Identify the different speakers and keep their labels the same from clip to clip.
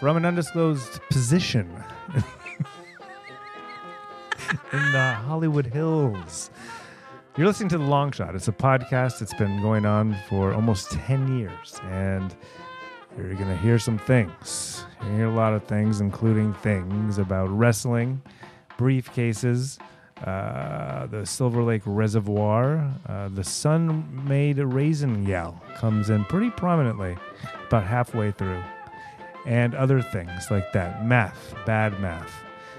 Speaker 1: from an undisclosed position in the Hollywood Hills. You're listening to The Long Shot. It's a podcast that's been going on for almost 10 years, and you're going to hear some things. You're going to hear a lot of things, including things about wrestling, briefcases, uh, the Silver Lake Reservoir. Uh, the sun made raisin yell comes in pretty prominently about halfway through, and other things like that. Math, bad math.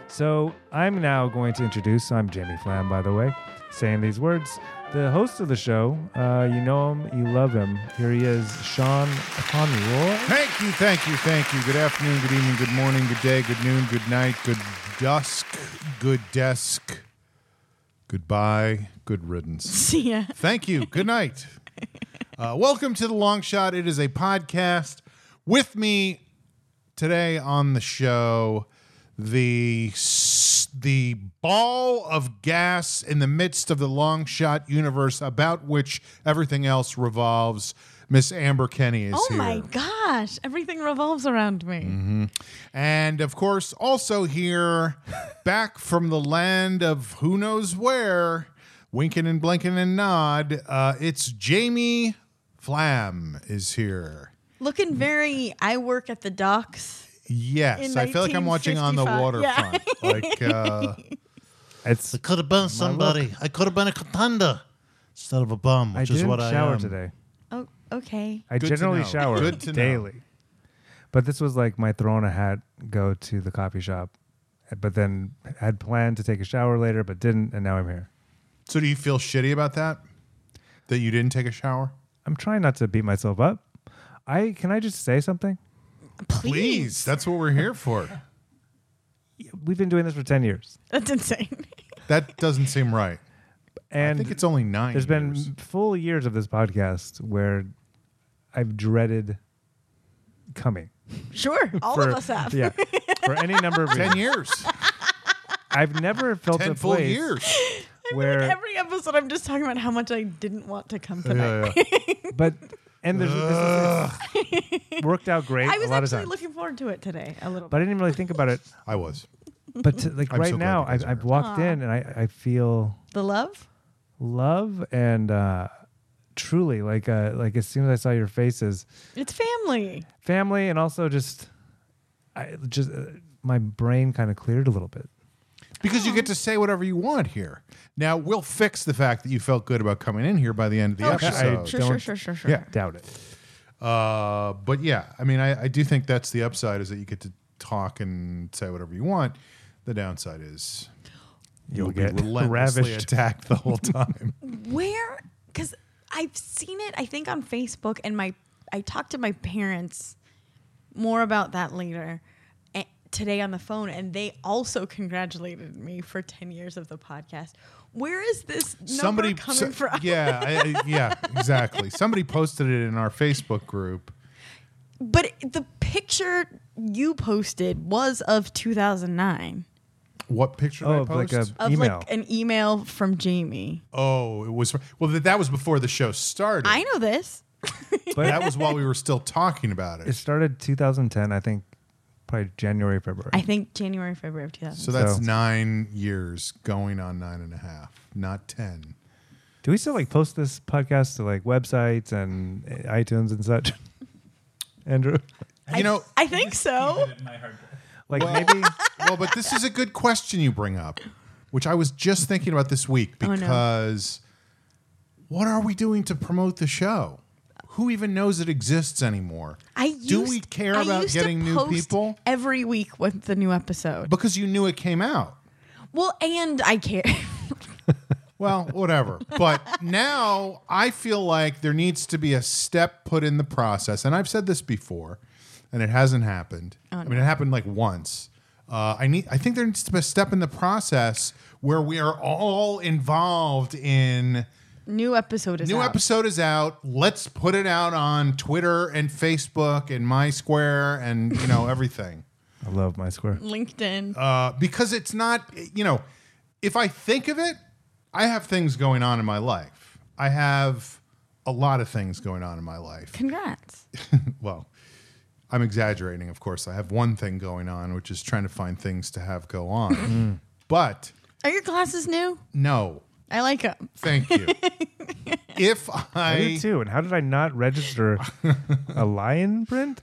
Speaker 1: So I'm now going to introduce, I'm Jamie Flam, by the way, saying these words. The host of the show, uh, you know him, you love him. Here he is, Sean Conroy.
Speaker 2: Thank you, thank you, thank you. Good afternoon, good evening, good morning, good day, good noon, good night, good dusk, good desk, goodbye, good riddance.
Speaker 3: See ya.
Speaker 2: Thank you, good night. Uh, welcome to The Long Shot. It is a podcast with me today on the show. The s- the ball of gas in the midst of the long shot universe about which everything else revolves. Miss Amber Kenny is
Speaker 3: Oh
Speaker 2: here.
Speaker 3: my gosh. Everything revolves around me.
Speaker 1: Mm-hmm.
Speaker 2: And of course, also here, back from the land of who knows where, winking and blinking and nod, uh, it's Jamie Flam is here.
Speaker 3: Looking very, I work at the docks.
Speaker 2: Yes,
Speaker 3: In
Speaker 2: I feel like I'm watching on the
Speaker 3: 1955.
Speaker 2: waterfront. Like, uh,
Speaker 1: It's
Speaker 4: I could have been somebody. I could have been a contender instead of a bum,
Speaker 1: I
Speaker 4: which is
Speaker 1: didn't
Speaker 4: what I
Speaker 1: shower
Speaker 4: am.
Speaker 1: today.
Speaker 3: Oh, okay.
Speaker 1: I
Speaker 2: Good to
Speaker 1: generally
Speaker 2: know.
Speaker 1: shower
Speaker 2: Good to know.
Speaker 1: daily. But this was like my throw on a hat, go to the coffee shop, but then had planned to take a shower later, but didn't, and now I'm here.
Speaker 2: so do you feel shitty about that? That you didn't take a shower?
Speaker 1: I'm trying not to beat myself up. I can I just say something?
Speaker 2: Please. That's what we're here for.
Speaker 1: We've been doing this for ten years,
Speaker 3: That's insane.
Speaker 2: That doesn't seem right.
Speaker 1: and
Speaker 2: I think it's only nine.
Speaker 1: there's been
Speaker 2: years.
Speaker 1: full years of this podcast where I've dreaded coming.
Speaker 3: sure. All
Speaker 1: for,
Speaker 3: of us have.
Speaker 1: Yeah, for any number of reasons.
Speaker 2: ten years,
Speaker 1: I've never felt
Speaker 2: ten
Speaker 1: a
Speaker 2: full
Speaker 1: place
Speaker 2: years.
Speaker 1: where,
Speaker 3: Every episode, I'm just talking about how much I didn't want to come tonight.
Speaker 2: Yeah, yeah.
Speaker 1: but and there's this is- it's worked out great
Speaker 3: I was
Speaker 1: a lot of
Speaker 3: actually
Speaker 1: times.
Speaker 3: looking forward to it today a little
Speaker 1: but I
Speaker 3: bit.
Speaker 1: didn't really think about it.
Speaker 2: I was.
Speaker 1: But to, like
Speaker 2: I'm
Speaker 1: right
Speaker 2: so glad
Speaker 1: now,
Speaker 2: you guys
Speaker 1: I've,
Speaker 2: are
Speaker 1: I've
Speaker 2: here.
Speaker 1: walked in and I, I feel
Speaker 3: The love?
Speaker 1: love and uh, truly like uh, like as soon as I saw your faces,
Speaker 3: It's family.
Speaker 1: family, and also just I just uh, my brain kind of cleared a little bit.
Speaker 2: Because you get to say whatever you want here. Now we'll fix the fact that you felt good about coming in here by the end of the
Speaker 3: sure,
Speaker 1: I
Speaker 2: episode.
Speaker 3: sure,
Speaker 1: don't-
Speaker 3: sure, sure, sure, sure.
Speaker 2: Yeah.
Speaker 1: Doubt it.
Speaker 2: Uh, but yeah, I mean, I, I do think that's the upside is that you get to talk and say whatever you want. The downside is
Speaker 1: You'll,
Speaker 2: you'll
Speaker 1: get
Speaker 2: be relentlessly
Speaker 1: ravished.
Speaker 2: attacked the whole time.
Speaker 3: Where? Because I've seen it, I think, on Facebook, and my I talked to my parents more about that later eh, today on the phone, and they also congratulated me for ten years of the podcast. Where is this number coming
Speaker 2: so-
Speaker 3: from?
Speaker 2: yeah, I, I- yeah, exactly. Somebody posted it in our Facebook group.
Speaker 3: But the picture you posted was of 2009
Speaker 2: What picture
Speaker 1: Oh,
Speaker 2: did I
Speaker 1: like
Speaker 2: post?
Speaker 1: a
Speaker 3: of
Speaker 1: email.
Speaker 3: like an email from Jamie.
Speaker 2: oh, it was well. That, that was before the show started.
Speaker 3: I know this.
Speaker 1: but
Speaker 2: that was while we were still talking about
Speaker 1: it
Speaker 2: it.
Speaker 1: started 2010, I think, probably January, February.
Speaker 3: I think January, February of 2000.
Speaker 2: So that's
Speaker 1: So-
Speaker 2: nine years going on nine and a half, not ten.
Speaker 1: Do we still like post this podcast to like websites and iTunes and such? Andrew,
Speaker 2: You know,
Speaker 3: I think so.
Speaker 1: like
Speaker 2: Well-
Speaker 1: maybe
Speaker 2: well, but this is a good question you bring up, which I was just thinking about this week
Speaker 3: Oh, no.
Speaker 2: because what are we doing to promote the show? Who even knows it exists anymore?
Speaker 3: I
Speaker 2: Do
Speaker 3: used-
Speaker 2: we care
Speaker 3: I
Speaker 2: about
Speaker 3: used to
Speaker 2: getting new
Speaker 3: post
Speaker 2: people?
Speaker 3: every week with the new episode?
Speaker 2: Because you knew it came out.
Speaker 3: well, and I care.
Speaker 2: Well, whatever. but now I feel like there needs to be a step put in the process. And I've said this before, and it hasn't happened. I mean, it happened like once. Uh, I need. I think there needs to be a step in the process where we are all involved in.
Speaker 3: new episode is
Speaker 2: New
Speaker 3: out.
Speaker 2: episode is out. Let's put it out on Twitter and Facebook and My Square and you know everything
Speaker 1: I love my square.
Speaker 3: LinkedIn.
Speaker 2: uh, because it's not you know if i think of it i have things going on in my life i have a lot of things going on in my life
Speaker 3: Congrats.
Speaker 2: well I'm exaggerating, of course. I have one thing going on, which is trying to find things to have go
Speaker 3: Hmm.
Speaker 2: on. but
Speaker 3: Are your glasses new?
Speaker 2: no,
Speaker 3: I like them.
Speaker 2: thank you. if
Speaker 1: I do
Speaker 2: I
Speaker 1: too. And how did I not register a lion print?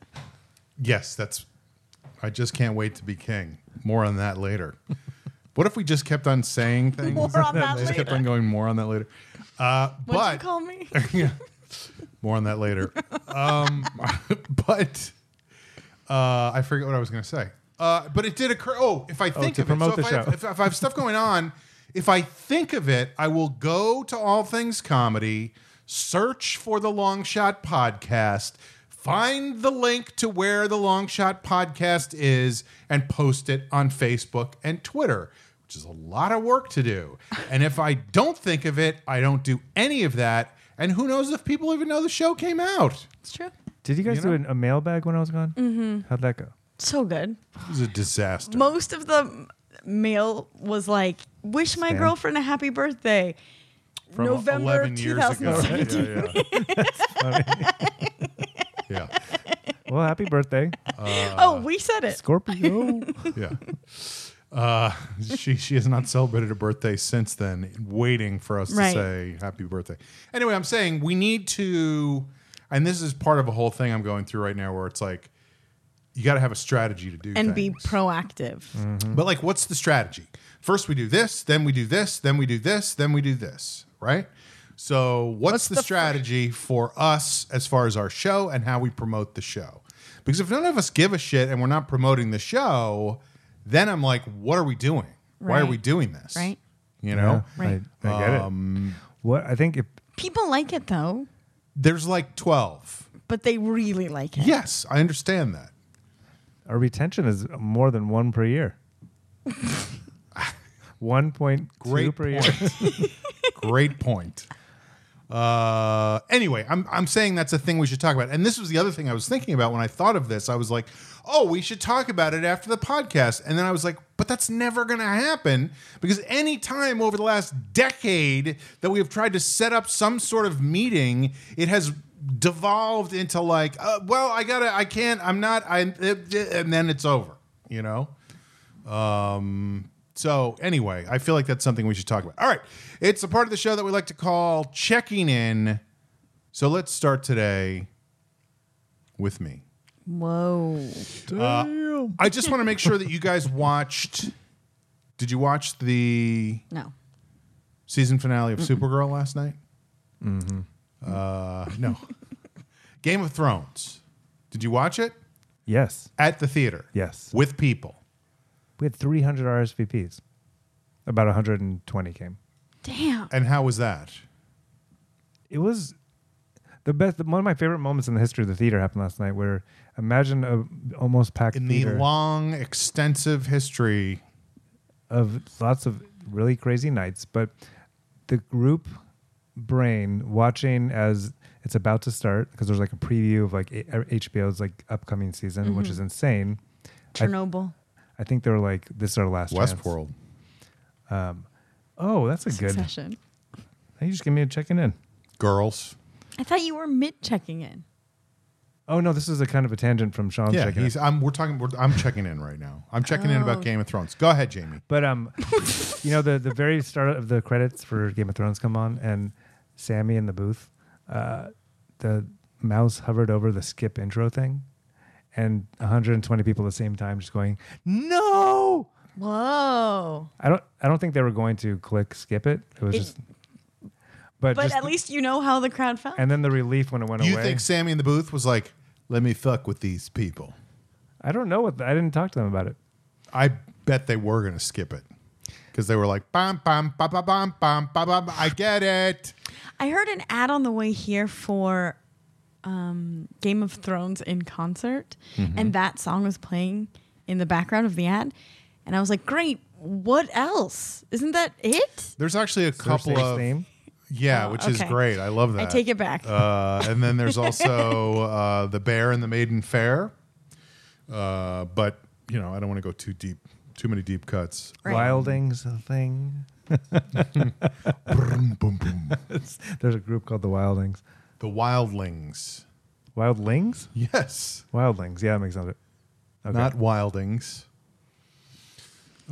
Speaker 2: yes, that's I just can't wait to be king. More on that later. what if we just kept on saying things?
Speaker 3: More on that
Speaker 2: just kept
Speaker 3: later.
Speaker 2: on going more on that later. Uh,
Speaker 3: What'd
Speaker 2: but
Speaker 3: you call me?
Speaker 2: yeah. More on that later. Um, but uh, I forget what I was going to say. Uh, but it did occur. Oh, if I think
Speaker 1: to
Speaker 2: of
Speaker 1: promote
Speaker 2: it,
Speaker 1: the
Speaker 2: so if, I have,
Speaker 1: show.
Speaker 2: if, if I have stuff going on, if I think of it, I will go to All Things Comedy, search for the Long Shot Podcast, find the link to where the Long Shot Podcast is, and post it on Facebook and Twitter, which is a lot of work to do. And if I don't think of it, I don't do any of that. And who knows if people even know the show came out?
Speaker 3: It's true.
Speaker 1: Did you guys do an, a mailbag when I was gone? Mm-hmm. How'd that go?
Speaker 3: So good.
Speaker 2: It was a disaster.
Speaker 3: Most of the mail was like, "Wish my
Speaker 1: Spam.
Speaker 3: girlfriend a happy birthday."
Speaker 2: from
Speaker 3: November
Speaker 2: 11 years ago.
Speaker 3: 2017.
Speaker 2: Yeah, yeah. yeah,
Speaker 1: Well, happy birthday,
Speaker 3: oh, we said it.
Speaker 1: Scorpio.
Speaker 2: yeah. Uh, she she has not celebrated a birthday since then, waiting for us
Speaker 3: Right.
Speaker 2: to say happy birthday. Anyway, I'm saying we need to, and this is part of a whole thing I'm going through right now, where it's like you got to have a strategy to do
Speaker 3: and be
Speaker 2: things. Mm.
Speaker 3: proactive.
Speaker 2: Mm-hmm. But like, what's the strategy? First we do this, then we do this, then we do this, then we do this, right? So what's, the,
Speaker 3: the fir-
Speaker 2: strategy for us as far as our show and how we promote the show? Because if none of us give a shit and we're not promoting the show, then I'm like, what are we doing? Why are
Speaker 3: Right.
Speaker 2: we doing this?
Speaker 3: Right.
Speaker 2: You know?
Speaker 3: Right.
Speaker 1: I, I get it. What I think if
Speaker 3: People like it though,
Speaker 2: There's like 12.
Speaker 3: but they really like it.
Speaker 2: Yes, I understand that.
Speaker 1: our retention is more than one per year. one point two
Speaker 2: Great
Speaker 1: per year.
Speaker 2: Great point. Uh, anyway, I'm I'm saying that's a thing we should talk about. And this was the other thing I was thinking about when I thought of this. I was like, oh, we should talk about it after the podcast. And then I was like, but that's never going to happen because any time over the last decade that we have tried to set up some sort of meeting, it has devolved into like, uh, well, I gotta, I can't, I'm not, I, and then it's over. You know. So anyway, I feel like that's something we should talk about. All right, it's a part of the show that we like to call checking in. So let's start today with me.
Speaker 3: Whoa.
Speaker 2: I just want to make sure that you guys watched. Did you watch the
Speaker 3: No.
Speaker 2: season finale of Supergirl last night? Mm-hmm. Uh, no. Game of Thrones. Did you watch it
Speaker 1: Yes,
Speaker 2: at the theater?
Speaker 1: yes.
Speaker 2: With people.
Speaker 1: We had 300 RSVPs. About 120 came.
Speaker 3: Damn.
Speaker 2: And how was that?
Speaker 1: it was the best. One of my favorite moments in the history of the theater happened last night. Where imagine a almost packed
Speaker 2: In
Speaker 1: theater
Speaker 2: the long, extensive history
Speaker 1: of lots of really crazy nights, but the group brain watching as it's about to start because there's like a preview of like A- er, HBO's like upcoming season, which is insane.
Speaker 3: Chernobyl.
Speaker 1: I think they're like this is our last chance.
Speaker 2: Westworld.
Speaker 1: Oh, that's a good.
Speaker 3: Succession.
Speaker 1: Hey, You just give me a checking in.
Speaker 2: Girls.
Speaker 3: I thought you were mid checking in.
Speaker 1: Oh no, this is a kind of a tangent from Sean
Speaker 2: Yeah,
Speaker 1: checking
Speaker 2: he's,
Speaker 1: in.
Speaker 2: I'm, we're talking. We're, I'm checking in right now. I'm checking in
Speaker 3: Oh.
Speaker 2: about Game of Thrones. Go ahead, Jamie.
Speaker 1: But um, you know the the very start of the credits for Game of Thrones come on, and Sammy in the booth, uh, the mouse hovered over the skip intro thing, and 120 people at the same time just going, "No!"
Speaker 3: Whoa.
Speaker 1: I don't I don't think they were going to click skip it. It was
Speaker 3: It-
Speaker 1: just, but,
Speaker 3: But
Speaker 1: just-
Speaker 3: at least you know how the crowd felt.
Speaker 1: and then the relief when it went
Speaker 2: You
Speaker 1: away.
Speaker 2: think Sammy in the booth was like, "Let me fuck with these people"?
Speaker 1: I don't know what I didn't talk to them about it.
Speaker 2: I bet they were going to skip it because they were like, "Bam, bam, ba, ba, bam, bam, ba, bam." I get it.
Speaker 3: I heard an ad on the way here for um, Game of Thrones in concert, and that song was playing in the background of the ad, and I was like, "Great, what else? Isn't that it?"
Speaker 2: There's actually a couple
Speaker 1: Thursday's
Speaker 2: of
Speaker 1: theme.
Speaker 2: yeah,
Speaker 3: Oh,
Speaker 2: which is
Speaker 3: okay.
Speaker 2: great. I love that.
Speaker 3: I take it back.
Speaker 2: Uh, and then there's also uh, the Bear and the Maiden Fair. Uh, but you know, I don't want to go too deep. Too many deep cuts.
Speaker 3: Right.
Speaker 1: Wilding's a thing.
Speaker 2: Brum, bum, bum.
Speaker 1: There's a group called the Wildings.
Speaker 2: The Wildlings.
Speaker 1: Wildlings?
Speaker 2: Yes.
Speaker 1: Wildlings. Yeah, that makes sense. Okay.
Speaker 2: Not Wildings.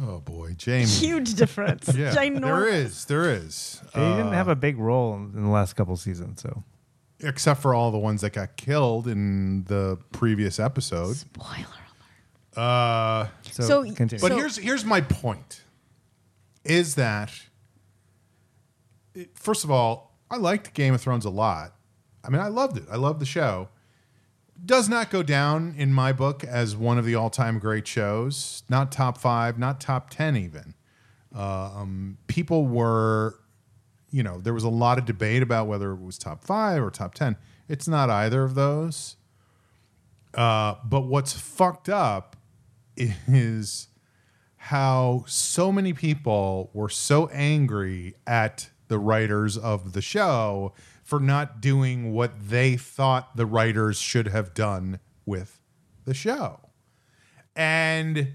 Speaker 2: Oh boy, Jamie.
Speaker 3: Huge difference.
Speaker 2: Yeah,
Speaker 3: Ginormous.
Speaker 2: there is, there is,
Speaker 1: They didn't
Speaker 2: Uh,
Speaker 1: have a big role in, in the last couple seasons, so
Speaker 2: except for all the ones that got killed in the previous episode.
Speaker 3: Spoiler alert.
Speaker 2: Uh,
Speaker 1: so,
Speaker 3: So-
Speaker 1: continue.
Speaker 2: But
Speaker 3: So-
Speaker 2: here's here's my point: is that it- first of all, I liked Game of Thrones a lot. I mean, I loved it. I loved the show. Does not go down in my book as one of the all-time great shows. Not top five. Not top ten even. Um, people were, you know, there was a lot of debate about whether it was top five or top ten. It's not either of those. Uh, but what's fucked up is how so many people were so angry at the writers of the show for not doing what they thought the writers should have done with the show. And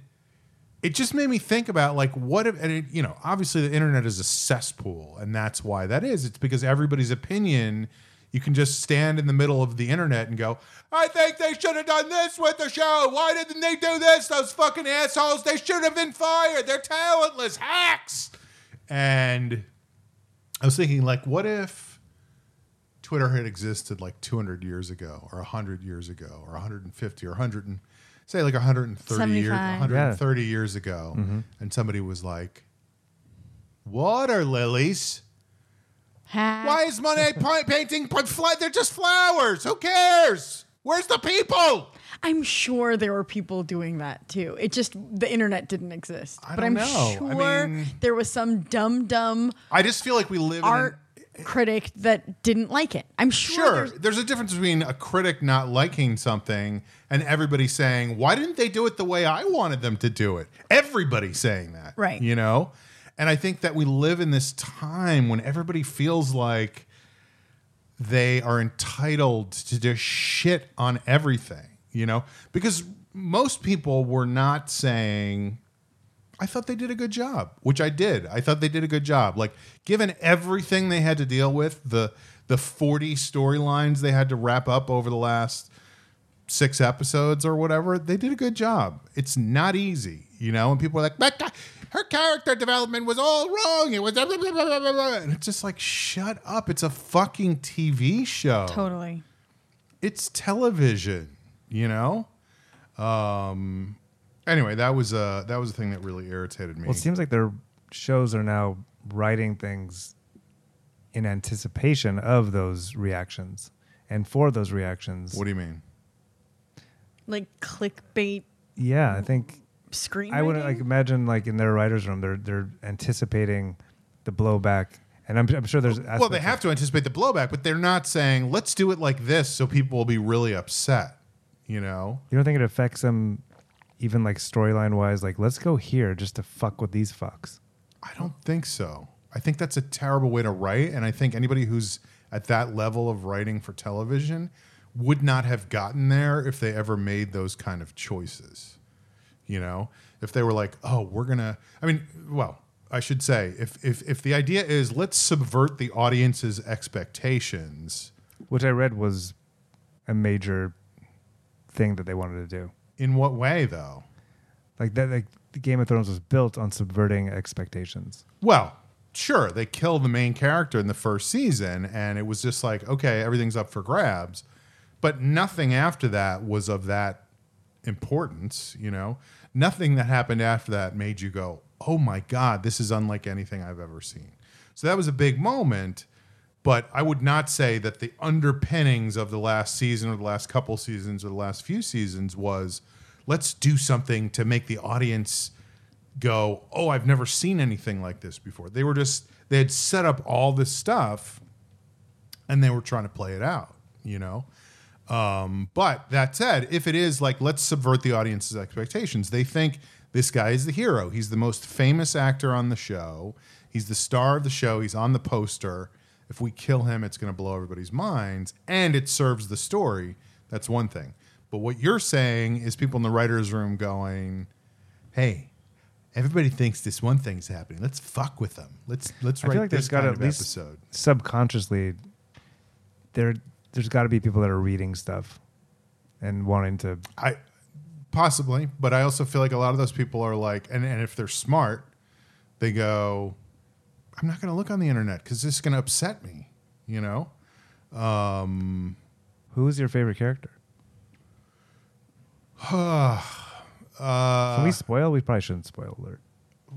Speaker 2: it just made me think about like what if and it, you know obviously the internet is a cesspool and that's why that is it's because everybody's opinion you can just stand in the middle of the internet and go i think they should have done this with the show why didn't they do this those fucking assholes they should have been fired they're talentless hacks and i was thinking like what if Twitter had existed like 200 years ago or 100 years ago or 150 or 100 and say like 130 years
Speaker 3: 75.
Speaker 2: 130 years ago and somebody was like water lilies
Speaker 3: Ha-
Speaker 2: why is Monet pa- painting but fly- they're just flowers who cares where's the people
Speaker 3: I'm sure there were people doing that too. It just the internet didn't exist.
Speaker 2: I
Speaker 3: but
Speaker 2: don't
Speaker 3: I'm
Speaker 2: know. I
Speaker 3: sure
Speaker 2: mean-
Speaker 3: there was some dumb dumb
Speaker 2: i just feel like we live in
Speaker 3: art
Speaker 2: an-
Speaker 3: critic that didn't like it. I'm sure.
Speaker 2: Sure,
Speaker 3: there's-
Speaker 2: there's, a difference between a critic not liking something and everybody saying, "Why didn't they do it the way I wanted them to do it?" Everybody saying that,
Speaker 3: Right.
Speaker 2: You know, and I think that we live in this time when everybody feels like they are entitled to just shit on everything, you know, because most people were not saying I thought they did a good job, which I did. I thought they did a good job. Like given everything they had to deal with, the the 40 storylines they had to wrap up over the last 6 episodes or whatever, they did a good job. It's not easy, you know, and people are like, "But her character development was all wrong. It was blah, blah, blah, blah, blah, blah." and it's just like, "Shut up. It's a fucking TV show."
Speaker 3: totally.
Speaker 2: it's television, you know? Um anyway, that was uh that was the thing that really irritated me.
Speaker 1: Well, it seems like their shows are now writing things in anticipation of those reactions and for those reactions.
Speaker 2: what do you mean?
Speaker 3: Like clickbait
Speaker 1: yeah, I think
Speaker 3: screen.
Speaker 1: I would like
Speaker 3: reading?
Speaker 1: imagine like in their writers' room, they're they're anticipating the blowback, and I'm, I'm sure there's
Speaker 2: Well, they have to anticipate the blowback, but they're not saying, "Let's do it like this so people will be really upset." You know?
Speaker 1: You don't think it affects them, even like storyline wise? Like, let's go here just to fuck with these fucks.
Speaker 2: I don't think so. I think that's a terrible way to write, and I think anybody who's at that level of writing for television would not have gotten there if they ever made those kind of choices. You know, if they were like, "Oh, we're gonna," I mean, well, I should say, if if if the idea is let's subvert the audience's expectations
Speaker 1: Which I read was a major thing that they wanted to do.
Speaker 2: in what way though?
Speaker 1: Like that, like the Game of Thrones was built on subverting expectations.
Speaker 2: Well, sure, they kill the main character in the first season, and it was just like, okay, everything's up for grabs. But nothing after that was of that importance, you know? Nothing that happened after that made you go, oh my God, this is unlike anything I've ever seen. So that was a big moment, but I would not say that the underpinnings of the last season or the last couple seasons or the last few seasons was let's do something to make the audience go, oh, I've never seen anything like this before. They were just, they had set up all this stuff and they were trying to play it out, you know? Um, but that said, if it is like, let's subvert the audience's expectations, they think this guy is the hero. He's the most famous actor on the show. He's the star of the show. He's on the poster. If we kill him, it's going to blow everybody's minds and it serves the story. That's one thing. But what you're saying is people in the writer's room going, hey, everybody thinks this one thing's happening. Let's fuck with them. Let's let's
Speaker 1: I
Speaker 2: write
Speaker 1: feel like
Speaker 2: this
Speaker 1: they've got
Speaker 2: kind
Speaker 1: at
Speaker 2: of
Speaker 1: least
Speaker 2: episode.
Speaker 1: subconsciously they're there's got to be people that are reading stuff and wanting to.
Speaker 2: I possibly, but I also feel like a lot of those people are like, and, and if they're smart, they go, I'm not going to look on the internet because this is going to upset me, you know?
Speaker 1: Who's your favorite character? Can we spoil? We probably shouldn't spoil alert.
Speaker 2: Uh,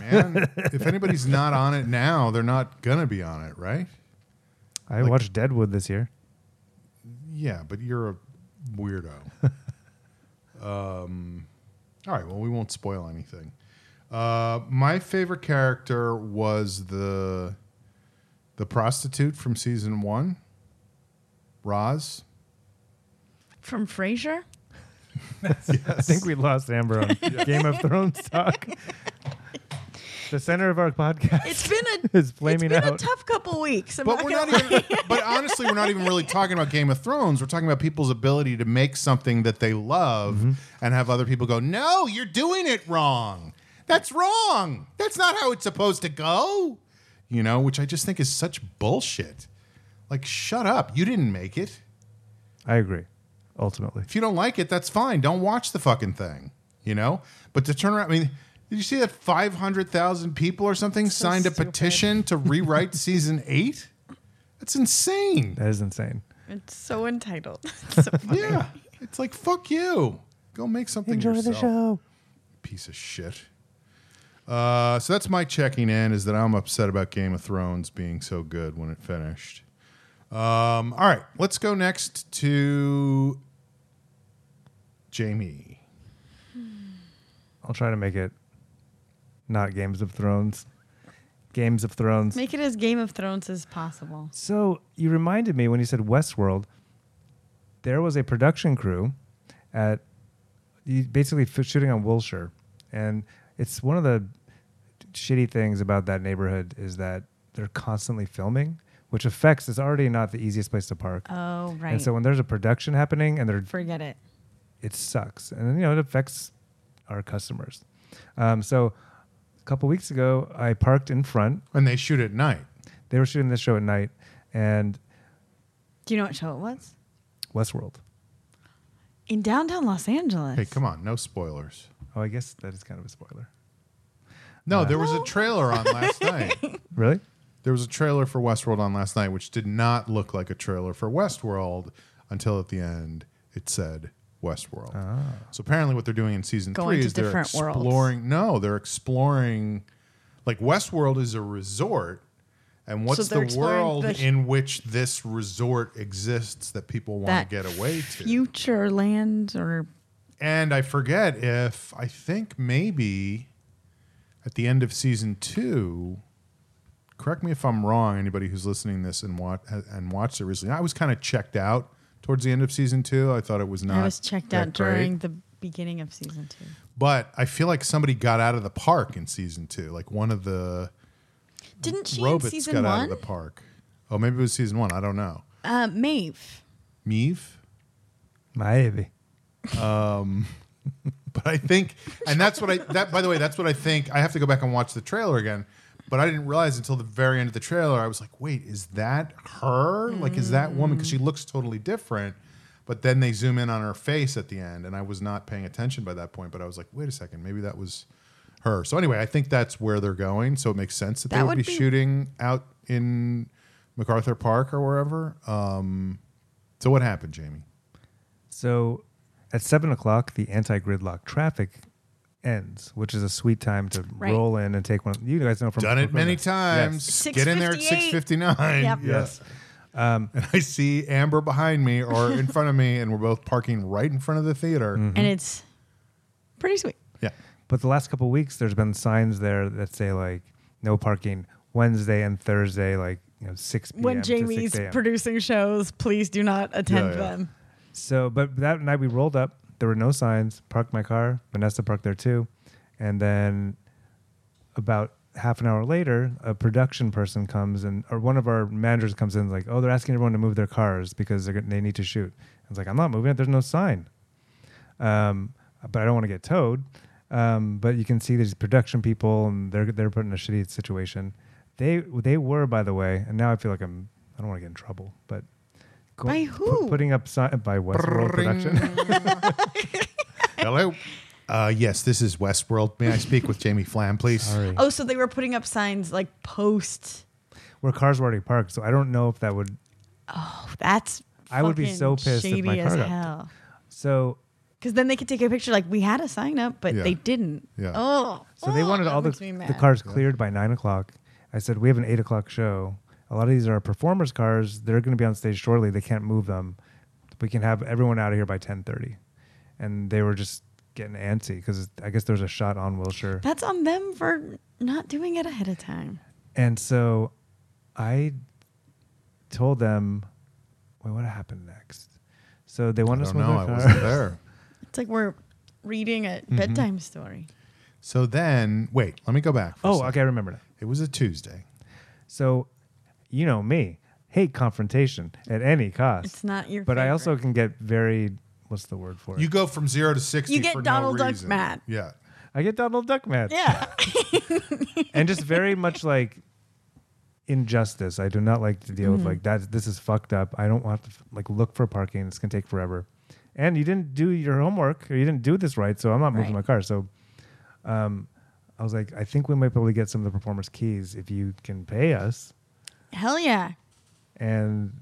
Speaker 2: man. If anybody's not on it now, they're not going to be on it, right?
Speaker 1: I watched Deadwood this year.
Speaker 2: Yeah, but you're a weirdo. um, all right, well, we won't spoil anything. Uh, my favorite character was the the prostitute from season one, Roz.
Speaker 3: From Frasier?
Speaker 1: I think we lost Amber on Game of Thrones talk. the center of our podcast.
Speaker 3: It's been a
Speaker 1: It's flaming
Speaker 3: it's been
Speaker 1: out.
Speaker 3: a tough couple weeks. I'm
Speaker 2: But we're
Speaker 3: gonna
Speaker 2: not even. But honestly, we're not even really talking about Game of Thrones. We're talking about people's ability to make something that they love
Speaker 3: Mm-hmm.
Speaker 2: and have other people go, "No, you're doing it wrong. That's wrong. That's not how it's supposed to go." You know, which I just think is such bullshit. Like, shut up. You didn't make it.
Speaker 1: I agree. Ultimately,
Speaker 2: If you don't like it, that's fine. Don't watch the fucking thing. You know. But to turn around, I mean. Did you see that 500,000 people or something signed a
Speaker 3: stupid.
Speaker 2: petition to rewrite season eight? That's insane.
Speaker 1: that is insane.
Speaker 3: It's so entitled. It's so funny.
Speaker 2: Yeah. It's like, fuck you. Go make something
Speaker 1: Enjoy
Speaker 2: yourself.
Speaker 1: the show.
Speaker 2: Piece of shit. Uh, so that's my checking in is that I'm upset about Game of Thrones being so good when it finished. Um, all right, let's go next to Jamie.
Speaker 1: I'll try to make it not Games of Thrones. Games of Thrones.
Speaker 3: Make it as Game of Thrones as possible.
Speaker 1: So you reminded me when you said Westworld, there was a production crew at you basically f- shooting on Wilshire, and it's one of the shitty things about that neighborhood is that they're constantly filming, which affects. It's already not the easiest place to park.
Speaker 3: Oh, right.
Speaker 1: And so when there's a production happening and they're
Speaker 3: Forget it.
Speaker 1: it sucks, and then, you know it affects our customers. Um, so a couple weeks ago, I parked in front.
Speaker 2: And they shoot at night.
Speaker 1: They were shooting this show at night, and
Speaker 3: Do you know what show it was?
Speaker 1: Westworld.
Speaker 3: In downtown Los Angeles.
Speaker 2: Hey, come on, no spoilers.
Speaker 1: Oh, I guess that is kind of a spoiler.
Speaker 2: No, there was a trailer on last night.
Speaker 1: Really?
Speaker 2: There was a trailer for Westworld on last night, which did not look like a trailer for Westworld until at the end it said Westworld. So apparently, what they're doing in season
Speaker 3: Going
Speaker 2: three
Speaker 3: to
Speaker 2: is they're
Speaker 3: different worlds.
Speaker 2: exploring. No, they're exploring. Like Westworld is a resort, and what's
Speaker 3: they're
Speaker 2: the
Speaker 3: exploring
Speaker 2: world
Speaker 3: the-
Speaker 2: in which this resort exists that people want
Speaker 3: That
Speaker 2: to get away to?
Speaker 3: Future land or
Speaker 2: And I forget if I think maybe at the end of season two. Correct me if I'm wrong. Anybody who's listening this and watch and watched it recently, I was kind of checked out towards the end of season two. I thought it was not.
Speaker 3: I was checked
Speaker 2: that
Speaker 3: out
Speaker 2: great.
Speaker 3: during the beginning of season two.
Speaker 2: But I feel like somebody got out of the park in season two. Like one of the
Speaker 3: Didn't she in
Speaker 2: robots
Speaker 3: season
Speaker 2: got
Speaker 3: one?
Speaker 2: out of the park. Oh, maybe it was season one. I don't know.
Speaker 3: Uh, Maeve.
Speaker 2: Meave.
Speaker 1: Maybe.
Speaker 2: but I think, and that's what I that by the way, that's what I think. I have to go back and watch the trailer again, but I didn't realize until the very end of the trailer. I was like, wait, is that her? Like, is that woman? Because she looks totally different. But then they zoom in on her face at the end, and I was not paying attention by that point. But I was like, wait a second, maybe that was her. So anyway, I think that's where they're going. So it makes sense that, they
Speaker 3: That
Speaker 2: would,
Speaker 3: would
Speaker 2: be,
Speaker 3: be-
Speaker 2: shooting out in MacArthur Park or wherever. Um, so what happened, Jamie?
Speaker 1: So at seven o'clock, the anti gridlock traffic ends, which is a sweet time to
Speaker 3: Right.
Speaker 1: roll in and take one. You guys know from
Speaker 2: Done it many
Speaker 1: Yes.
Speaker 2: times. Get in there at six
Speaker 3: 6:58.
Speaker 2: fifty nine.
Speaker 3: Yep.
Speaker 1: Yes.
Speaker 2: and I see Amber behind me or in front of me, and we're both parking right in front of the theater.
Speaker 1: Mm.
Speaker 3: And it's pretty sweet.
Speaker 2: Yeah.
Speaker 1: But the last couple weeks, there's been signs there that say like no parking Wednesday and Thursday, like you know six p.m.
Speaker 3: When
Speaker 1: to 6
Speaker 3: Jamie's
Speaker 1: a.m..
Speaker 3: producing shows, please do not attend
Speaker 2: yeah.
Speaker 3: them.
Speaker 1: So, but that night we rolled up. There were no signs. Parked my car. Vanessa parked there too. And then about half an hour later, a production person comes and, or one of our managers comes in, and is like, oh, they're asking everyone to move their cars because they're, gonna- they need to shoot. I was like, I'm not moving it. There's no sign. Um, but I don't want to get towed. Um, but you can see these production people, and they're they're put in a shitty situation. They they were, by the way, and now I feel like I'm I don't want to get in trouble, but go-
Speaker 3: By
Speaker 1: pu-
Speaker 3: who?
Speaker 1: putting up si- by Westworld production.
Speaker 2: Hello. Uh, yes, this is Westworld. May I speak with Jamie Flam, please?
Speaker 3: Oh, so they were putting up signs like post.
Speaker 1: Where cars were already parked, so I don't know if that would.
Speaker 3: Oh, That's
Speaker 1: I would be so
Speaker 3: fucking
Speaker 1: pissed if my
Speaker 3: shady
Speaker 1: car
Speaker 3: as
Speaker 1: got-
Speaker 3: hell.
Speaker 1: So
Speaker 3: Because then they could take a picture like we had a sign up, but
Speaker 2: Yeah.
Speaker 3: they didn't.
Speaker 2: Yeah.
Speaker 3: Oh,
Speaker 1: So they
Speaker 3: oh,
Speaker 1: wanted
Speaker 3: that
Speaker 1: all the,
Speaker 3: makes me
Speaker 1: the
Speaker 3: mad.
Speaker 1: cars cleared by nine o'clock. I said, We have an eight o'clock show. A lot of these are performers' cars. They're going to be on stage shortly. They can't move them. We can have everyone out of here by ten thirty. And they were just getting antsy because I guess there's a shot on Wilshire.
Speaker 3: That's on them for not doing it ahead of time.
Speaker 1: And so I told them, Wait, what happened next? So they
Speaker 2: I
Speaker 1: wanted us
Speaker 2: don't
Speaker 1: to move
Speaker 2: know. I
Speaker 1: their
Speaker 2: wasn't
Speaker 1: car.
Speaker 2: there.
Speaker 3: It's like we're reading a
Speaker 1: Mm-hmm.
Speaker 3: bedtime story.
Speaker 2: So then, wait, let me go back. for a
Speaker 1: Oh,
Speaker 2: second.
Speaker 1: okay. I remember that.
Speaker 2: It was a Tuesday.
Speaker 1: So you know me, hate confrontation at any cost.
Speaker 3: It's not your.
Speaker 1: but I also
Speaker 3: favorite.
Speaker 1: can get very what's the word for it?
Speaker 2: You go from zero to 60.
Speaker 3: You get
Speaker 2: for no
Speaker 3: Donald Duck
Speaker 2: reason.
Speaker 3: mad.
Speaker 2: Yeah.
Speaker 1: I get Donald Duck mad,
Speaker 3: yeah.
Speaker 1: and just very much like injustice. I do not like to deal
Speaker 3: Mm-hmm.
Speaker 1: with like that. This is fucked up. I don't want to like look for parking. It's gonna take forever, and you didn't do your homework or you didn't do this right, so I'm not moving
Speaker 3: Right.
Speaker 1: my car. So, um, I was like, I think we might be able to get some of the performers' keys if you can pay us.
Speaker 3: Hell yeah.
Speaker 1: and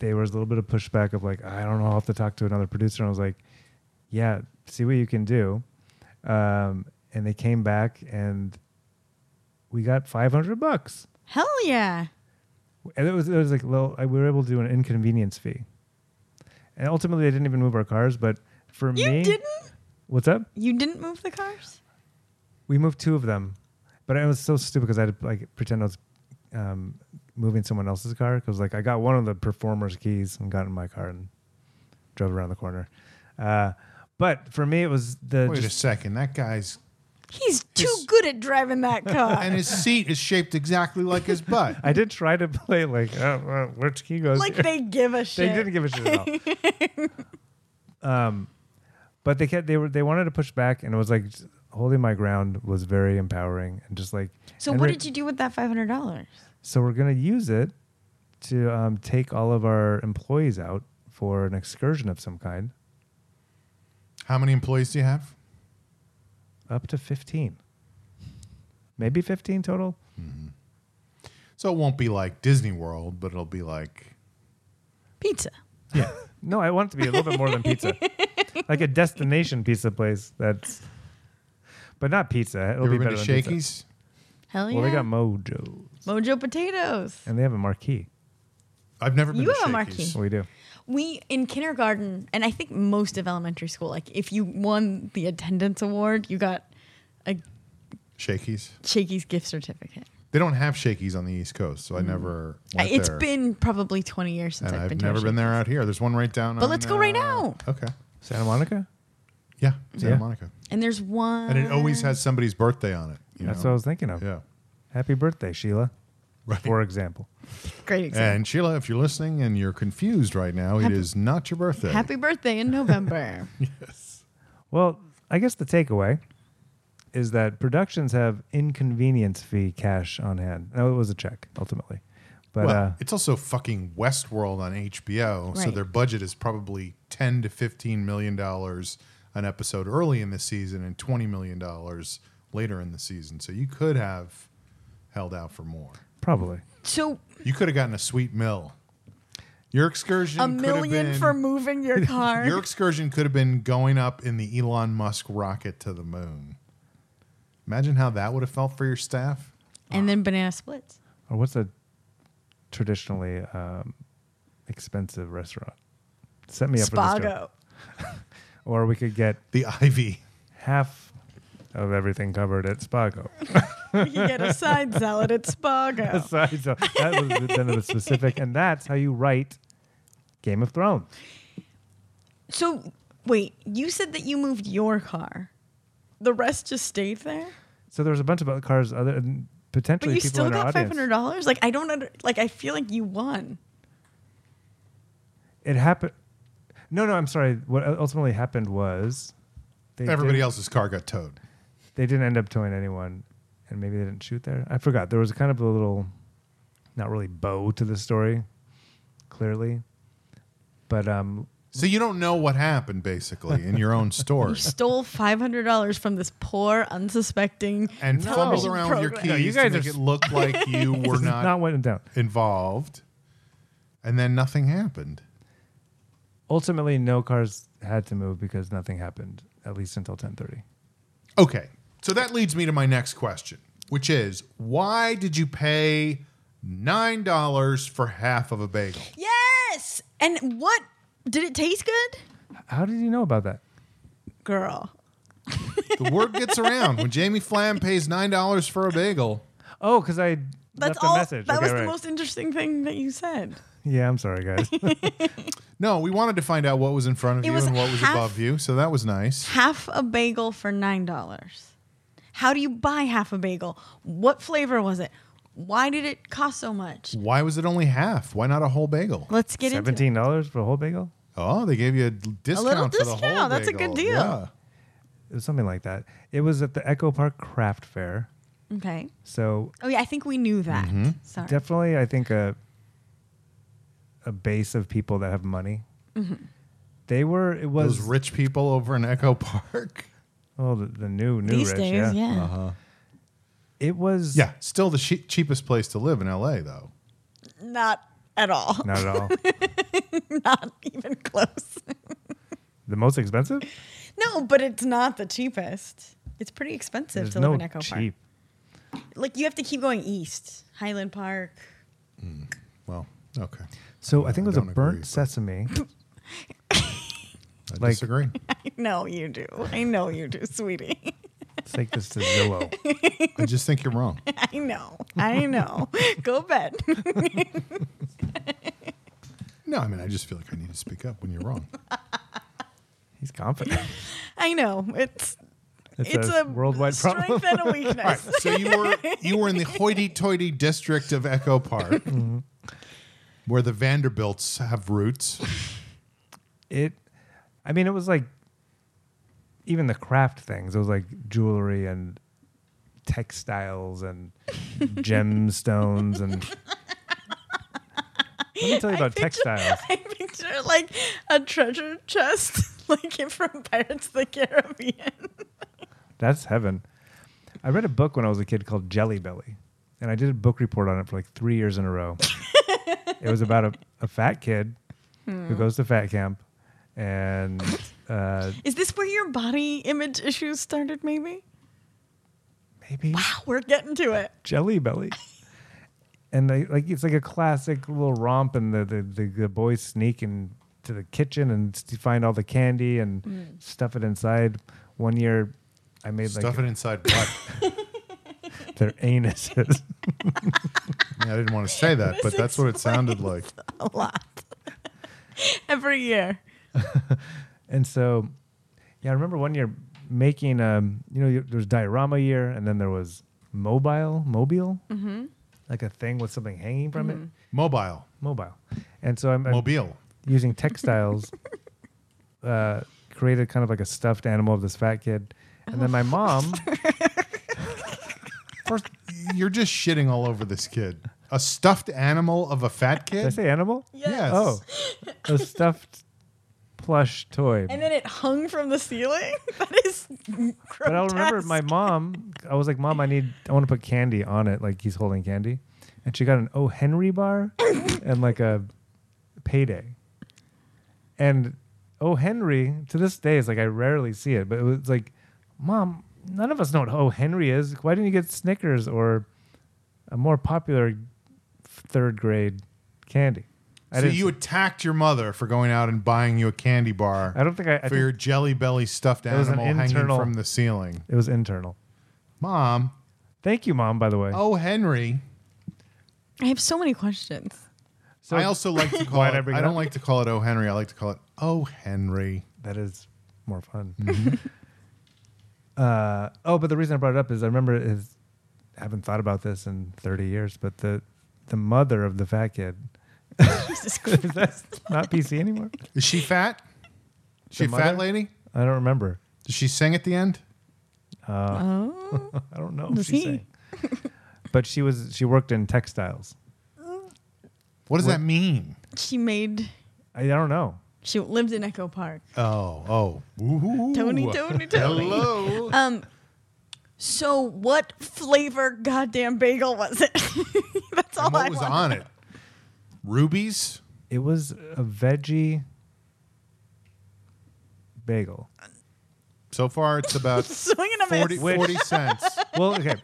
Speaker 1: there was a little bit of pushback of like, I don't know, I'll have to talk to another producer. And I was like, yeah, see what you can do. Um, and they came back and we got 500 bucks.
Speaker 3: Hell yeah.
Speaker 1: And it was, it was like, well, I, we were able to do an inconvenience fee. And ultimately, they didn't even move our cars. But for
Speaker 3: You
Speaker 1: me,
Speaker 3: didn't.
Speaker 1: what's up?
Speaker 3: You didn't move the cars.
Speaker 1: We moved two of them, but it was so stupid because I had to like pretend I was um, moving someone else's car because like I got one of the performer's keys and got in my car and drove around the corner. Uh, but for me, it was the
Speaker 2: Wait a
Speaker 1: just,
Speaker 2: second. That guy's.
Speaker 3: He's too
Speaker 2: His-
Speaker 3: good at driving that car.
Speaker 2: And his seat is shaped exactly like his butt.
Speaker 1: I did try to play like uh, uh, which key goes.
Speaker 3: like
Speaker 1: here?
Speaker 3: they give a
Speaker 1: they
Speaker 3: shit.
Speaker 1: didn't give a shit at all. um, but they kept they were they wanted to push back and it was like just holding my ground was very empowering and just like
Speaker 3: so
Speaker 1: and
Speaker 3: what
Speaker 1: re-
Speaker 3: did you do with that five hundred dollars?
Speaker 1: So we're going to use it to um, take all of our employees out for an excursion of some kind,
Speaker 2: How many employees do you have?
Speaker 1: up to 15. Maybe 15 total.
Speaker 2: So it won't be like Disney World, but it'll be like.
Speaker 3: Pizza.
Speaker 1: No, I want it to be a little bit more than pizza. Like a destination pizza place that's but not pizza. It'll
Speaker 2: you
Speaker 1: be
Speaker 2: ever been
Speaker 1: better
Speaker 2: to
Speaker 1: than pizza.
Speaker 2: Shakey's?
Speaker 3: Hell yeah.
Speaker 1: Well, they got Mojo
Speaker 3: Mojo potatoes.
Speaker 1: and they have a marquee.
Speaker 2: I've never been
Speaker 3: You
Speaker 2: to
Speaker 3: have a
Speaker 2: Shakey's.
Speaker 3: marquee.
Speaker 1: We do.
Speaker 3: We in kindergarten, and I think most of elementary school, like if you won the attendance award, you got a
Speaker 2: Shakey's.
Speaker 3: Shakey's gift certificate.
Speaker 2: They don't have Shakey's on the East Coast, so I never went
Speaker 3: Mm. Uh, It's
Speaker 2: there.
Speaker 3: been probably 20 years since
Speaker 2: and
Speaker 3: I've,
Speaker 2: I've
Speaker 3: been to a
Speaker 2: never been
Speaker 3: Shakey's.
Speaker 2: there out here. There's one right down.
Speaker 3: But let's
Speaker 2: on,
Speaker 3: go right
Speaker 2: uh,
Speaker 3: now.
Speaker 2: Okay.
Speaker 1: Santa Monica?
Speaker 2: Yeah, Santa
Speaker 1: Yeah.
Speaker 2: Monica,
Speaker 3: And there's one.
Speaker 2: and it always
Speaker 3: Uh.
Speaker 2: has somebody's birthday on it. you
Speaker 1: That's what
Speaker 2: know?
Speaker 1: I was thinking of.
Speaker 2: Yeah.
Speaker 1: Happy birthday, Sheila,
Speaker 2: Right.
Speaker 1: for example.
Speaker 3: Great example.
Speaker 2: And Sheila, if you're listening and you're confused right now,
Speaker 3: Happy-
Speaker 2: it is not your birthday.
Speaker 3: Happy birthday in November.
Speaker 1: Well, I guess the takeaway is that productions have inconvenience fee cash on hand. No, it was a check ultimately, but
Speaker 2: well,
Speaker 1: uh,
Speaker 2: it's also fucking Westworld on HBO, so
Speaker 3: Right.
Speaker 2: their budget is probably ten to fifteen million dollars an episode early in the season and twenty million dollars later in the season. So you could have held out for more.
Speaker 1: probably.
Speaker 3: so
Speaker 2: You could have gotten a sweet mill. Your excursion
Speaker 3: a
Speaker 2: could have
Speaker 3: million
Speaker 2: been-
Speaker 3: for moving your car.
Speaker 2: Your excursion could have been going up in the Elon Musk rocket to the moon. Imagine how that would have felt for your staff.
Speaker 3: and then banana splits.
Speaker 1: Or what's a traditionally um, expensive restaurant? Set me up for this. joke.
Speaker 3: Spago.
Speaker 1: Or we could get
Speaker 2: The Ivy.
Speaker 1: half of everything covered at Spago.
Speaker 3: you get a side salad at Spago.
Speaker 1: Sorry, so that was the, then it was specific, and that's how you write Game of Thrones.
Speaker 3: So wait, you said that you moved your car. The rest just stayed there,
Speaker 1: So there was a bunch of other cars, other and
Speaker 3: but
Speaker 1: potentially
Speaker 3: you
Speaker 1: people
Speaker 3: still
Speaker 1: in our
Speaker 3: got five
Speaker 1: audience.
Speaker 3: hundred dollars. Like I don't under, like I feel like you won.
Speaker 1: it happened. No, no, I'm sorry. What ultimately happened was they
Speaker 2: Everybody
Speaker 1: didn't-
Speaker 2: else's car got towed.
Speaker 1: They didn't end up towing anyone, and maybe they didn't shoot there. I forgot. There was kind of a little, not really bow to the story, clearly, But um,
Speaker 2: So you don't know what happened basically in your own story.
Speaker 3: Stole five hundred dollars from this poor, unsuspecting.
Speaker 2: and
Speaker 3: No.
Speaker 2: fumbled around with your keys
Speaker 3: Program.
Speaker 1: No, you guys
Speaker 2: to make
Speaker 1: are
Speaker 2: it look like you were
Speaker 1: not,
Speaker 2: not,
Speaker 1: not went down.
Speaker 2: involved, and then nothing happened.
Speaker 1: Ultimately, no cars had to move because nothing happened at least until ten thirty.
Speaker 2: Okay, so that leads me to my next question, which is why did you pay nine dollars for half of a bagel?
Speaker 3: Yes. And what did it taste good,
Speaker 1: How did you know about that?
Speaker 3: girl?
Speaker 2: The word gets around when Jamie Flam pays nine dollars for a bagel.
Speaker 1: Oh, because I
Speaker 3: That's
Speaker 1: left
Speaker 3: all.
Speaker 1: a message.
Speaker 3: That
Speaker 1: Okay,
Speaker 3: was the
Speaker 1: right.
Speaker 3: most interesting thing that you said.
Speaker 1: Yeah, I'm sorry, guys.
Speaker 2: No, we wanted to find out what was in front of
Speaker 3: It
Speaker 2: you
Speaker 3: was
Speaker 2: and what was
Speaker 3: half-
Speaker 2: above you, so that was nice.
Speaker 3: Half a bagel for nine dollars. How do you buy half a bagel? What flavor was it? Why did it cost so much?
Speaker 2: Why was it only half? Why not a whole bagel?
Speaker 3: Let's get into it.
Speaker 1: Seventeen dollars for a whole bagel.
Speaker 2: Oh, they gave you a discount for the whole
Speaker 3: discount. That's a
Speaker 2: bagel.
Speaker 3: good deal.
Speaker 2: Yeah.
Speaker 1: It was something like that. It was at the Echo Park Craft Fair.
Speaker 3: Okay.
Speaker 1: So
Speaker 3: Oh yeah, I think we knew that. Sorry.
Speaker 1: Mm-hmm. definitely, I think a a base of people that have money.
Speaker 3: Mm-hmm.
Speaker 1: They were. It was
Speaker 2: Those rich people over in Echo Park.
Speaker 1: oh the, the new new
Speaker 3: These
Speaker 1: rich.
Speaker 3: days,
Speaker 1: yeah. Uh-huh.
Speaker 3: yeah.
Speaker 1: It was.
Speaker 2: Yeah, still the che- cheapest place to live in LA, though.
Speaker 3: Not at all.
Speaker 1: Not at all.
Speaker 3: Not even close.
Speaker 1: the most expensive.
Speaker 3: no, but it's not the cheapest. It's pretty expensive
Speaker 1: There's
Speaker 3: to
Speaker 1: no
Speaker 3: live in Echo
Speaker 1: cheap.
Speaker 3: Park. Like you have to keep going east, Highland Park.
Speaker 2: Well, okay.
Speaker 1: So I think it was a
Speaker 2: don't
Speaker 1: burnt
Speaker 2: agree, but-
Speaker 1: sesame.
Speaker 2: I
Speaker 1: Like-
Speaker 2: disagree.
Speaker 3: I know you do. I know you do, sweetie.
Speaker 1: Take this to Zillow.
Speaker 2: I just think you're wrong.
Speaker 3: I know. I know. Go bed.
Speaker 2: No, I mean, I just feel like I need to speak up when you're wrong.
Speaker 1: He's confident.
Speaker 3: I know. It's
Speaker 1: It's, a, worldwide
Speaker 3: strength
Speaker 1: problem.
Speaker 3: and a weakness.
Speaker 2: So you were you were in the hoity-toity district of Echo Park, where the Vanderbilts have roots.
Speaker 1: It. I mean, it was like even the craft things. It was like jewelry and textiles and gemstones and. Let me tell you about
Speaker 3: picture-
Speaker 1: textiles.
Speaker 3: I picture like a treasure chest, like it from Pirates of the Caribbean.
Speaker 1: That's heaven. I read a book when I was a kid called Jelly Belly, and I did a book report on it for like three years in a row. it was about a, a fat kid
Speaker 3: Hmm.
Speaker 1: who goes to fat camp, and uh,
Speaker 3: Is this where your body image issues started? Maybe.
Speaker 1: maybe
Speaker 3: Wow, we're getting to it.
Speaker 1: Jelly Belly. And they, like it's like a classic little romp, and the the, the, the boys sneak in to the kitchen and s- find all the candy and stuff it inside. One year, I made
Speaker 2: Stuff it inside what?
Speaker 1: like their anuses.
Speaker 2: I, mean, I didn't want to say that, but that's what it sounded like.
Speaker 3: A lot. Every year.
Speaker 1: And so, yeah, I remember one year making, um, you know, there was diorama year, and then there was mobile, mobile, like a thing with something hanging from it,
Speaker 2: Mobile,
Speaker 1: mobile. And so I'm, I'm
Speaker 2: mobile.
Speaker 1: using textiles, uh, created kind of like a stuffed animal of this fat kid, and then my mom,
Speaker 2: First, you're just shitting all over this kid. A stuffed animal of a fat
Speaker 1: did I
Speaker 2: kid.
Speaker 1: say animal?
Speaker 2: Yes.
Speaker 1: Oh, a stuffed plush toy.
Speaker 3: And then it hung from the ceiling. That is grotesque.
Speaker 1: But I'll remember my mom. I was like, "Mom, I need. I want to put candy on it, like he's holding candy." And she got an O Henry bar and like a payday. And O Henry to this day is like I rarely see it, but it was like, "Mom, none of us know what O Henry is. Why didn't you get Snickers or a more popular third grade candy?" I
Speaker 2: so
Speaker 1: didn't.
Speaker 2: you attacked your mother for going out and buying you a candy bar
Speaker 1: I don't think I. I
Speaker 2: for
Speaker 1: think
Speaker 2: your jelly belly stuffed
Speaker 1: was an
Speaker 2: animal hanging
Speaker 1: internal-
Speaker 2: from the ceiling.
Speaker 1: it was internal.
Speaker 2: Mom,
Speaker 1: Thank you, mom. By the way,
Speaker 2: oh Henry.
Speaker 3: I have so many questions.
Speaker 1: so
Speaker 2: I also like to call
Speaker 1: Why'd
Speaker 2: it.
Speaker 1: I
Speaker 2: I,
Speaker 1: bring it
Speaker 2: don't
Speaker 1: up?
Speaker 2: like to call it Oh Henry. I like to call it Oh Henry.
Speaker 1: that is more fun. uh, oh, but the reason I brought it up is I remember is I haven't thought about this in 30 years, but the the mother of the fat kid
Speaker 3: Jesus
Speaker 1: is
Speaker 3: Christ.
Speaker 1: that not PC anymore?
Speaker 2: Is she fat? She a
Speaker 1: mother?
Speaker 2: fat lady?
Speaker 1: I don't remember.
Speaker 2: Does she sing at the end?
Speaker 3: Oh.
Speaker 1: I don't know. If
Speaker 3: Was
Speaker 1: she
Speaker 3: he?
Speaker 1: sang. but she was she worked in textiles.
Speaker 2: What does that mean?
Speaker 3: She made
Speaker 1: I, I don't know.
Speaker 3: She lived in Echo Park.
Speaker 2: Oh, oh. Ooh.
Speaker 3: Tony, Tony, Tony.
Speaker 2: Hello.
Speaker 3: So, what flavor goddamn bagel was it? That's all
Speaker 2: And
Speaker 3: I
Speaker 2: what was
Speaker 3: want.
Speaker 2: on it? Rubies?
Speaker 1: It was a veggie bagel.
Speaker 2: So far, it's about
Speaker 3: Swinging a miss.
Speaker 2: 40, 40 cents.
Speaker 1: Well, okay.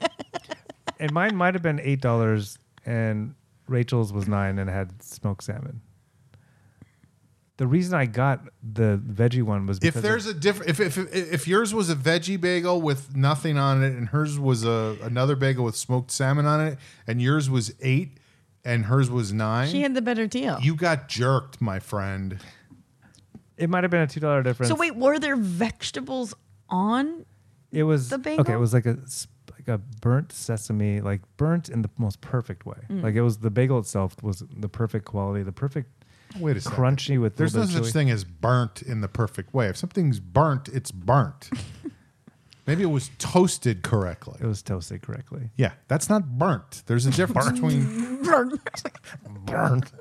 Speaker 1: and mine might have been eight dollars, and Rachel's was nine, and had smoked salmon. The reason I got the veggie one was
Speaker 2: If
Speaker 1: because
Speaker 2: there's a different, if, if if yours was a veggie bagel with nothing on it, and hers was a another bagel with smoked salmon on it, and yours was eight, and hers was nine,
Speaker 3: She had the better deal.
Speaker 2: you got jerked, my friend.
Speaker 1: it might have been a two dollar difference.
Speaker 3: so, wait, were there vegetables on?
Speaker 1: it was
Speaker 3: the
Speaker 1: okay. It
Speaker 3: bagel?
Speaker 1: was like a s- like a burnt sesame, like burnt in the most perfect way.
Speaker 3: Mm.
Speaker 1: Like it was the bagel itself was the perfect quality, the perfect
Speaker 2: Wait a second.
Speaker 1: crunchy with a
Speaker 2: There's
Speaker 1: little
Speaker 2: no
Speaker 1: bit of
Speaker 2: such
Speaker 1: chewy.
Speaker 2: thing as burnt in the perfect way. If something's burnt, it's burnt. Maybe it was toasted
Speaker 1: It
Speaker 2: correctly.
Speaker 1: was toasted correctly.
Speaker 2: Yeah, that's not burnt. There's a difference between burnt.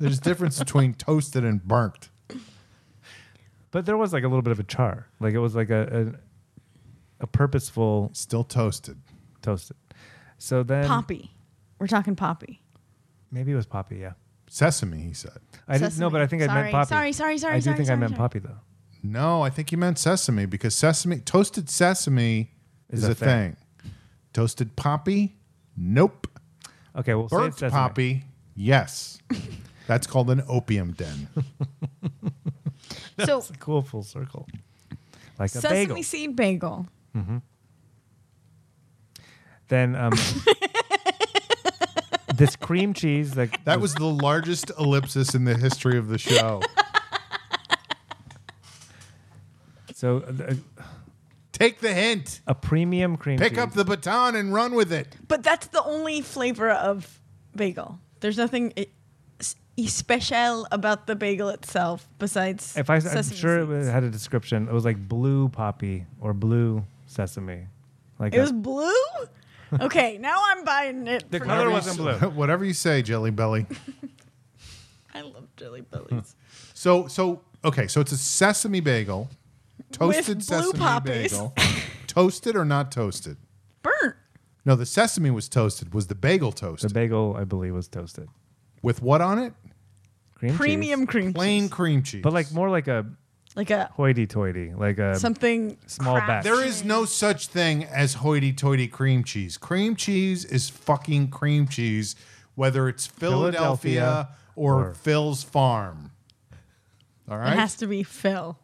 Speaker 2: There's a difference between toasted and burnt.
Speaker 1: But there was like a little bit of a char. Like it was like a a, a purposeful
Speaker 2: Still toasted.
Speaker 1: toasted. So then
Speaker 3: poppy. We're talking poppy.
Speaker 1: maybe it was poppy, yeah.
Speaker 2: Sesame, he said.
Speaker 1: I didn't know,
Speaker 3: Sesame.
Speaker 1: but I think I meant
Speaker 3: Sorry,
Speaker 1: poppy.
Speaker 3: sorry, sorry, sorry,
Speaker 1: I do
Speaker 3: sorry,
Speaker 1: think I
Speaker 3: sorry,
Speaker 1: meant
Speaker 3: sorry.
Speaker 1: poppy though.
Speaker 2: No, I think he meant sesame because sesame toasted sesame is, a thing. Toasted poppy? Nope.
Speaker 1: Okay, well, say
Speaker 2: Burnt
Speaker 1: it's sesame.
Speaker 2: poppy? Yes. That's called an opium den.
Speaker 3: So,
Speaker 1: Cool full circle, like a
Speaker 3: sesame
Speaker 1: bagel.
Speaker 3: seed bagel.
Speaker 1: Then um, this cream cheese that
Speaker 2: That was the largest ellipsis in the history of the show.
Speaker 1: so a,
Speaker 2: Take the hint.
Speaker 1: a premium cream.
Speaker 2: Pick
Speaker 1: cheese.
Speaker 2: up the baton and run with it.
Speaker 3: But that's the only flavor of bagel. There's nothing e- s- special about the bagel itself besides.
Speaker 1: If I, I'm
Speaker 3: sesame
Speaker 1: sure it
Speaker 3: seeds.
Speaker 1: was- had a description, it was like blue poppy or blue sesame. Like
Speaker 3: It
Speaker 1: a-
Speaker 3: was blue? Okay, now I'm buying it.
Speaker 1: The
Speaker 3: for
Speaker 1: color
Speaker 3: real.
Speaker 1: wasn't blue.
Speaker 2: Whatever you say, Jelly Belly.
Speaker 3: I love jelly bellies.
Speaker 2: So so okay, so it's a sesame bagel. Toasted
Speaker 3: blue
Speaker 2: sesame
Speaker 3: poppies.
Speaker 2: bagel. toasted or not toasted?
Speaker 3: Burnt.
Speaker 2: No, the sesame was toasted. Was the bagel toasted?
Speaker 1: The bagel, I believe, was toasted.
Speaker 2: With what on it?
Speaker 1: Cream cheese.
Speaker 3: Premium cream
Speaker 2: Plain
Speaker 3: cheese.
Speaker 2: cream cheese.
Speaker 1: but like more like a
Speaker 3: Like a
Speaker 1: hoity-toity, like a
Speaker 3: something
Speaker 1: small
Speaker 3: craft.
Speaker 1: batch.
Speaker 2: there is no such thing as hoity-toity cream cheese. Cream cheese is fucking cream cheese, whether it's Philadelphia,
Speaker 1: Philadelphia
Speaker 2: or,
Speaker 1: or-
Speaker 2: Phil's Farm. All
Speaker 3: It
Speaker 2: right,
Speaker 3: has to be Phil.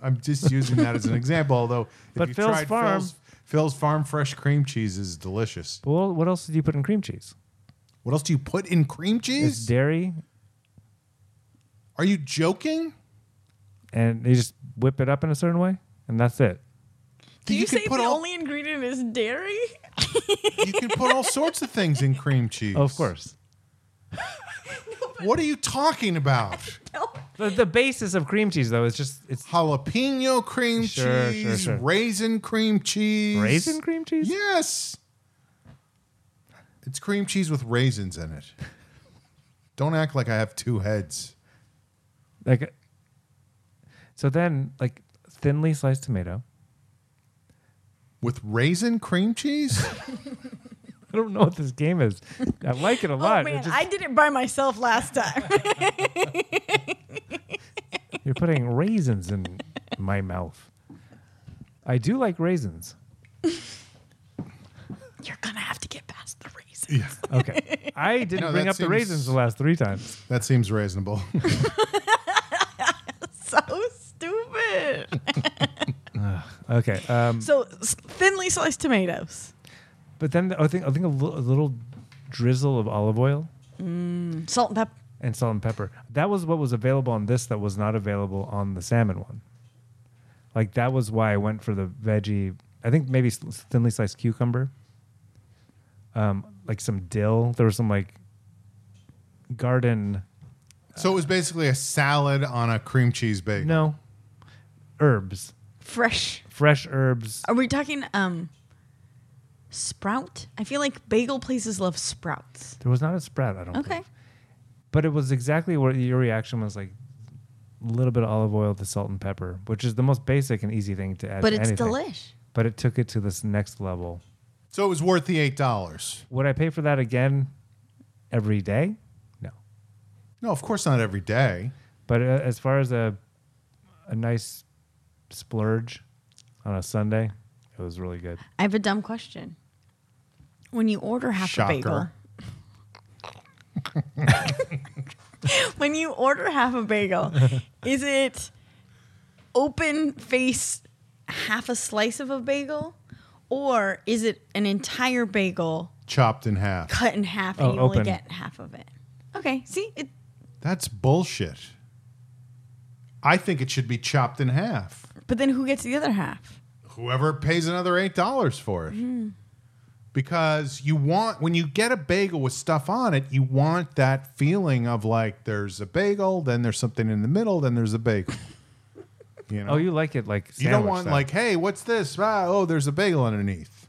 Speaker 2: I'm just using that as an example. Although, if
Speaker 1: But
Speaker 2: you
Speaker 1: Phil's
Speaker 2: tried
Speaker 1: Farm-
Speaker 2: Phil's, Phil's Farm fresh cream cheese is delicious.
Speaker 1: Well, what else did you put in cream cheese?
Speaker 2: What else do you put in cream
Speaker 1: It's
Speaker 2: cheese?
Speaker 1: dairy,
Speaker 2: Are you joking?
Speaker 1: and you just whip it up in a certain way, and that's it.
Speaker 3: Did you,
Speaker 2: you could
Speaker 3: say
Speaker 2: put
Speaker 3: the
Speaker 2: all-
Speaker 3: only ingredient is dairy?
Speaker 2: You can put all sorts of things in cream cheese.
Speaker 1: Oh, of course.
Speaker 2: What are you talking about?
Speaker 3: No.
Speaker 1: The, the basis of cream cheese, though, is just it's
Speaker 2: jalapeno cream
Speaker 1: Sure, sure,
Speaker 2: cheese,
Speaker 1: sure.
Speaker 2: raisin cream cheese.
Speaker 1: raisin cream cheese.
Speaker 2: Yes. It's cream cheese with raisins in it. Don't act like I have two heads.
Speaker 1: Like, so then like thinly sliced tomato.
Speaker 2: With raisin cream cheese?
Speaker 1: I don't know what this game is. I like it a lot.
Speaker 3: Oh
Speaker 1: It
Speaker 3: man,
Speaker 1: just-
Speaker 3: I did it by myself last time.
Speaker 1: You're putting raisins in my mouth. I do like raisins.
Speaker 3: You're gonna have to get past the raisin.
Speaker 2: yeah,
Speaker 1: Okay. I didn't
Speaker 2: No,
Speaker 1: bring
Speaker 2: that
Speaker 1: up the raisins
Speaker 2: seems-
Speaker 1: the last three times.
Speaker 2: that seems reasonable.
Speaker 3: So stupid.
Speaker 1: Okay. Um,
Speaker 3: so s- thinly sliced tomatoes,
Speaker 1: but then I think I think a li- a little drizzle of olive oil
Speaker 3: salt and pepper.
Speaker 1: and salt and pepper. That was what was available on this. That was not available on the salmon one. Like that was why I went for the veggie. I think maybe s- thinly sliced cucumber. Um, like some dill. There was some like garden.
Speaker 2: so it was basically a salad on a cream cheese bagel.
Speaker 1: No, herbs.
Speaker 3: Fresh.
Speaker 1: fresh herbs.
Speaker 3: Are we talking um sprout? I feel like bagel places love sprouts.
Speaker 1: There was not a spread, I don't
Speaker 3: Okay.
Speaker 1: believe. But it was exactly what your reaction was like. a little bit of olive oil to salt and pepper, which is the most basic and easy thing to add.
Speaker 3: But
Speaker 1: to
Speaker 3: it's
Speaker 1: anything.
Speaker 3: delish.
Speaker 1: But it took it to this next level.
Speaker 2: So it was worth the eight dollars.
Speaker 1: Would I pay for that again every day? No.
Speaker 2: No, of course not every day.
Speaker 1: But uh, as far as a a nice splurge on a Sunday, it was really good.
Speaker 3: I have a dumb question. When you order half a bagel,
Speaker 2: Shocker.
Speaker 3: when you order half a bagel, is it open face half a slice of a bagel? Or is it an entire bagel
Speaker 2: Chopped in half.
Speaker 3: cut in half
Speaker 1: Oh,
Speaker 3: and you
Speaker 1: open.
Speaker 3: only get half of it? Okay, see? It,
Speaker 2: That's bullshit. I think it should be chopped in half.
Speaker 3: but then who gets the other half?
Speaker 2: whoever pays another eight dollars for it. Because you want when you get a bagel with stuff on it, you want that feeling of like there's a bagel, then there's something in the middle, then there's a bagel. You know,
Speaker 1: Oh,
Speaker 2: you,
Speaker 1: you like it like
Speaker 2: don't
Speaker 1: sandwich
Speaker 2: want
Speaker 1: style.
Speaker 2: like, hey, what's this? Ah, oh, there's a bagel underneath.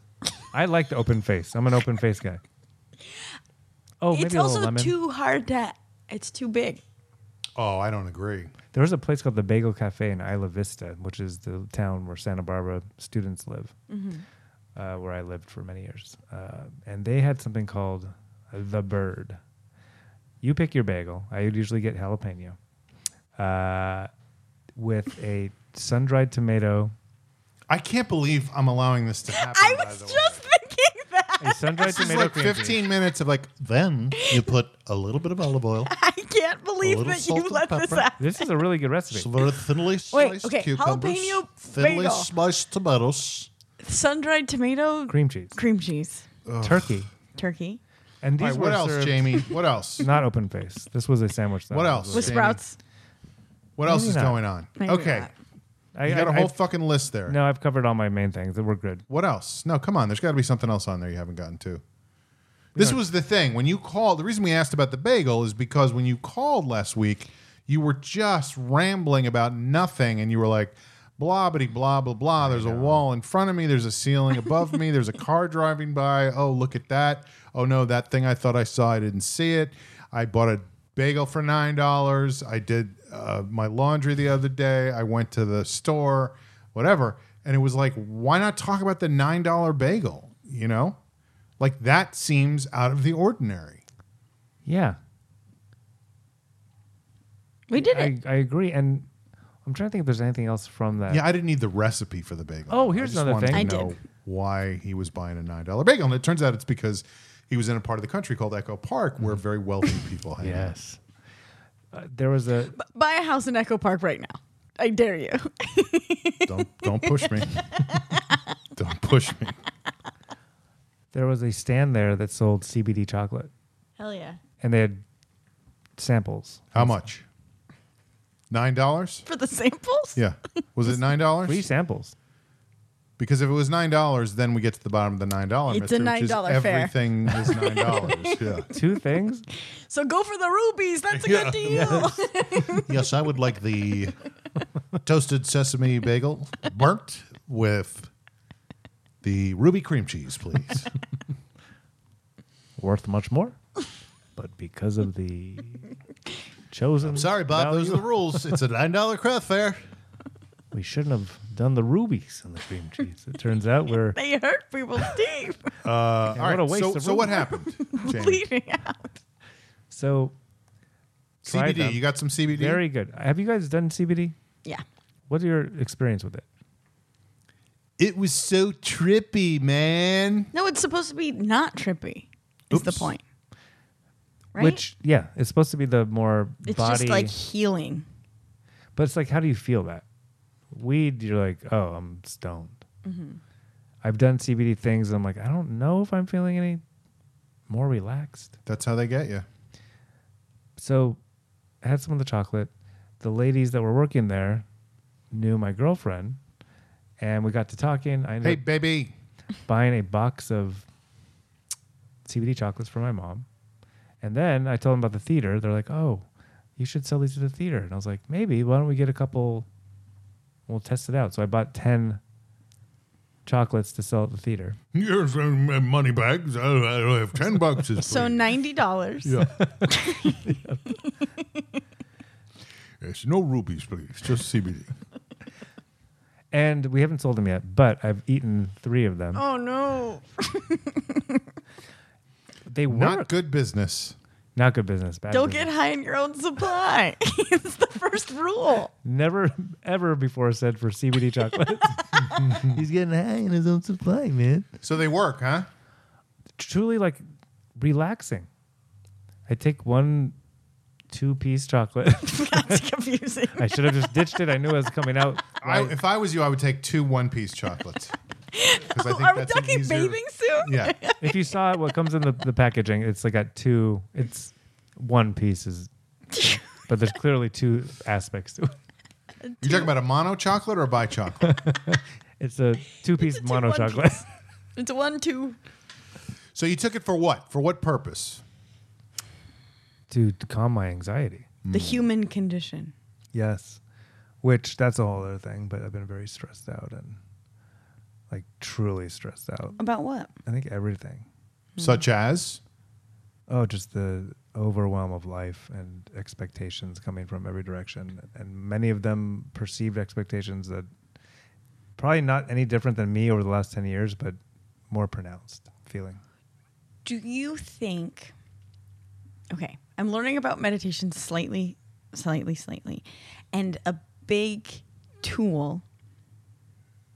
Speaker 1: I like the open face. I'm an open face guy. Oh, maybe
Speaker 3: it's
Speaker 1: a little
Speaker 3: also
Speaker 1: lemon.
Speaker 3: too hard to, it's too big.
Speaker 2: Oh, I don't agree.
Speaker 1: There was a place called the Bagel Cafe in Isla Vista, which is the town where Santa Barbara students live,
Speaker 2: Mm-hmm.
Speaker 1: uh, where I lived for many years. Uh, and they had something called the bird. You pick your bagel. I would usually get jalapeno uh, with a sun dried tomato.
Speaker 2: I can't believe I'm allowing this to happen.
Speaker 3: I
Speaker 2: by
Speaker 3: was
Speaker 2: the way.
Speaker 3: just thinking that.
Speaker 1: A sun dried
Speaker 2: This is
Speaker 1: tomato
Speaker 2: like
Speaker 1: cream cheese.
Speaker 2: 15 minutes of like
Speaker 4: Then you put a little bit of olive oil,
Speaker 3: I can't believe
Speaker 4: little
Speaker 3: that
Speaker 4: salt
Speaker 3: you
Speaker 4: and
Speaker 3: let this
Speaker 4: pepper.
Speaker 3: happen.
Speaker 1: This is a really good recipe.
Speaker 4: some very thinly
Speaker 3: Wait,
Speaker 4: sliced
Speaker 3: okay,
Speaker 4: cucumbers,
Speaker 3: jalapeno
Speaker 4: thinly
Speaker 3: bagel.
Speaker 4: sliced tomatoes.
Speaker 3: Sun dried tomato, cream,
Speaker 1: Cream cheese,
Speaker 3: cheese,
Speaker 1: turkey,
Speaker 3: turkey
Speaker 1: and
Speaker 2: all
Speaker 1: these
Speaker 2: right,
Speaker 1: were
Speaker 2: what else,
Speaker 1: served
Speaker 2: Jamie? What else?
Speaker 1: Not open face. This was a sandwich. style.
Speaker 2: What else?
Speaker 3: with
Speaker 2: Jamie,
Speaker 3: sprouts.
Speaker 2: What else
Speaker 1: Maybe
Speaker 2: is
Speaker 1: not.
Speaker 2: going on?
Speaker 3: Maybe
Speaker 2: okay,
Speaker 3: not.
Speaker 1: I,
Speaker 2: you got
Speaker 1: I-
Speaker 2: a whole
Speaker 1: I-
Speaker 2: fucking list there.
Speaker 1: no, I've covered all my main things. We're good.
Speaker 2: What else? No, come on. There's got to be something else on there you haven't gotten to. This was the thing. When you called, the reason we asked about the bagel is because when you called last week, you were just rambling about nothing and you were like, blah, bitty, blah, blah, blah. There's a wall in front of me. There's a ceiling above me. There's a car driving by. Oh, look at that. Oh, no, that thing I thought I saw, I didn't see it. I bought a bagel for $9. I did uh, my laundry the other day. I went to the store whatever. And it was like, why not talk about the $9 bagel? You know, like that seems out of the ordinary.
Speaker 1: Yeah,
Speaker 3: We did it.
Speaker 1: I, I agree. And I'm trying to think if there's anything else from that.
Speaker 2: Yeah, I didn't need the recipe for the bagel.
Speaker 1: Oh, here's
Speaker 2: I just
Speaker 1: another
Speaker 2: wanted
Speaker 1: thing.
Speaker 2: To
Speaker 1: I
Speaker 2: know
Speaker 3: did.
Speaker 2: why he was buying a $9 bagel. And it turns out it's because he was in a part of the country called Echo Park where
Speaker 1: Mm.
Speaker 2: very wealthy people hang out.
Speaker 1: Yes. Uh, there was a.
Speaker 3: B- Buy a house in Echo Park right now. I dare you.
Speaker 2: Don't, don't push me. don't push me.
Speaker 1: There was a stand there that sold CBD chocolate,
Speaker 3: Hell yeah.
Speaker 1: and they had samples.
Speaker 2: How much? $9?
Speaker 3: For the samples?
Speaker 2: Yeah. Was it
Speaker 1: Free
Speaker 2: $9?
Speaker 1: samples.
Speaker 2: Because if it was $9, then we get to the bottom of the $9
Speaker 3: It's a
Speaker 2: mystery, which is
Speaker 3: $9 fare.
Speaker 2: Everything is $9. yeah.
Speaker 1: Two things.
Speaker 3: So go for the rubies. That's a
Speaker 2: Yeah.
Speaker 3: good deal.
Speaker 4: Yes, I would like the
Speaker 2: toasted sesame bagel burnt with the ruby cream cheese, please.
Speaker 1: Worth much more, but because of the chosen.
Speaker 4: Sorry, Bob. Those are the
Speaker 1: value,
Speaker 4: rules. It's a nine dollar craft fair.
Speaker 1: we shouldn't have done the rubies and the cream cheese. It turns out we're
Speaker 3: they hurt people's teeth.
Speaker 2: Uh, all
Speaker 1: what a waste
Speaker 2: so,
Speaker 1: of
Speaker 2: so what
Speaker 1: room.
Speaker 2: happened? Jamie?
Speaker 3: Bleeding out.
Speaker 1: so. Try
Speaker 2: CBD.
Speaker 1: them.
Speaker 2: You got some CBD.
Speaker 1: Very good. Have you guys done CBD?
Speaker 3: Yeah.
Speaker 1: What's your experience with it?
Speaker 2: it was so trippy, man.
Speaker 3: No, it's supposed to be not trippy, is the
Speaker 2: Oops.
Speaker 3: point. Right?
Speaker 1: Which, yeah, it's supposed to be the more
Speaker 3: it's
Speaker 1: body.
Speaker 3: just like healing.
Speaker 1: But it's like, how do you feel that? Weed, you're like, oh, I'm stoned. I've done CBD things. And I'm like, I don't know if I'm feeling any more relaxed.
Speaker 2: That's how they get you.
Speaker 1: So I had some of the chocolate. The ladies that were working there knew my girlfriend, and we got to talking. I
Speaker 2: Hey,
Speaker 1: ended
Speaker 2: baby.
Speaker 1: up buying a box of CBD chocolates for my mom. And then I told them about the theater. They're like, oh, you should sell these to the theater. And I was like, maybe. Why don't we get a couple? We'll test it out. So I bought 10 chocolates to sell at the theater.
Speaker 2: Here's uh, money bags. I I have ten bucks.
Speaker 3: So $90.
Speaker 2: Yeah. Yes, no rubies, please. Just CBD.
Speaker 1: And we haven't sold them yet, but I've eaten three of them.
Speaker 3: Oh no.
Speaker 1: They work.
Speaker 2: Not good business.
Speaker 1: Not good business. Bad
Speaker 3: Don't
Speaker 1: business.
Speaker 3: get high in your own supply. it's the first rule.
Speaker 1: Never ever before said for CBD chocolates. He's getting high in his own supply, man.
Speaker 2: So they work, huh?
Speaker 1: Truly like relaxing. I take one two piece chocolate.
Speaker 3: That's confusing.
Speaker 1: I should have just ditched it. I knew it was coming out.
Speaker 2: I,
Speaker 1: Right.
Speaker 2: if I was you, I would take two one piece chocolates. 'Cause I think
Speaker 3: Are we
Speaker 2: that's an
Speaker 3: talking
Speaker 2: easier-
Speaker 3: bathing suit?
Speaker 2: Yeah.
Speaker 1: if you saw what comes in the, the packaging, it's like got two. It's one piece is, but there's clearly two aspects to it.
Speaker 2: You're talking about a mono chocolate or a bi chocolate?
Speaker 1: It's a two piece
Speaker 3: It's a
Speaker 1: mono
Speaker 3: one
Speaker 1: chocolate.
Speaker 3: piece. It's one, two.
Speaker 2: so you took it for what? For what purpose?
Speaker 1: to, to calm my anxiety.
Speaker 2: Hmm.
Speaker 3: The human condition.
Speaker 1: Yes, which that's a whole other thing. But I've been very stressed out and like truly stressed out.
Speaker 3: About what?
Speaker 1: I think everything.
Speaker 3: Hmm.
Speaker 2: Such as?
Speaker 1: Oh, just the overwhelm of life and expectations coming from every direction, and many of them perceived expectations that probably not any different than me over the last ten years, but more pronounced feeling.
Speaker 3: Do you think? Okay, I'm learning about meditation slightly, slightly, slightly, and a big tool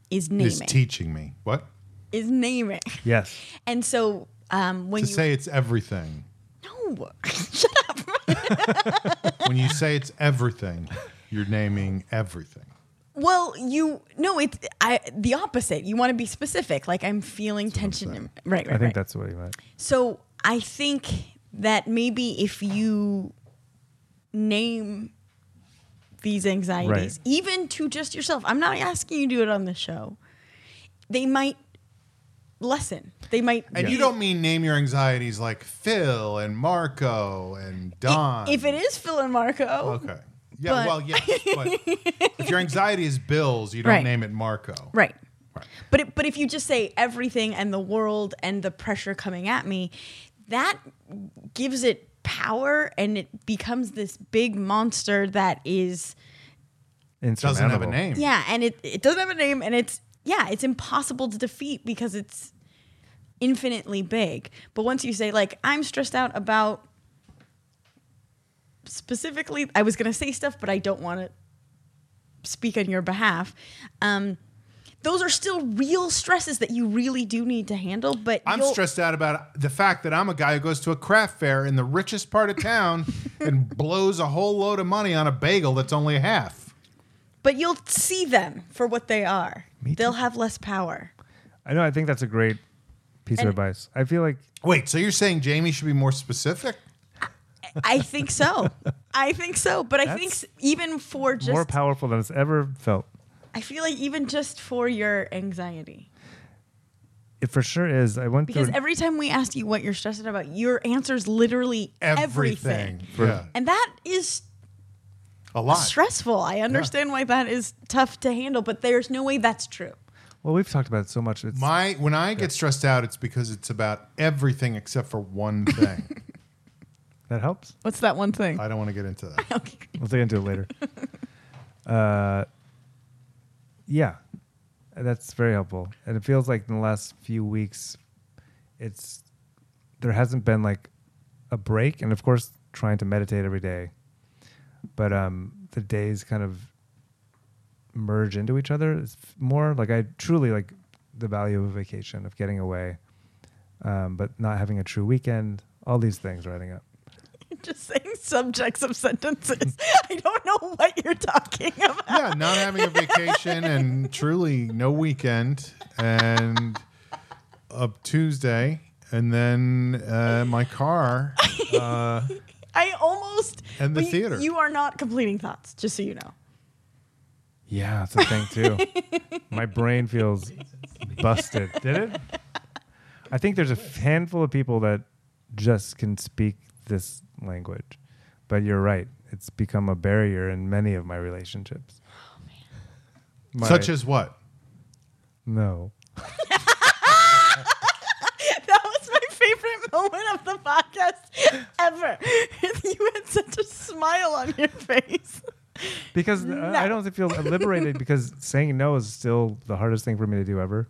Speaker 3: is naming.
Speaker 2: Is teaching me. What?
Speaker 3: is naming,
Speaker 1: Yes,
Speaker 3: and so um, when
Speaker 2: To
Speaker 3: you
Speaker 2: say it's everything.
Speaker 3: no, shut up.
Speaker 2: when you say it's everything, you're naming everything.
Speaker 3: Well, you no, it's I the opposite. You want to be specific. Like I'm feeling tension. in- right, right.
Speaker 1: I think
Speaker 3: right.
Speaker 1: that's what he meant.
Speaker 3: So I think that maybe if you name these
Speaker 1: Right.
Speaker 3: anxieties, even to just yourself, I'm not asking you to do it on the show, they might lessen. They might.
Speaker 2: And you don't mean name your anxieties like Phil and Marco and Don.
Speaker 3: If it is Phil and Marco,
Speaker 2: Okay. Yeah,
Speaker 3: But-
Speaker 2: well, yes. But if your anxiety is bills, you don't
Speaker 3: Right.
Speaker 2: name it Marco.
Speaker 3: right. But it, but if you just say everything and the world and the pressure coming at me, that gives it power and it becomes this big monster that is
Speaker 2: Doesn't have a
Speaker 1: Insurmountable.
Speaker 2: name.
Speaker 3: Yeah, and it it doesn't have a name, and it's yeah, it's impossible to defeat because it's infinitely big. But once you say like I'm stressed out about specifically, I was gonna say stuff, but I don't want to speak on your behalf. Um, those are still real stresses that you really do need to handle. But
Speaker 2: I'm
Speaker 3: you'll-
Speaker 2: stressed out about the fact that I'm a guy who goes to a craft fair in the richest part of town and blows a whole load of money on a bagel that's only half.
Speaker 3: But you'll see them for what they are.
Speaker 1: Me
Speaker 3: They'll
Speaker 1: too.
Speaker 3: have less power.
Speaker 1: I know. I think that's a great piece of
Speaker 3: And-
Speaker 1: advice. I feel like
Speaker 2: Wait, so you're saying Jamie should be more specific?
Speaker 3: I think so. I think so. But I think
Speaker 1: That's
Speaker 3: s- even for just
Speaker 1: more powerful than it's ever felt.
Speaker 3: I feel like even just for your anxiety,
Speaker 1: It for sure is. I went
Speaker 3: because
Speaker 1: through.
Speaker 3: every time we ask you what you're stressed about, your answer is literally everything.
Speaker 2: Yeah.
Speaker 3: And that is
Speaker 2: A lot.
Speaker 3: stressful. I understand why that is tough to handle, but there's no way that's true.
Speaker 1: well, we've talked about it so much. It's
Speaker 2: My when I get stressed out, it's because it's about everything except for one thing.
Speaker 1: that helps.
Speaker 3: What's that one thing?
Speaker 2: I don't want to get into that.
Speaker 3: Okay.
Speaker 1: We'll dig into it later. uh, yeah, that's very helpful, and it feels like in the last few weeks, it's there hasn't been like a break, and of course, trying to meditate every day, but um, the days kind of merge into each other It's f- more. Like I truly like the value of a vacation, of getting away, um, but not having a true weekend. All these things are adding up.
Speaker 3: just saying subjects of sentences. I don't know what you're talking about.
Speaker 2: yeah, not having a vacation and truly no weekend and a Tuesday and then uh, my car. Uh,
Speaker 3: I almost.
Speaker 2: And the
Speaker 3: but you-
Speaker 2: theater.
Speaker 3: You are not completing thoughts, just so you know.
Speaker 1: Yeah, that's a thing too. My brain feels busted. Did it? I think there's a handful of people that just can speak this language. But you're right. It's become a barrier in many of my relationships. My-
Speaker 2: Such as what?
Speaker 1: no.
Speaker 3: That was my favorite moment of the podcast ever. You had such a smile on your face.
Speaker 1: because uh, I I don't feel liberated because saying no is still the hardest thing for me to do ever.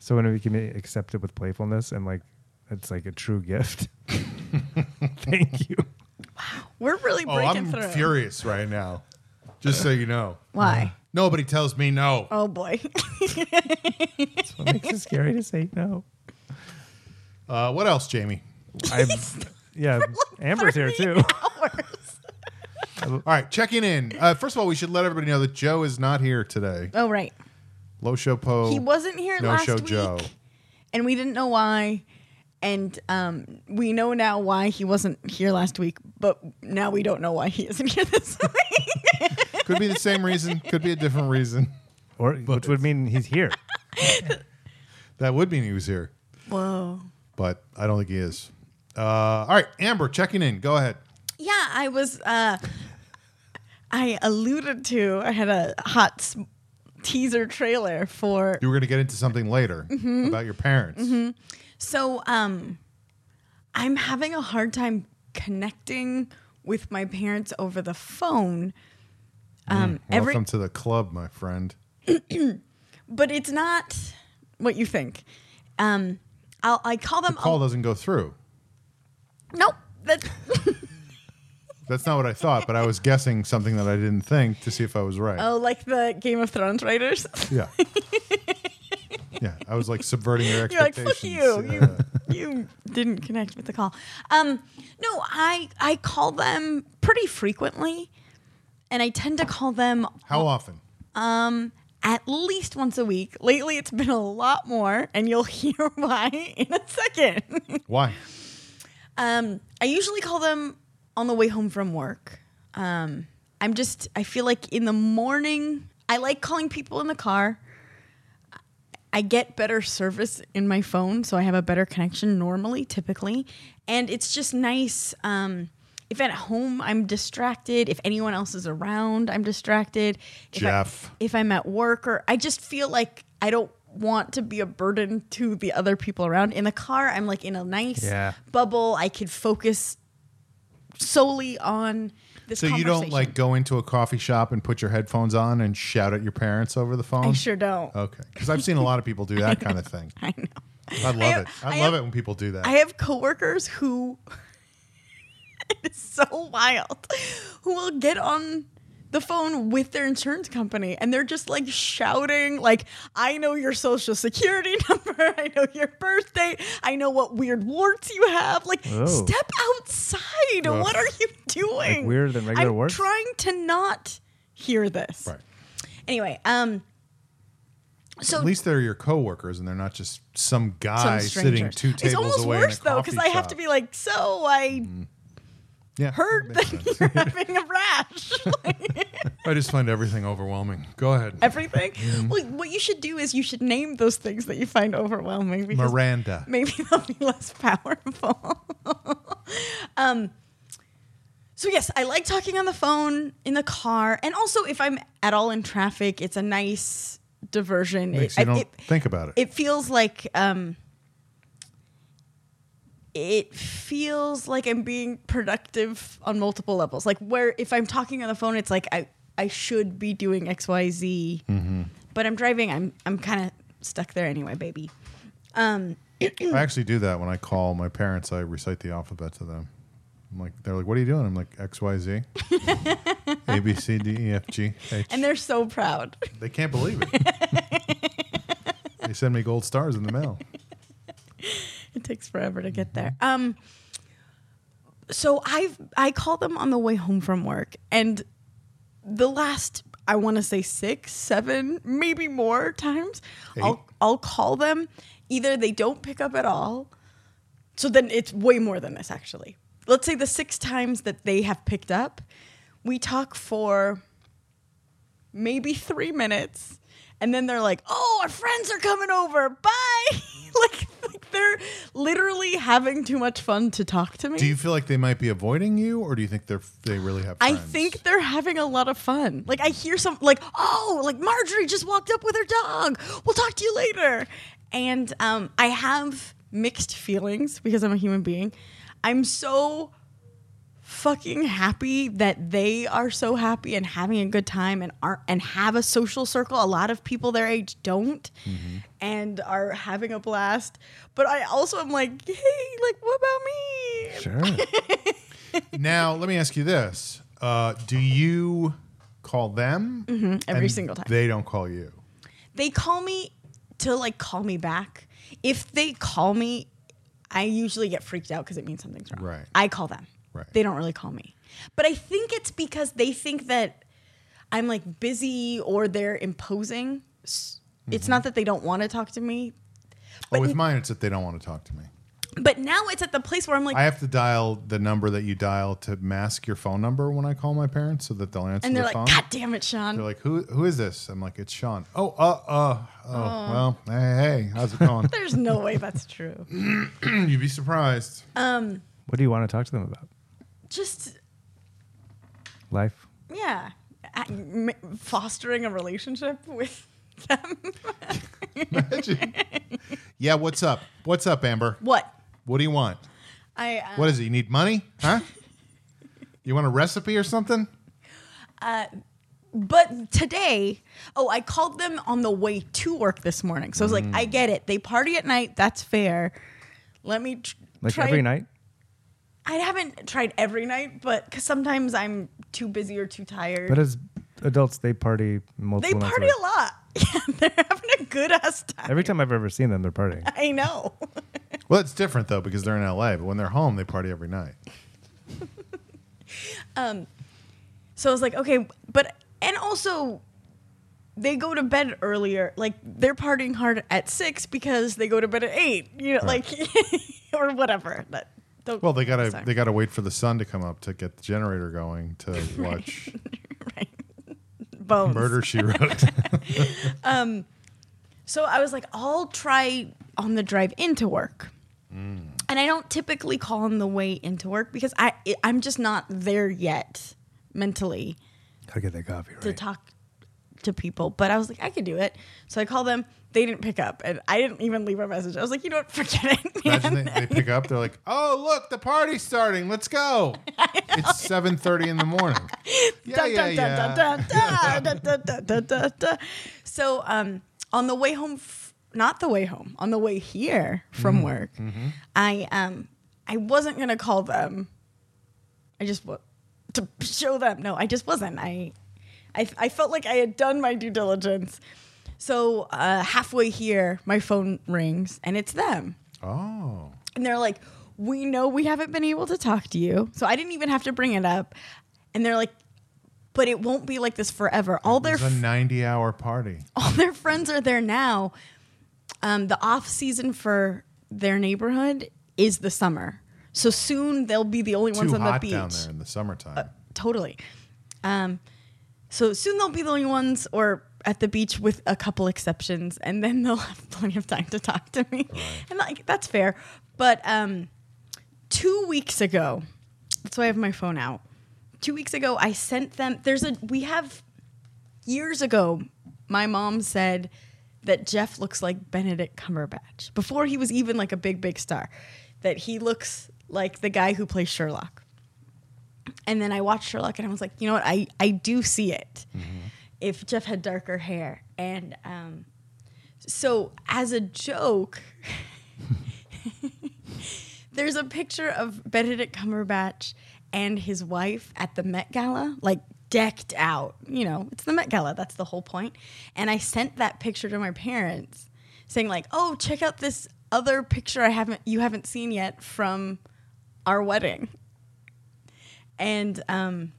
Speaker 1: So when we can accept it with playfulness and like it's like a true gift. Thank you.
Speaker 3: We're really
Speaker 2: Oh,
Speaker 3: breaking
Speaker 2: I'm
Speaker 3: through.
Speaker 2: furious right now. Just so you know.
Speaker 3: Why?
Speaker 2: Nobody tells me no.
Speaker 3: Oh boy.
Speaker 1: That's what makes it scary to say no.
Speaker 2: Uh, what else, Jamie?
Speaker 1: I've, yeah, Amber's here too.
Speaker 2: All right, checking in. Uh, first of all, we should let everybody know that Joe is not here today.
Speaker 3: oh right.
Speaker 2: Low show po.
Speaker 3: He wasn't here
Speaker 2: No
Speaker 3: last
Speaker 2: show
Speaker 3: week,
Speaker 2: Joe.
Speaker 3: and we didn't know why. And um, we know now why he wasn't here last week, but now we don't know why he isn't here this week.
Speaker 2: Could be the same reason. Could be a different reason.
Speaker 1: Or which would mean he's here.
Speaker 2: That would mean he was here,
Speaker 3: Whoa.
Speaker 2: but I don't think he is. Uh, all right, Amber, checking in. Go ahead.
Speaker 3: Yeah, I was. Uh, I alluded to. I had a hot s- teaser trailer for.
Speaker 2: You were going to get into something later
Speaker 3: Mm-hmm.
Speaker 2: about your parents.
Speaker 3: So, um, I'm having a hard time connecting with my parents over the phone. Um, every
Speaker 2: Welcome to the club, my friend.
Speaker 3: but it's not what you think. Um, I'll, I call them.
Speaker 2: Call doesn't go through.
Speaker 3: nope. That's,
Speaker 2: That's not what I thought, but I was guessing something that I didn't think to see if I was right.
Speaker 3: oh, like the Game of Thrones writers.
Speaker 2: Yeah. yeah, I was like subverting your
Speaker 3: You're like,
Speaker 2: expectations.
Speaker 3: fuck you. You, you didn't connect with the call. Um, no, I, I call them pretty frequently, and I tend to call them um,
Speaker 2: How often?
Speaker 3: at least once a week. Lately, it's been a lot more, and you'll hear why in a second.
Speaker 2: Why?
Speaker 3: Um, I usually call them on the way home from work. Um, I'm just, I feel like in the morning, I like calling people in the car. I get better service in my phone, so I have a better connection normally, typically. And it's just nice. Um, if at home I'm distracted, if anyone else is around, I'm distracted. If I-
Speaker 2: Jeff.
Speaker 3: if I'm at work or I just feel like I don't want to be a burden to the other people around. In the car, I'm like in a nice
Speaker 1: Yeah.
Speaker 3: bubble. I could focus solely on this.
Speaker 2: So you don't
Speaker 3: conversation.
Speaker 2: like go into a coffee shop and put your headphones on and shout at your parents over the phone?
Speaker 3: I sure don't.
Speaker 2: Okay, because I've seen a lot of people do that kind of thing.
Speaker 3: I know.
Speaker 2: I love
Speaker 3: have-
Speaker 2: it. I,
Speaker 3: I
Speaker 2: love
Speaker 3: have-
Speaker 2: it when people do that.
Speaker 3: I have coworkers who it's so wild who will get on the phone with their insurance company and they're just like shouting like I know your social security number, I know your birth date, I know what weird warts you have. Like
Speaker 1: Oh.
Speaker 3: step outside.
Speaker 2: Ugh.
Speaker 3: What are you doing?
Speaker 1: weirder than regular
Speaker 3: I'm
Speaker 1: warts?
Speaker 3: trying to not hear this.
Speaker 2: right.
Speaker 3: Anyway, um so
Speaker 2: At least they're your coworkers and they're not just some guy
Speaker 3: some
Speaker 2: sitting
Speaker 3: strangers.
Speaker 2: two tables
Speaker 3: It's almost
Speaker 2: away.
Speaker 3: worse
Speaker 2: in a
Speaker 3: though because
Speaker 2: coffee
Speaker 3: I have
Speaker 2: shop.
Speaker 3: to be like, so I
Speaker 2: yeah,
Speaker 3: heard
Speaker 2: makes
Speaker 3: that
Speaker 2: sense.
Speaker 3: you're having a rash.
Speaker 2: I just find everything overwhelming. Go ahead,
Speaker 3: Everything.
Speaker 2: Mm-hmm.
Speaker 3: Well, what you should do is you should name those things that you find overwhelming because
Speaker 2: Miranda.
Speaker 3: maybe they'll be less powerful. um, so yes, I like talking on the phone in the car, and also if I'm at all in traffic, it's a nice diversion.
Speaker 2: Makes
Speaker 3: It-
Speaker 2: you don't
Speaker 3: it-
Speaker 2: think about it.
Speaker 3: it feels like um it feels like I'm being productive on multiple levels. Like where if I'm talking on the phone, it's like I I should be doing X Y Z, but I'm driving. I'm I'm kind of stuck there anyway, baby.
Speaker 2: I actually do that when I call my parents. I recite the alphabet to them. I'm like, they're like, "What are you doing?" I'm like, "X, Y, Z, A, B, C, D, E, F, G, H."
Speaker 3: And they're so proud.
Speaker 2: they can't believe it. they send me gold stars in the mail.
Speaker 3: it takes forever to get there. Um, so I've I call them on the way home from work, and the last I want to say six, seven, maybe more times,
Speaker 2: Eight.
Speaker 3: I'll I'll call them. Either they don't pick up at all, so then it's way more than this actually. Let's say the six times that they have picked up, we talk for maybe three minutes. And then they're like, oh, our friends are coming over. Bye. like, like they're literally having too much fun to talk to me.
Speaker 2: Do you feel like they might be avoiding you, or do you think they're they really have?
Speaker 3: I
Speaker 2: Friends?
Speaker 3: think they're having a lot of fun. Like I hear some like, oh, like Marjorie just walked up with her dog. We'll talk to you later. And um, I have mixed feelings because I'm a human being. I'm so fucking happy that they are so happy and having a good time and are and have a social circle. A lot of people their age don't and are having a blast. But I also am like, hey, like what about me?
Speaker 1: Sure.
Speaker 2: Now, let me ask you this: uh, Do you call them
Speaker 3: Mm-hmm, Every
Speaker 2: and
Speaker 3: single time.
Speaker 2: They don't call you.
Speaker 3: they call me to like call me back. If they call me, I usually get freaked out because it means something's wrong.
Speaker 2: Right.
Speaker 3: I call them.
Speaker 2: Right.
Speaker 3: They don't really call me. But I think it's because they think that I'm like busy or they're imposing. S- It's not that they don't want to talk to me,
Speaker 2: Mm-hmm. oh, with mine, it's that they don't want to talk to me.
Speaker 3: but now it's at the place where I'm like,
Speaker 2: I have to dial the number that you dial to mask your phone number when I call my parents, so that they'll answer
Speaker 3: and they're
Speaker 2: the
Speaker 3: like,
Speaker 2: phone.
Speaker 3: God damn it, Sean.
Speaker 2: They're like, who who is this? I'm like, it's Sean. Oh, uh, uh, oh, well, hey, hey, how's it going?
Speaker 3: There's no way that's true.
Speaker 2: You'd be surprised.
Speaker 1: what do you want to talk to them about?
Speaker 3: Just,
Speaker 1: Life.
Speaker 3: yeah, I- m- fostering a relationship with them.
Speaker 2: Imagine. yeah, what's up? What's up, Amber?
Speaker 3: what?
Speaker 2: What do you want?
Speaker 3: I uh,
Speaker 2: What is it? You need money? Huh? you want a recipe or something?
Speaker 3: But today, oh, I called them on the way to work this morning. So I was like,
Speaker 1: Mm.
Speaker 3: I get it. They party at night. That's fair. Let me tr-
Speaker 1: Like
Speaker 3: try.
Speaker 1: every night?
Speaker 3: I haven't tried every night, but because sometimes I'm too busy or too tired.
Speaker 1: But as adults, they party
Speaker 3: they
Speaker 1: multiple nights
Speaker 3: party
Speaker 1: week.
Speaker 3: a lot. Yeah, they're having a good ass time.
Speaker 1: Every time I've ever seen them, they're partying.
Speaker 3: I know.
Speaker 2: Well, it's different though because they're in LA, but when they're home, they party every night.
Speaker 3: So I was like, okay, but and also they go to bed earlier. Like they're partying hard at six because they go to bed at eight. You know, like or whatever. That, don't-
Speaker 2: Well, they gotta
Speaker 3: sorry.
Speaker 2: they gotta wait for the sun to come up to get the generator going to watch
Speaker 3: right. Bones.
Speaker 2: Murder She Wrote.
Speaker 3: So I was like, I'll try on the drive into work.
Speaker 2: Mm.
Speaker 3: And I don't typically call on the way into work because I I- I'm just not there yet mentally
Speaker 1: Gotta get that coffee,
Speaker 3: to talk to people. But I was like, I could do it. So I called them. They didn't pick up, and I didn't even leave a message. I was like, you know what? Forget it.
Speaker 2: Imagine
Speaker 3: man.
Speaker 2: they, they pick up, they're like, "Oh, look, the party's starting. Let's go." It's seven thirty in the morning. Yeah,
Speaker 3: Dun,
Speaker 2: yeah,
Speaker 3: dun,
Speaker 2: yeah.
Speaker 3: dun, dun, dun, dun, dun, dun, dun, dun, dun. So um, on the way home, f- not the way home, on the way here
Speaker 2: Mm-hmm,
Speaker 3: from work, I um, I wasn't gonna call them. I just wa- to show them. No, I just wasn't. I, I, I felt like I had done my due diligence. So uh, halfway here, my phone rings and it's them
Speaker 2: Oh,
Speaker 3: and they're like, "We know we haven't been able to talk to you, so I didn't even have to bring it up." And they're like, "But it won't be like this forever. All their
Speaker 2: it's a ninety-hour party.
Speaker 3: all their friends are there now. Um, the off season for their neighborhood is the summer, so soon they'll be the only ones
Speaker 2: Too
Speaker 3: on the
Speaker 2: hot
Speaker 3: beach. Uh,
Speaker 2: down there in the summertime.
Speaker 3: Totally. Um, so soon they'll be the only ones, or at the beach with a couple exceptions, and then they'll have plenty of time to talk to me. And like that's fair. But um, two weeks ago, that's why I have my phone out. Two weeks ago, I sent them. There's a we have years ago. My mom said that Jeff looks like Benedict Cumberbatch before he was even like a big big star. That he looks like the guy who plays Sherlock. And then I watched Sherlock and I was like, you know what? I, I do see it. If Jeff had darker hair. And um, so, as a joke, there's a picture of Benedict Cumberbatch and his wife at the Met Gala, like decked out. You know, it's the Met Gala, that's the whole point. And I sent that picture to my parents saying like, "Oh, check out this other picture I haven't you haven't seen yet from our wedding." And um,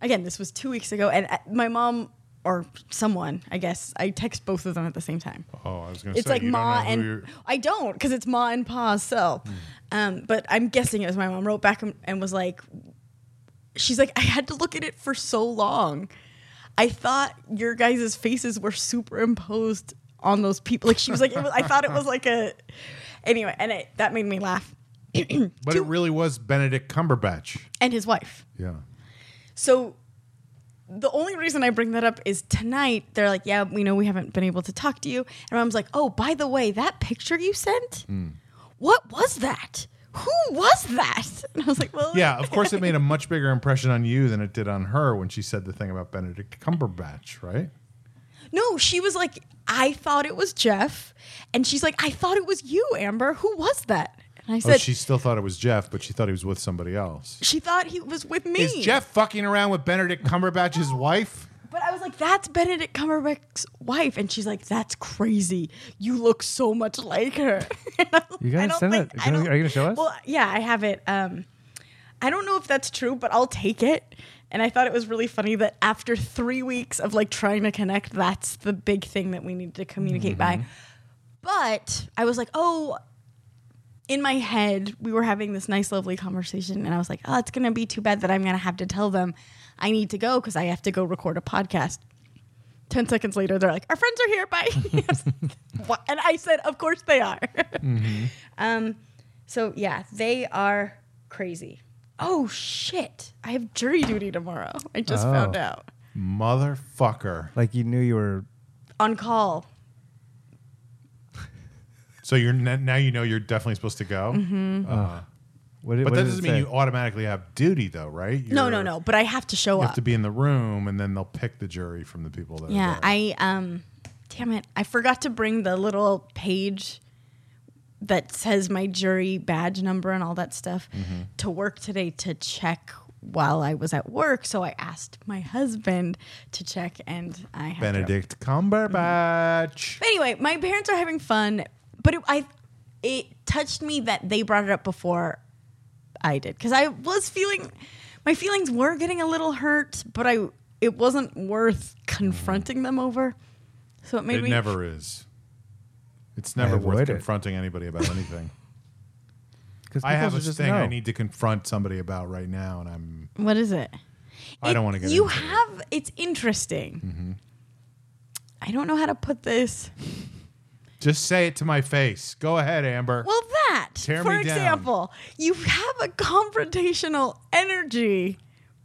Speaker 3: again, this was two weeks ago, and uh, my mom or someone, I guess, I text both of them at the same time.
Speaker 2: Oh, I was gonna
Speaker 3: It's
Speaker 2: say
Speaker 3: like
Speaker 2: you don't know
Speaker 3: ma
Speaker 2: who
Speaker 3: and
Speaker 2: you're- Hmm.
Speaker 3: I don't because it's ma and pa's cell. Um, but I'm guessing it was my mom. Wrote back and, and was like, she's like, I had to look at it for so long. I thought your guys' faces were superimposed on those people. Like she was like, it was, I thought it was like a anyway, and it, that made me laugh.
Speaker 2: but it really was Benedict Cumberbatch.
Speaker 3: And his wife.
Speaker 2: Yeah.
Speaker 3: So the only reason I bring that up is tonight they're like, yeah, we know we haven't been able to talk
Speaker 2: Mm.
Speaker 3: to you. And mom's like, oh, by the way, that picture you sent, what was that? who was that? And I was like, well,
Speaker 2: Yeah, of course, it made a much bigger impression on you than it did on her when she said the thing about Benedict Cumberbatch, right?
Speaker 3: No, she was like, I thought it was Jeff. And she's like, I thought it was you, Amber. Who was that? And I
Speaker 2: Oh,
Speaker 3: said,
Speaker 2: she still thought it was Jeff, but she thought he was with somebody else.
Speaker 3: she thought he was with me.
Speaker 2: Is Jeff fucking around with Benedict Cumberbatch's wife?
Speaker 3: But I was like, that's Benedict Cumberbatch's wife. And she's like, that's crazy. You look so much like her.
Speaker 1: You gotta
Speaker 3: I don't
Speaker 1: send
Speaker 3: think-
Speaker 1: it.
Speaker 3: I
Speaker 1: Can we-
Speaker 3: don't-
Speaker 1: are you gonna show us?
Speaker 3: Well, yeah, I have it. Um, I don't know if that's true, but I'll take it. And I thought it was really funny that after three weeks of like trying to connect, that's the big thing that we need to communicate by.
Speaker 1: Mm-hmm.
Speaker 3: But I was like, oh, in my head, we were having this nice, lovely conversation, and I was like, oh, it's gonna be too bad that I'm gonna have to tell them I need to go because I have to go record a podcast. 10 seconds later, they're like, our friends are here. Bye. I was like, "What?" and I said, of course they are.
Speaker 2: Mm-hmm.
Speaker 3: um, so, yeah, they are crazy. Oh, shit. I have jury duty tomorrow. I just
Speaker 1: Oh.
Speaker 3: found out.
Speaker 2: Motherfucker.
Speaker 1: Like you knew you were.
Speaker 3: On call.
Speaker 2: So you're n- now you know you're definitely supposed to go,
Speaker 3: Mm-hmm.
Speaker 1: What, did-
Speaker 2: but
Speaker 1: what did
Speaker 2: that
Speaker 1: it
Speaker 2: doesn't mean
Speaker 1: say?
Speaker 2: you automatically have duty, though, right?
Speaker 3: No, no,
Speaker 2: You're-
Speaker 3: no, but I have to show
Speaker 2: You
Speaker 3: up.
Speaker 2: have to be in the room, and then they'll pick the jury from the people that. are
Speaker 3: Yeah,
Speaker 2: there.
Speaker 3: I um damn it, I forgot to bring the little page that says my jury badge number and all that stuff to work today to check while I was at work. So I asked my husband to check and I have to-
Speaker 2: Benedict Cumberbatch.
Speaker 3: But anyway, my parents are having fun, but it, I it touched me that they brought it up before I did cuz I was feeling my feelings were getting a little hurt, but I it wasn't worth confronting them over. So it made
Speaker 2: It
Speaker 3: me
Speaker 2: never is. It's never
Speaker 1: avoid
Speaker 2: worth
Speaker 1: it.
Speaker 2: confronting anybody about anything.
Speaker 1: 'Cause
Speaker 2: I have
Speaker 1: people
Speaker 2: a
Speaker 1: should just
Speaker 2: thing I
Speaker 1: know.
Speaker 2: need to confront somebody about right now, and I'm
Speaker 3: What is it?
Speaker 2: I
Speaker 3: It-
Speaker 2: don't want to get.
Speaker 3: You
Speaker 2: into it. Mm-hmm.
Speaker 3: have it's interesting. I don't know how to put this.
Speaker 2: Just say it to my face. Go ahead, Amber.
Speaker 3: Well, that
Speaker 2: Tear
Speaker 3: for
Speaker 2: me down.
Speaker 3: example, you have a confrontational energy,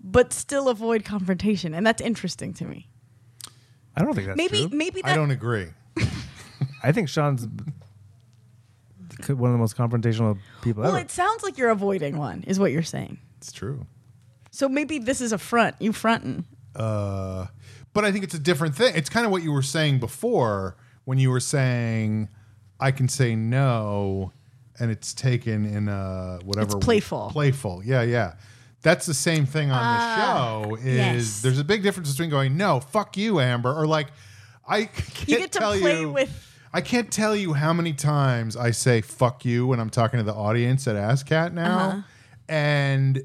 Speaker 3: but still avoid confrontation, and that's interesting to me.
Speaker 1: I don't think that's
Speaker 3: maybe
Speaker 1: true.
Speaker 3: maybe
Speaker 2: I
Speaker 3: that
Speaker 2: don't agree.
Speaker 1: I think Sean's c- one of the most confrontational people
Speaker 3: well
Speaker 1: ever.
Speaker 3: it sounds like you're avoiding one is what you're saying
Speaker 2: It's true.
Speaker 3: so maybe this is a front you fronting
Speaker 2: Uh, but I think it's a different thing. It's kind of what you were saying before when you were saying, "I can say no," and it's taken in a whatever
Speaker 3: It's playful. Ah,
Speaker 2: playful. Yeah, yeah. That's the same thing on the show. Is
Speaker 3: yes.
Speaker 2: there's a big difference between going no, fuck you, Amber, or like I can't
Speaker 3: get to
Speaker 2: tell
Speaker 3: play
Speaker 2: you-
Speaker 3: with-
Speaker 2: I can't tell you how many times I say fuck you when I'm talking to the audience at ASCAT now.
Speaker 3: Uh-huh.
Speaker 2: And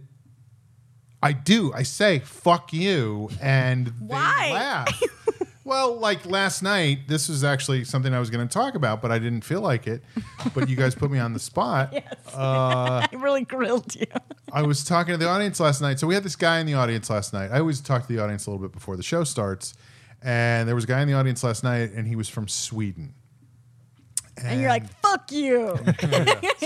Speaker 2: I do. I say fuck you, and they
Speaker 3: Why?
Speaker 2: laugh. well, like last night, this was actually something I was going to talk about, but I didn't feel like it. But you guys put me on the spot. Uh,
Speaker 1: Uh.
Speaker 3: i really grilled you
Speaker 2: I was talking to the audience last night. So we had this guy in the audience last night. I always talk to the audience a little bit before the show starts. And there was a guy in the audience last night, and he was from Sweden.
Speaker 3: and you're like fuck you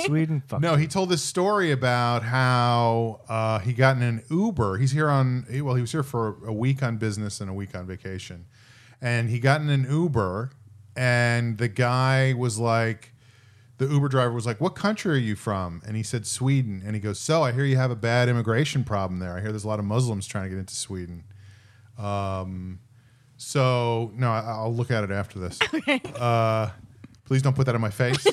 Speaker 1: Sweden, fuck.
Speaker 2: No, he told this story about how uh, he got in an Uber. He's here on he- well, he was here for a week on business and a week on vacation, and he got in an Uber, and the guy was like, the Uber driver was like, "What country are you from?" And he said Sweden, and he goes, "So I hear you have a bad immigration problem there. I hear there's a lot of Muslims trying to get into Sweden." Um, So no, I, I'll look at it after this. Okay. Uh, please don't put that in my face.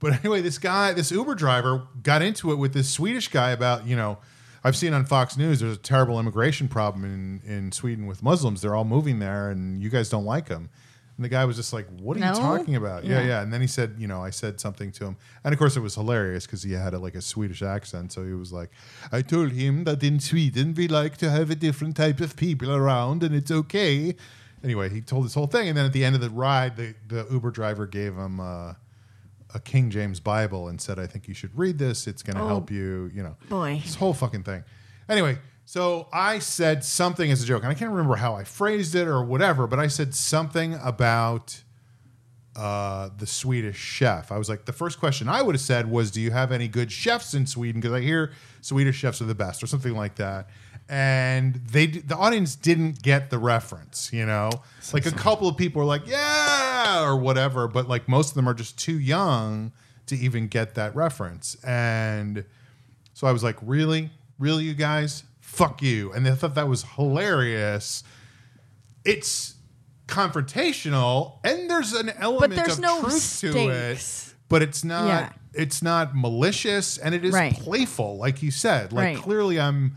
Speaker 2: but anyway, this guy, this Uber driver, got into it with this Swedish guy about you know, I've seen on Fox News there's a terrible immigration problem in in Sweden with Muslims. They're all moving there, and you guys don't like them. And the guy was just like, "What are
Speaker 3: No?
Speaker 2: you talking about?" Yeah. yeah,
Speaker 3: Yeah.
Speaker 2: And then he said, "You know, I said something to him, and of course it was hilarious because he had a, like a Swedish accent. So he was like, "I told him that in Sweden we like to have a different type of people around, and it's okay." Anyway, he told this whole thing, and then at the end of the ride, the, the Uber driver gave him uh, a King James Bible and said, "I think you should read this. It's going to help you." You know,
Speaker 3: boy.
Speaker 2: this whole fucking thing. Anyway, so I said something as a joke, and I can't remember how I phrased it or whatever, but I said something about uh, the Swedish chef. I was like, the first question I would have said was, "Do you have any good chefs in Sweden?" Because I hear Swedish chefs are the best, or something like that. And they, d- the audience didn't get the reference, you know. Like a couple of people were like, "Yeah," or whatever, but like most of them are just too young to even get that reference. And so I was like, really? Really, you guys? Fuck you. And they thought that was hilarious. It's confrontational and there's an element
Speaker 3: there's
Speaker 2: of
Speaker 3: no
Speaker 2: truth to it.
Speaker 3: stakes.
Speaker 2: But it's not
Speaker 3: Yeah.
Speaker 2: it's not malicious and it is
Speaker 3: Right.
Speaker 2: playful, like you said. Like
Speaker 3: Right. Mm-hmm.
Speaker 2: clearly I'm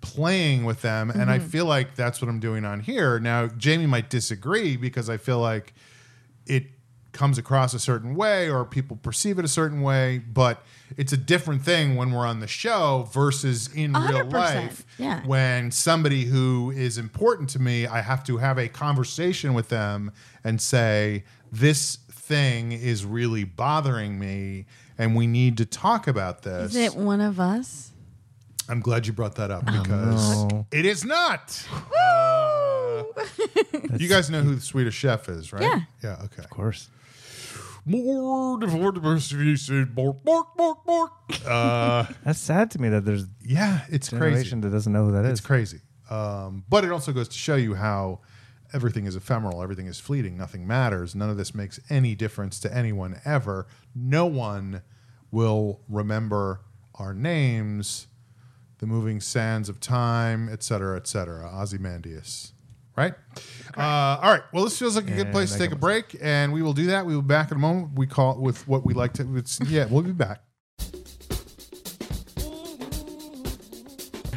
Speaker 2: playing with them and I feel like that's what I'm doing on here. Now Jamie might disagree because I feel like it comes across a certain way or people perceive it a certain way, but it's a different thing when we're on the show versus in real
Speaker 3: 100%,
Speaker 2: life.
Speaker 3: yeah.
Speaker 2: When somebody who is important to me, I have to have a conversation with them and say, this thing is really bothering me and we need to talk about this.
Speaker 3: Is it Oh, one of us?
Speaker 2: I'm glad you brought that up because
Speaker 1: no.
Speaker 2: it is not. Uh, you guys know who the Swedish chef is, right?
Speaker 3: Yeah.
Speaker 2: Yeah, okay.
Speaker 1: Of course.
Speaker 2: More diversity, more, more, more, more. Uh,
Speaker 1: That's sad to me that there's a
Speaker 2: yeah, it's crazy.
Speaker 1: generation that doesn't know who that is.
Speaker 2: It's crazy. Um, but it also goes to show you how everything is ephemeral, everything is fleeting, nothing matters. None of this makes any difference to anyone ever. No one will remember our names, the moving sands of time, et cetera, et cetera. Ozymandias. Right? Uh, all right. Well, this feels like a good
Speaker 1: And
Speaker 2: place to
Speaker 1: I
Speaker 2: take a
Speaker 1: can-
Speaker 2: break, and we will do that. We will be back in a moment. We call it with what we like to. It's, yeah, we'll be back.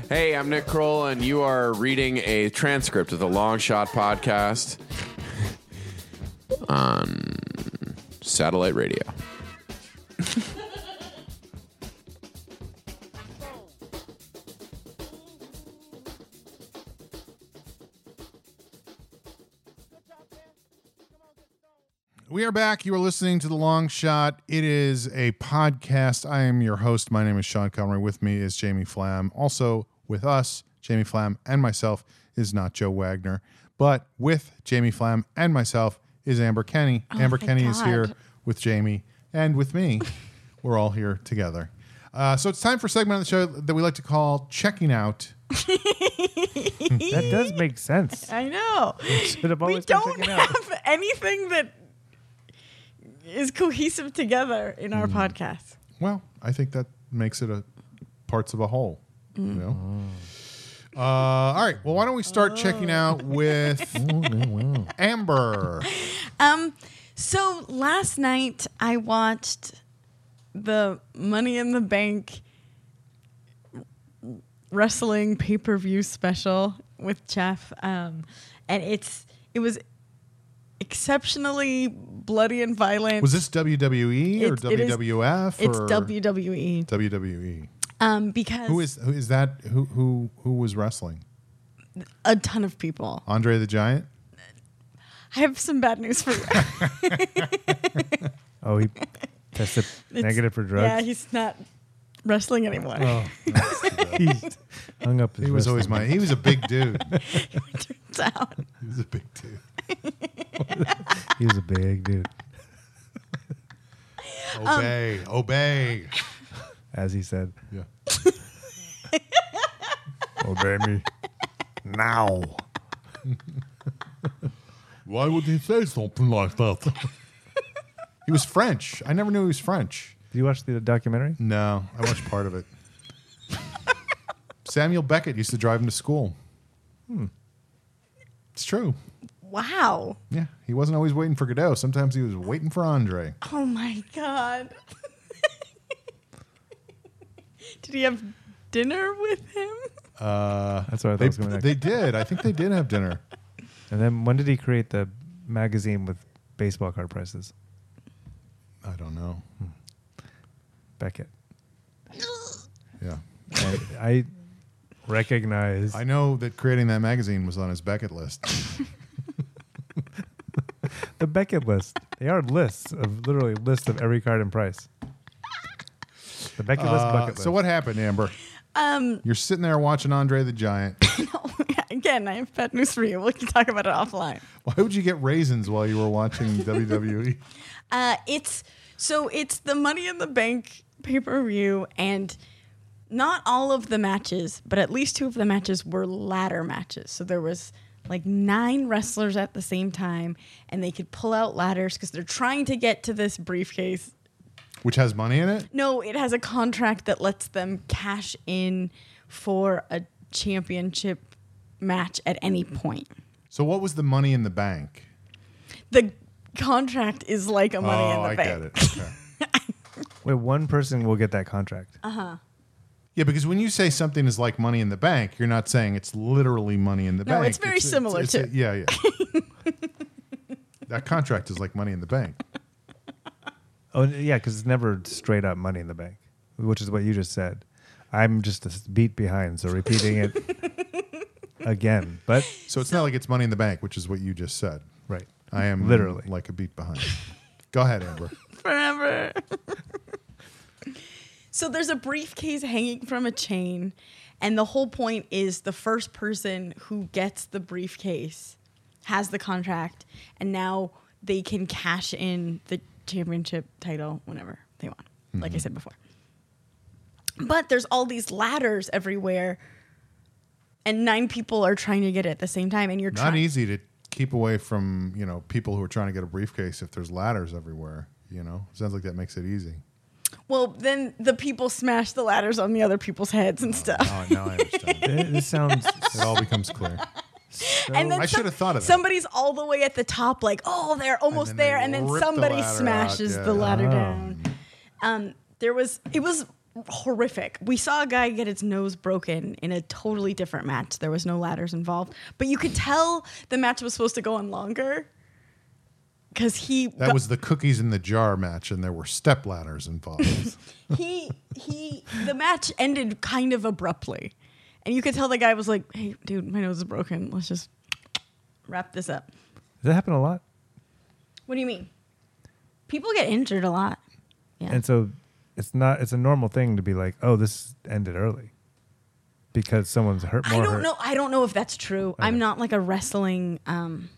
Speaker 5: Hey, I'm Nick Kroll, and you are reading a transcript of the Long Shot podcast on satellite radio.
Speaker 2: We are back. You are listening to The Long Shot. It is a podcast. I am your host. My name is Sean Conroy. With me is Jamie Flam. Also with us, Jamie Flam and myself is not Joe Wagner, but with Jamie Flam and myself is Amber Kenny. Amber
Speaker 3: thank
Speaker 2: Kenny is here
Speaker 3: God.
Speaker 2: with Jamie and with me. We're all here together. Uh, so it's time for a segment on the show that we like to call Checking Out.
Speaker 1: That does make sense.
Speaker 3: I know.
Speaker 1: Should have
Speaker 3: We
Speaker 1: always been
Speaker 3: don't
Speaker 1: taken out.
Speaker 3: have anything that is cohesive together in
Speaker 1: Mm.
Speaker 3: our podcast.
Speaker 2: Well, I think that makes it a parts of a whole.
Speaker 3: Mm.
Speaker 2: You know. Uh, all right. Well, why don't we start checking
Speaker 3: Oh.
Speaker 2: out with Amber?
Speaker 3: Um, so last night I watched the Money in the Bank wrestling pay per view special with Jeff, um, and it's it was exceptionally bloody and violent.
Speaker 2: Was this WWE or
Speaker 3: It's- it is-
Speaker 2: WWF?
Speaker 3: It's
Speaker 2: or
Speaker 3: WWE
Speaker 2: WWE.
Speaker 3: um, because
Speaker 2: Who is who is that? Who who who was wrestling?
Speaker 3: a ton of people.
Speaker 2: Andre the Giant.
Speaker 3: I have some bad news for you.
Speaker 1: Oh, he tested negative for
Speaker 3: yeah,
Speaker 1: drugs.
Speaker 3: he's not wrestling anymore.
Speaker 2: Oh.
Speaker 1: he hung up. His
Speaker 2: He was
Speaker 1: wrist.
Speaker 2: always my. He was a big dude.
Speaker 3: Turns out.
Speaker 2: he was a big dude.
Speaker 1: He was a big dude,
Speaker 2: Obey,
Speaker 3: Um,
Speaker 2: obey.
Speaker 1: as he said.
Speaker 2: Yeah. Oh,
Speaker 1: Obey me now.
Speaker 2: Why would he say something like that? he was French. I never knew he was French.
Speaker 1: Did you watch the documentary?
Speaker 2: No, I watched part of it. Samuel Beckett used to drive him to school. Hmm. It's true.
Speaker 3: Wow.
Speaker 2: Yeah, he wasn't always waiting for Godot. Sometimes he was waiting for Andre.
Speaker 3: Oh my god. Did he have dinner with him?
Speaker 2: Uh,
Speaker 1: That's what I thought
Speaker 2: they,
Speaker 1: was coming next.
Speaker 2: they did. I think they did have dinner.
Speaker 1: And then when did he create the magazine with baseball card prices?
Speaker 2: I don't know.
Speaker 1: Beckett.
Speaker 2: Yeah,
Speaker 1: And I recognize.
Speaker 2: I know that creating that magazine was on his Beckett list.
Speaker 1: The Beckett list. They are lists of literally lists of every card and price. The Beckett list,
Speaker 2: Uh,
Speaker 1: bucket list.
Speaker 2: so what happened, Amber? Um, You're sitting there watching Andre the Giant.
Speaker 3: Again, I have bad news for you. We can talk about it offline.
Speaker 2: Why would you get raisins while you were watching E, WWE?
Speaker 3: Uh, it's so it's the Money in the Bank pay per view, and not all of the matches, but at least two of the matches were ladder matches. So there was like nine wrestlers at the same time, and they could pull out ladders because they're trying to get to this briefcase
Speaker 2: which has money in it.
Speaker 3: No, it has a contract that lets them cash in for a championship match at any point.
Speaker 2: So what was the money in the bank?
Speaker 3: The contract is like a money
Speaker 2: oh,
Speaker 3: in the
Speaker 2: I
Speaker 3: bank.
Speaker 2: get it. Okay.
Speaker 1: Wait, one person will get that contract.
Speaker 2: yeah, because when you say something is like money in the bank, you're not saying it's literally money in the
Speaker 3: No,
Speaker 2: bank.
Speaker 3: it's very similar
Speaker 2: a-
Speaker 3: to-
Speaker 2: yeah, yeah. that contract is like money in the bank.
Speaker 1: Oh yeah, because it's never straight up money in the bank, which is what you just said. I'm just a s- beat behind, so repeating it again. But
Speaker 2: So it's not like it's money in the bank, which is what you just said.
Speaker 1: right,
Speaker 2: I am
Speaker 1: Literally.
Speaker 2: like a beat behind. Go ahead, Amber.
Speaker 3: forever. so there's a briefcase hanging from a chain, and the whole point is the first person who gets the briefcase has the contract, and now they can cash in the championship title whenever they want,
Speaker 2: Mm-hmm.
Speaker 3: like I said before. But there's all these ladders everywhere, and nine people are trying to get it at the same time, and you're
Speaker 2: Not
Speaker 3: trying.
Speaker 2: easy to keep away from, you know, people who are trying to get a briefcase if there's ladders everywhere, you know? Sounds like that makes it easy.
Speaker 3: Well, then the people smash the ladders on the other people's heads and stuff.
Speaker 2: Now, I- Oh, now I understand.
Speaker 1: Th- this sounds.
Speaker 2: it all becomes clear.
Speaker 1: So,
Speaker 3: and then
Speaker 2: I
Speaker 3: some-
Speaker 2: should have thought of that.
Speaker 3: Somebody's all the way at the top, like, oh, they're almost
Speaker 2: then they
Speaker 3: there, and then
Speaker 2: rip the
Speaker 3: somebody
Speaker 2: ladder out,
Speaker 3: smashes
Speaker 2: yeah.
Speaker 3: the ladder
Speaker 1: Oh.
Speaker 3: down. Um, there was it was horrific. We saw a guy get his nose broken in a totally different match. There was no ladders involved, but you could tell the match was supposed to go on longer because he
Speaker 2: That
Speaker 3: got-
Speaker 2: was the cookies in the jar match, and there were step ladders involved.
Speaker 3: he he the match ended kind of abruptly and you could tell the guy was like hey dude my nose is broken let's just wrap this up
Speaker 1: does that happen a lot?
Speaker 3: what do you mean people get injured a lot yeah
Speaker 1: And so it's not. It's a normal thing to be like, oh, this ended early because someone's hurt
Speaker 3: i
Speaker 1: more.
Speaker 3: don't
Speaker 1: hurt.
Speaker 3: know i don't know if that's true i'm not like a wrestling um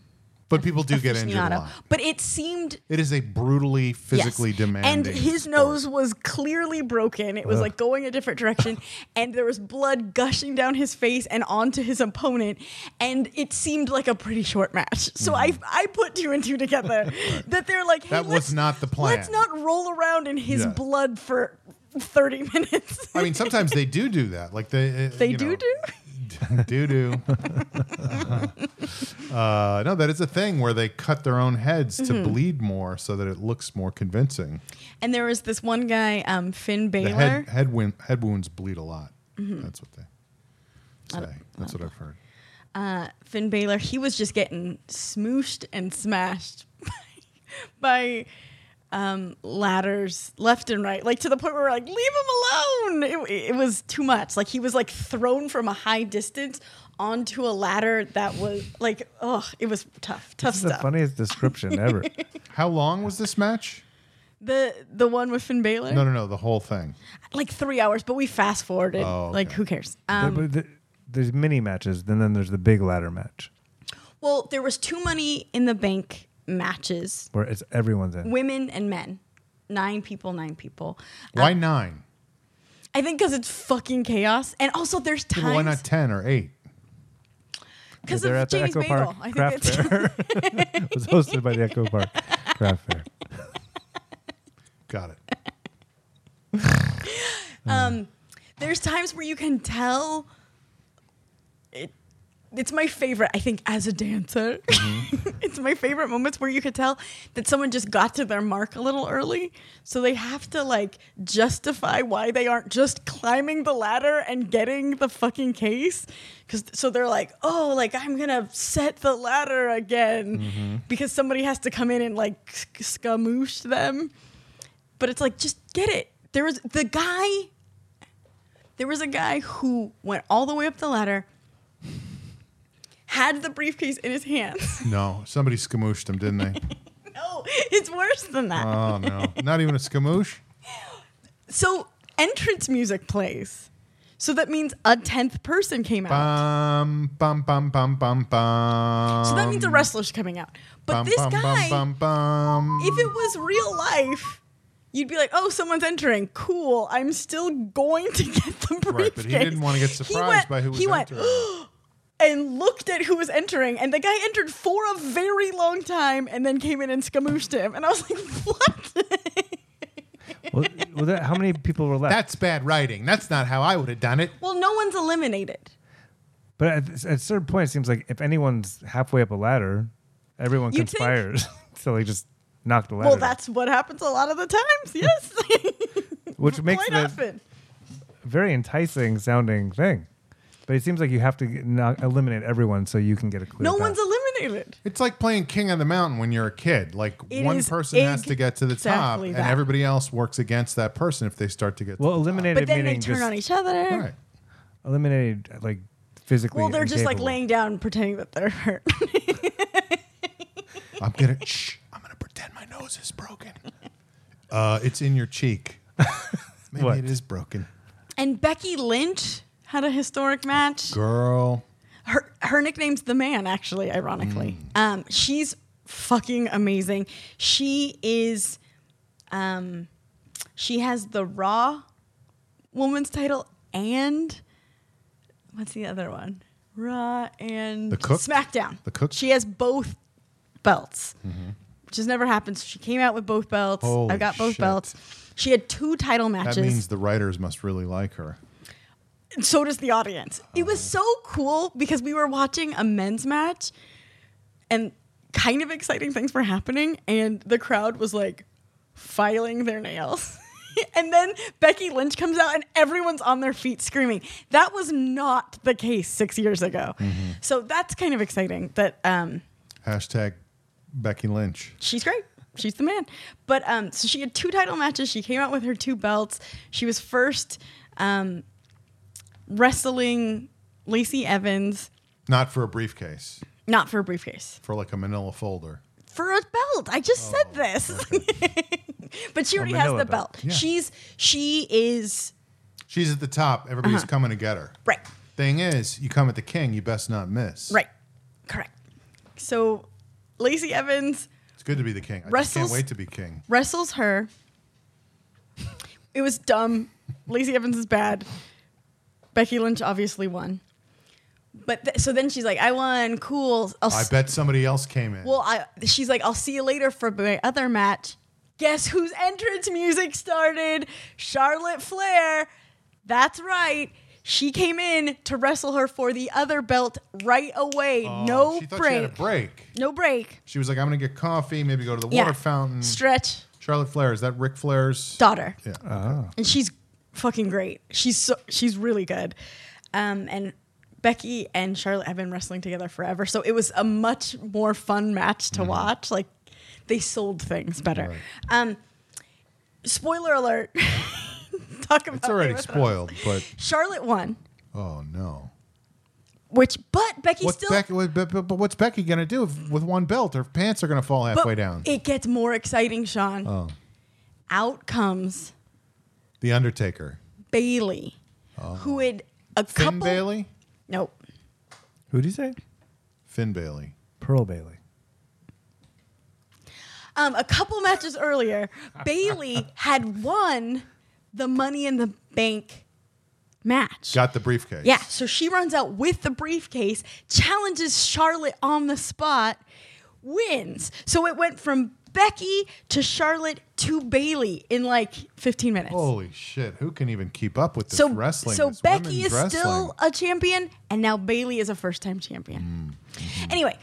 Speaker 2: but people do get injured a
Speaker 3: aficionado.
Speaker 2: lot.
Speaker 3: but it seemed
Speaker 2: It is a brutally physically
Speaker 3: yes.
Speaker 2: demanding.
Speaker 3: And his
Speaker 2: sport.
Speaker 3: nose was clearly broken. It was like going a different direction, and there was blood gushing down his face and onto his opponent. And it seemed like a pretty short match. So I, I put two and two together that they're like, hey,
Speaker 2: Mm-hmm. That was
Speaker 3: let's-
Speaker 2: not the plan.
Speaker 3: Let's not roll around in his
Speaker 2: Yeah.
Speaker 3: blood for 30 minutes.
Speaker 2: I mean, sometimes they do do that. Like they. uh,
Speaker 3: they do do.
Speaker 2: do do. Uh, no, that is a thing where they cut their own heads
Speaker 3: Mm-hmm.
Speaker 2: to bleed more so that it looks more convincing.
Speaker 3: And there was this one guy, um, Finn
Speaker 2: The
Speaker 3: Baylor.
Speaker 2: head head, win, head wounds bleed a lot.
Speaker 3: Mm-hmm.
Speaker 2: That's what they say. That's what I've heard.
Speaker 3: uh, Finn Baylor, he was just getting smooshed and smashed by um, ladders left and right, like to the point where we're like, leave him alone. It, it was too much. Like he was like thrown from a high distance onto a ladder that was like, ugh, it was tough, tough
Speaker 1: This is the
Speaker 3: stuff.
Speaker 1: funniest description ever.
Speaker 2: How long was this match?
Speaker 3: the the one with Finn Baylor,
Speaker 2: No, no, no. The whole thing.
Speaker 3: like three hours, but we fast forwarded.
Speaker 2: Oh,
Speaker 3: Like
Speaker 2: okay.
Speaker 3: who cares? Um,
Speaker 1: There- but there- there's mini matches, and then there's the big ladder match
Speaker 3: Well, there was too many in the bank matches,
Speaker 1: where it's everyone's in.
Speaker 3: women and men, nine people, nine people.
Speaker 2: Why nine?
Speaker 3: I think because it's fucking chaos, and also there's
Speaker 2: Yeah, but Why
Speaker 3: times
Speaker 2: not ten or eight?
Speaker 3: because
Speaker 1: They're
Speaker 3: of
Speaker 1: at the
Speaker 3: James
Speaker 1: Echo
Speaker 3: Bagel.
Speaker 1: Park
Speaker 3: I think
Speaker 1: Craft
Speaker 3: that's
Speaker 1: Fair. it was hosted by the Echo Park Craft Fair.
Speaker 2: Got it.
Speaker 3: there's times where you can tell. It, it's my favorite. I think as a dancer, it's my favorite moments where you could tell that someone just got to their mark a little early, so they have to like justify why they aren't just climbing the ladder and getting the fucking case. Because so they're like, oh, like I'm gonna set the ladder again because somebody has to come in and like sc- scamoose them. But it's like just get it. There was the guy there was a guy who went all the way up the ladder, had the briefcase in his hands.
Speaker 2: No, somebody scamooshed him, didn't they?
Speaker 3: no, it's worse than that.
Speaker 2: Oh no, not even a scamoosh.
Speaker 3: so entrance music plays. So that means a tenth person came out.
Speaker 2: Bum bum bum bum bum bum.
Speaker 3: so that means a wrestler's coming out. But
Speaker 2: Bum,
Speaker 3: this
Speaker 2: bum,
Speaker 3: guy,
Speaker 2: Bum, bum, bum.
Speaker 3: if it was real life, you'd be like, "Oh, someone's entering. Cool. I'm still going to get the briefcase."
Speaker 2: Right, but he didn't want to get
Speaker 3: He
Speaker 2: surprised
Speaker 3: went-
Speaker 2: by who was
Speaker 3: he went,
Speaker 2: entering.
Speaker 3: and looked at who was entering, and the guy entered for a very long time and then came in and scamooshed him. And I was like, what?
Speaker 1: Well, well, that, how many people were left?
Speaker 2: That's bad writing. That's not how I would have done it.
Speaker 3: Well, no one's eliminated.
Speaker 1: but at, at a certain point, it seems like if anyone's halfway up a ladder, everyone
Speaker 3: You'd think-
Speaker 1: conspires to like just knock the ladder.
Speaker 3: Well,
Speaker 1: down,
Speaker 3: that's what happens a lot of the times.
Speaker 2: Hmm.
Speaker 3: Yes,
Speaker 1: which makes
Speaker 3: quite
Speaker 1: it
Speaker 3: often.
Speaker 1: a very enticing sounding thing. But it seems like you have to knock, eliminate everyone so you can get a clear.
Speaker 3: No
Speaker 1: path.
Speaker 3: one's eliminated.
Speaker 2: It's like playing King of the Mountain when you're a kid. Like
Speaker 3: It
Speaker 2: one
Speaker 3: is
Speaker 2: person has to get to the top,
Speaker 3: exactly
Speaker 2: and
Speaker 3: that.
Speaker 2: everybody else works against that person if they start to get.
Speaker 1: well
Speaker 2: to the
Speaker 1: eliminated
Speaker 3: But then they
Speaker 1: meaning
Speaker 3: turn
Speaker 1: just
Speaker 3: on each other.
Speaker 2: top. right.
Speaker 1: eliminated like physically.
Speaker 3: Well, they're just like
Speaker 1: incapable.
Speaker 3: laying down, pretending that they're hurt.
Speaker 2: I'm gonna shh. I'm gonna pretend my nose is broken. Uh, it's in your cheek. Maybe
Speaker 1: What?
Speaker 2: it is broken,
Speaker 3: and Becky Lynch had a historic match.
Speaker 2: girl.
Speaker 3: her her nickname's the man actually ironically
Speaker 2: Mm.
Speaker 3: um she's fucking amazing she is um she has the raw woman's title and what's the other one raw and
Speaker 2: The Cooked?
Speaker 3: smackdown
Speaker 2: The Cooked?
Speaker 3: she has both belts which has never happened she came out with both belts
Speaker 2: Holy
Speaker 3: i've got both
Speaker 2: shit.
Speaker 3: belts she had two title matches
Speaker 2: That means the writers must really like her.
Speaker 3: so does the audience. It was so cool because we were watching a men's match and kind of exciting things were happening and the crowd was like filing their nails. and then Becky Lynch comes out and everyone's on their feet screaming. That was not the case 6 years ago. So that's kind of exciting that um
Speaker 2: Hashtag Becky Lynch.
Speaker 3: she's great. She's the man. But um, so she had two title matches. She came out with her two belts. She was first um, wrestling Lacey Evans,
Speaker 2: Not for a briefcase,
Speaker 3: not for a briefcase,
Speaker 2: for like a manila folder.
Speaker 3: for a belt. I just said this. but she already has
Speaker 1: manila
Speaker 3: the
Speaker 1: belt.
Speaker 3: belt.
Speaker 2: Yeah.
Speaker 3: She's she is
Speaker 2: She's at the top. Everybody's
Speaker 3: Uh-huh.
Speaker 2: coming to get her.
Speaker 3: right,
Speaker 2: Thing is, you come at the king, you best not miss.
Speaker 3: right, correct. So Lacey Evans
Speaker 2: It's good to be the king. I just can't
Speaker 3: Wrestles-
Speaker 2: wait to be king.
Speaker 3: wrestles her. It was dumb. Lacey Evans is bad. Becky Lynch obviously won. But th- so then she's like, I won. Cool. I'll
Speaker 2: I
Speaker 3: s-
Speaker 2: bet somebody else came in.
Speaker 3: well, I, she's like, I'll see you later for my other match. Guess whose entrance music started? Charlotte Flair. That's right. She came in to wrestle her for the other belt right away.
Speaker 2: Oh,
Speaker 3: no
Speaker 2: she thought she had a
Speaker 3: break.
Speaker 2: break.
Speaker 3: No break.
Speaker 2: She was like, I'm going to get coffee, maybe go to the
Speaker 3: Yeah.
Speaker 2: water fountain.
Speaker 3: Stretch.
Speaker 2: Charlotte Flair, is that Ric Flair's?
Speaker 3: Daughter.
Speaker 2: yeah.
Speaker 3: and she's fucking great. She's so she's really good. Um, and Becky and Charlotte have been wrestling together forever, so it was a much more fun match
Speaker 2: Mm-hmm.
Speaker 3: to watch. Like they sold things better. Um, spoiler alert. Talk about
Speaker 2: It's already
Speaker 3: it.
Speaker 2: spoiled, but
Speaker 3: Charlotte won,
Speaker 2: oh no.
Speaker 3: which but Becky
Speaker 2: What's
Speaker 3: still.
Speaker 2: Becky, what, but, but but what's Becky going to do if, with one belt? Her pants are going to fall
Speaker 3: but
Speaker 2: halfway down.
Speaker 3: It gets more exciting, Sean.
Speaker 2: oh.
Speaker 3: Out comes
Speaker 2: The Undertaker.
Speaker 3: Bailey, who had a
Speaker 2: Oh. Finn
Speaker 3: couple.
Speaker 2: Bailey?
Speaker 3: Nope.
Speaker 1: Who do you say?
Speaker 2: Finn Bailey.
Speaker 1: Pearl Bailey.
Speaker 3: um, a couple matches earlier, Bailey had won the Money in the Bank match.
Speaker 2: Got the briefcase.
Speaker 3: yeah, so she runs out with the briefcase, challenges Charlotte on the spot, wins. So it went from Becky to Charlotte to Bailey in like 15 minutes.
Speaker 2: Holy shit! Who can even keep up with this
Speaker 3: so
Speaker 2: wrestling?
Speaker 3: so
Speaker 2: this
Speaker 3: Becky
Speaker 2: women's
Speaker 3: is
Speaker 2: wrestling?
Speaker 3: still a champion, and now Bailey is a first-time champion.
Speaker 2: Mm-hmm.
Speaker 3: Anyway,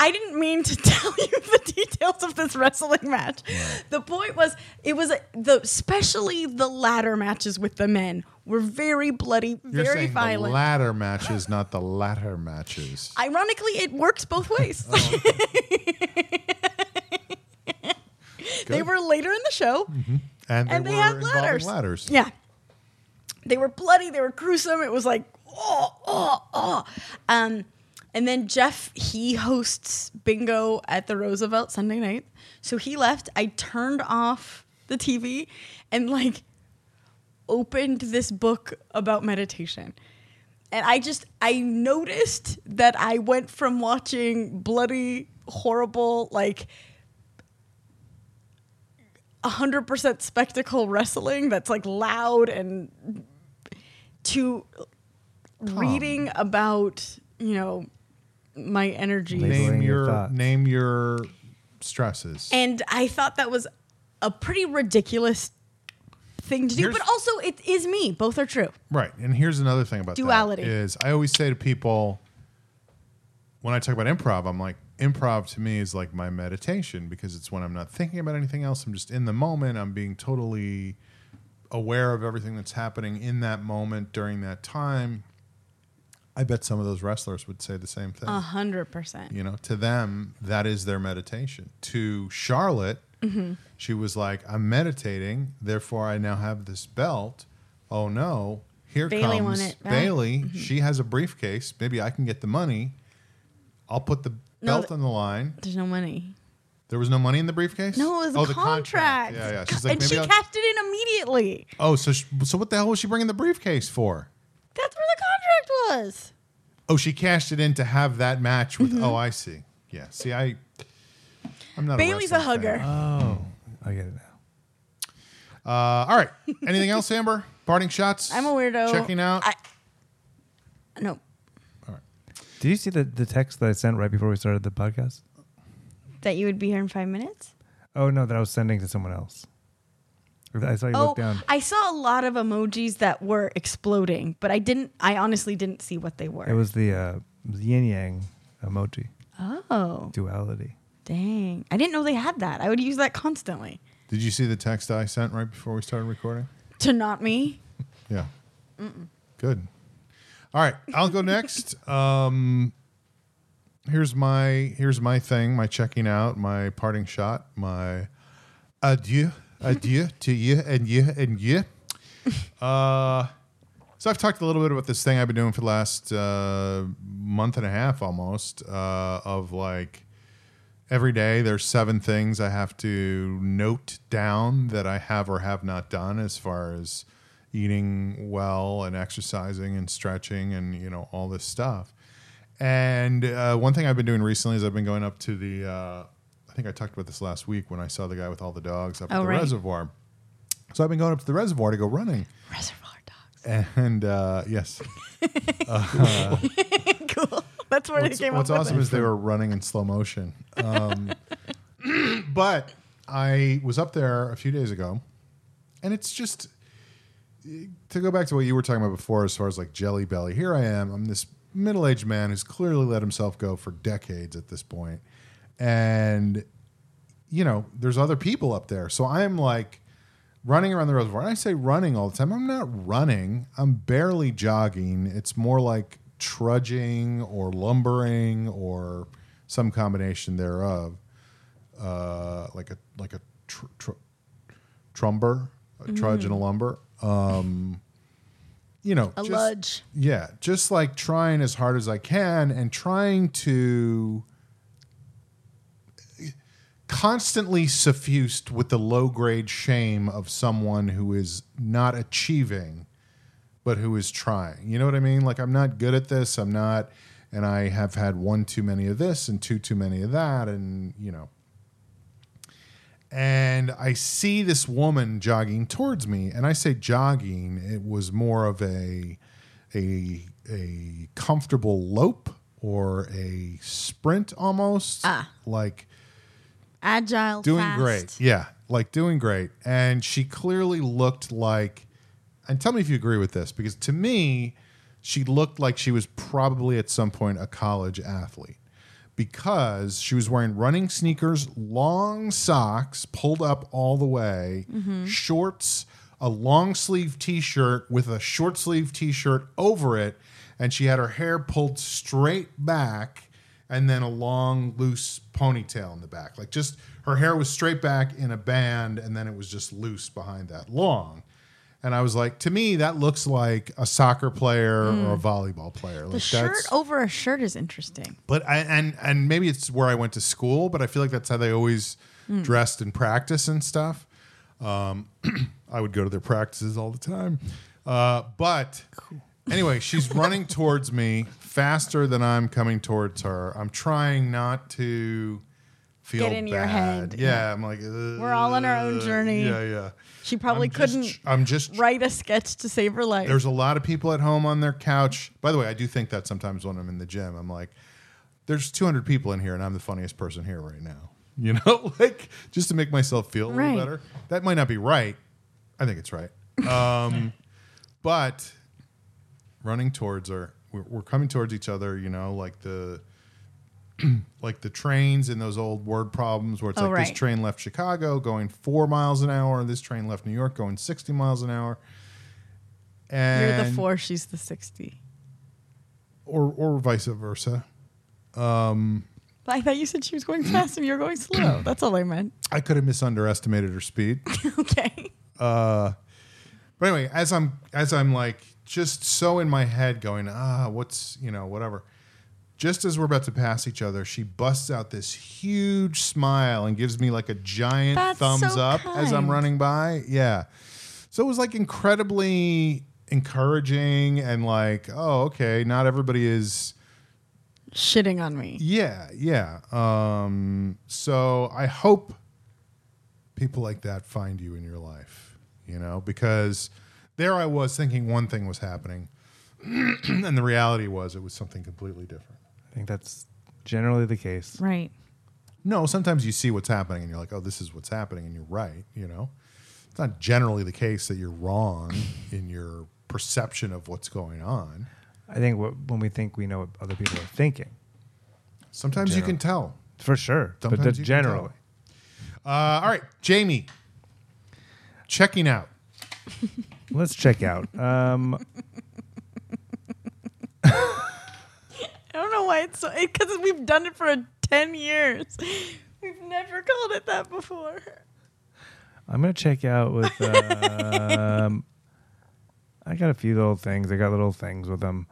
Speaker 3: I didn't mean to tell you the details of this wrestling match. The point was, it was a, the especially the latter matches with the men were very bloody,
Speaker 2: You're
Speaker 3: very
Speaker 2: saying
Speaker 3: violent.
Speaker 2: the latter matches, not the latter matches.
Speaker 3: Ironically, it works both ways.
Speaker 2: Oh.
Speaker 3: they
Speaker 2: Good. Mm-hmm.
Speaker 3: were later in the show,
Speaker 2: and they,
Speaker 3: and they
Speaker 2: were
Speaker 3: had
Speaker 2: involving
Speaker 3: ladders.
Speaker 2: Ladders.
Speaker 3: Yeah. They were bloody. They were gruesome. It was like, oh, oh, oh. Um, and then Jeff, he hosts bingo at the Roosevelt Sunday night. So he left. I turned off the TV and like opened this book about meditation. And I just, I noticed that I went from watching bloody, horrible, like 100% spectacle wrestling that's like loud and to reading about, you know, my energy.
Speaker 2: Name
Speaker 1: Labeling your
Speaker 2: your,
Speaker 1: thoughts.
Speaker 2: name your stresses.
Speaker 3: And I thought that was a pretty ridiculous thing to do,
Speaker 2: Here's-
Speaker 3: but also it is me. Both are true.
Speaker 2: Right. And here's another thing about that
Speaker 3: Duality.
Speaker 2: is I always say to people when I talk about improv, I'm like, improv to me is like my meditation because it's when I'm not thinking about anything else. I'm just in the moment. I'm being totally aware of everything that's happening in that moment during that time. I bet some of those wrestlers would say the same thing.
Speaker 3: A hundred percent.
Speaker 2: You know, to them, that is their meditation. To Charlotte,
Speaker 3: Mm-hmm.
Speaker 2: she was like, I'm meditating, therefore I now have this belt. Oh no, here
Speaker 3: Bailey won
Speaker 2: comes
Speaker 3: it Mm-hmm. back.
Speaker 2: Bailey. She has a briefcase. Maybe I can get the money. I'll put the
Speaker 3: No,
Speaker 2: belt
Speaker 3: th-
Speaker 2: on the line.
Speaker 3: There's no money.
Speaker 2: There was no money in the briefcase?
Speaker 3: No, it was
Speaker 2: Oh,
Speaker 3: a
Speaker 2: the
Speaker 3: contract.
Speaker 2: Yeah, yeah. She's like,
Speaker 3: and
Speaker 2: maybe
Speaker 3: she
Speaker 2: I'll-
Speaker 3: cashed it in immediately.
Speaker 2: Oh, so, she, so what the hell was she bringing the briefcase for?
Speaker 3: That's where the contract was.
Speaker 2: Oh, she cashed it in to have that match
Speaker 3: Mm-hmm.
Speaker 2: with. Oh, I see. Yeah. See, I. I'm not.
Speaker 3: Bailey's a
Speaker 2: wrestling fan.
Speaker 3: hugger.
Speaker 1: I get it now.
Speaker 2: Uh, all right. Anything else, Amber? Parting shots.
Speaker 3: I'm a weirdo.
Speaker 2: Checking out.
Speaker 3: I, no,
Speaker 1: Did you see the, the text that I sent right before we started the podcast?
Speaker 3: that you would be here in five minutes.
Speaker 1: Oh no, that I was sending to someone else. I saw you
Speaker 3: Oh,
Speaker 1: look down.
Speaker 3: I saw a lot of emojis that were exploding, but I didn't. I honestly didn't see what they were.
Speaker 1: It was the uh, yin yang emoji
Speaker 3: oh,
Speaker 1: duality.
Speaker 3: dang! I didn't know they had that. I would use that constantly.
Speaker 2: Did you see the text I sent right before we started recording?
Speaker 3: To not me.
Speaker 2: Yeah. Good. All right. I'll go next. Um, here's my here's my thing. My checking out. My parting shot. My adieu, adieu to you and you and you. Uh, so I've talked a little bit about this thing I've been doing for the last uh, month and a half almost uh, of like every day there's seven things I have to note down that I have or have not done as far as eating well and exercising and stretching and you know all this stuff. And uh, one thing I've been doing recently is I've been going up to the. Uh, I think I talked about this last week when I saw the guy with all the dogs up at
Speaker 3: Oh,
Speaker 2: the
Speaker 3: right.
Speaker 2: reservoir. So I've been going up to the reservoir to go running.
Speaker 3: Reservoir Dogs.
Speaker 2: And uh, yes,
Speaker 3: cool. That's where
Speaker 2: what's,
Speaker 3: they came
Speaker 2: what's
Speaker 3: up
Speaker 2: awesome
Speaker 3: with
Speaker 2: is they were running in slow motion. Um, but I was up there a few days ago, and it's just to go back to what you were talking about before, as far as like Jelly Belly. Here I am. I'm this middle-aged man who's clearly let himself go for decades at this point, and you know, there's other people up there. So I'm like running around the reservoir. And I say running all the time. I'm not running. I'm barely jogging. It's more like trudging or lumbering or some combination thereof. Uh, like a like a tr- tr- trumber, a
Speaker 3: Mm-hmm.
Speaker 2: trudge and a lumber. Um, you know,
Speaker 3: A ludge.
Speaker 2: yeah, just like trying as hard as I can and trying to constantly suffused with the low grade shame of someone who is not achieving but who is trying. You know what I mean? Like I'm not good at this, I'm not and I have had one too many of this and two too many of that and you know and I see this woman jogging towards me. And I say jogging, it was more of a a a comfortable lope or a sprint almost.
Speaker 3: Ah.
Speaker 2: Like
Speaker 3: Agile.
Speaker 2: doing
Speaker 3: fast.
Speaker 2: great. Yeah, like doing great. And she clearly looked like and tell me if you agree with this because to me she looked like she was probably at some point a college athlete because she was wearing running sneakers, long socks pulled up all the way, shorts, a long sleeve t-shirt with a short sleeve t-shirt over it, and she had her hair pulled straight back and then a long loose ponytail in the back. Like just her hair was straight back in a band and then it was just loose behind that long. And I was like, to me, that looks like a soccer player or a volleyball player.
Speaker 3: Hmm. The
Speaker 2: Like
Speaker 3: shirt over a shirt is interesting.
Speaker 2: but I, and and maybe it's where I went to school, but I feel like that's how they always
Speaker 3: Hmm.
Speaker 2: dressed in practice and stuff. Um, I would go to their practices all the time. Uh, but anyway, she's running towards me faster than I'm coming towards her. I'm trying not to feel
Speaker 3: Get in your
Speaker 2: bad.
Speaker 3: head.
Speaker 2: Yeah, I'm like we're
Speaker 3: all on our own journey.
Speaker 2: Yeah, yeah.
Speaker 3: She probably
Speaker 2: I'm just-
Speaker 3: couldn't
Speaker 2: I'm just
Speaker 3: write a sketch to save her life.
Speaker 2: there's a lot of people at home on their couch. By the way, I do think that sometimes when I'm in the gym, I'm like, there's 200 people in here, and I'm the funniest person here right now. You know, like just to make myself feel a
Speaker 3: Right.
Speaker 2: little better. That might not be right, I think it's right. Um, but running towards her, we're, we're coming towards each other. You know, like the like the trains and those old word problems where it's
Speaker 3: Oh,
Speaker 2: like
Speaker 3: right.
Speaker 2: this train left Chicago going four miles an hour, and this train left New York going sixty miles an hour. And
Speaker 3: You're the four, she's the 60.
Speaker 2: or or vice versa.
Speaker 3: But I thought you said she was going fast and you're going slow. That's all I meant.
Speaker 2: I could have misunderestimated her speed.
Speaker 3: okay.
Speaker 2: But anyway, as I'm as I'm like just so in my head going, ah, what's you know, whatever. Just as we're about to pass each other, she busts out this huge smile and gives me like a giant
Speaker 3: That's
Speaker 2: thumbs
Speaker 3: so
Speaker 2: up as I'm
Speaker 3: kind.
Speaker 2: running by. Yeah. So it was like incredibly encouraging and like, oh, okay, not everybody is
Speaker 3: Shitting on me.
Speaker 2: yeah, yeah. Um, so I hope people like that find you in your life, you know, because there I was thinking one thing was happening, and the reality was it was something completely different.
Speaker 1: I think that's generally the case.
Speaker 3: Right.
Speaker 2: No, sometimes you see what's happening and you're like, oh, this is what's happening, and you're right, you know. It's not generally the case that you're wrong in your perception of what's going on.
Speaker 1: I think what, when we think we know what other people are thinking,
Speaker 2: Sometimes you can tell.
Speaker 1: for sure.
Speaker 2: Sometimes
Speaker 1: but that's
Speaker 2: you can tell.
Speaker 1: generally,
Speaker 2: Uh, all right, Jamie, checking out.
Speaker 1: let's check out. Um,
Speaker 3: I don't know why it's so, because we've done it for 10 years. We've never called it that before.
Speaker 1: I'm gonna check out with. Um, I got a few little things. I got little things with them.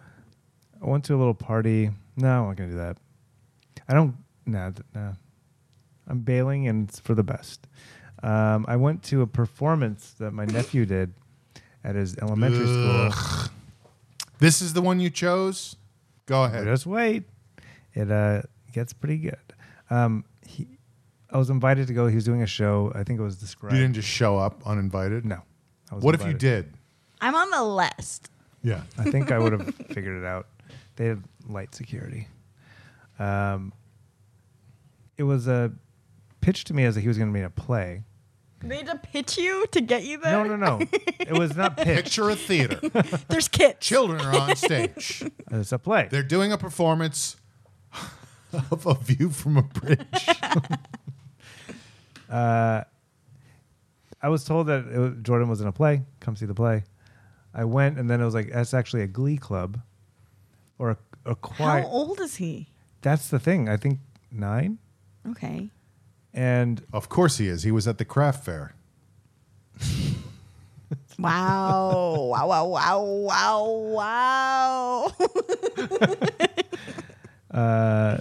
Speaker 1: I went to a little party. No, I'm not gonna do that. I don't. No, th- no. I'm bailing, and it's for the best. Um, I went to a performance that my nephew did at his elementary school.
Speaker 2: This is the one you chose. Go ahead.
Speaker 1: Just wait, it uh, gets pretty good. Um, he, I was invited to go. He was doing a show. I think it was described.
Speaker 2: You didn't just show up uninvited.
Speaker 1: no. I was
Speaker 2: What if you
Speaker 1: invited.
Speaker 2: did?
Speaker 3: I'm on the list.
Speaker 2: Yeah.
Speaker 1: I think I would have figured it out. They had light security. Um, it was a pitch to me as if he was going to be in a play.
Speaker 3: They had to pitch you to get you there?
Speaker 1: No, no, no. it was not pitch.
Speaker 2: Picture a theater.
Speaker 3: There's kids.
Speaker 2: Children are on stage.
Speaker 1: It's a play.
Speaker 2: They're doing a performance of a view from a bridge.
Speaker 1: I was told that it was, Jordan was in a play. Come see the play. I went, and then it was like that's actually a Glee club, or a, a
Speaker 3: How
Speaker 1: choir.
Speaker 3: old is he?
Speaker 1: That's the thing. I think nine,
Speaker 3: Okay.
Speaker 1: and
Speaker 2: Of course he is. He was at the craft fair.
Speaker 3: Wow. wow, wow, wow, wow, wow.
Speaker 1: uh,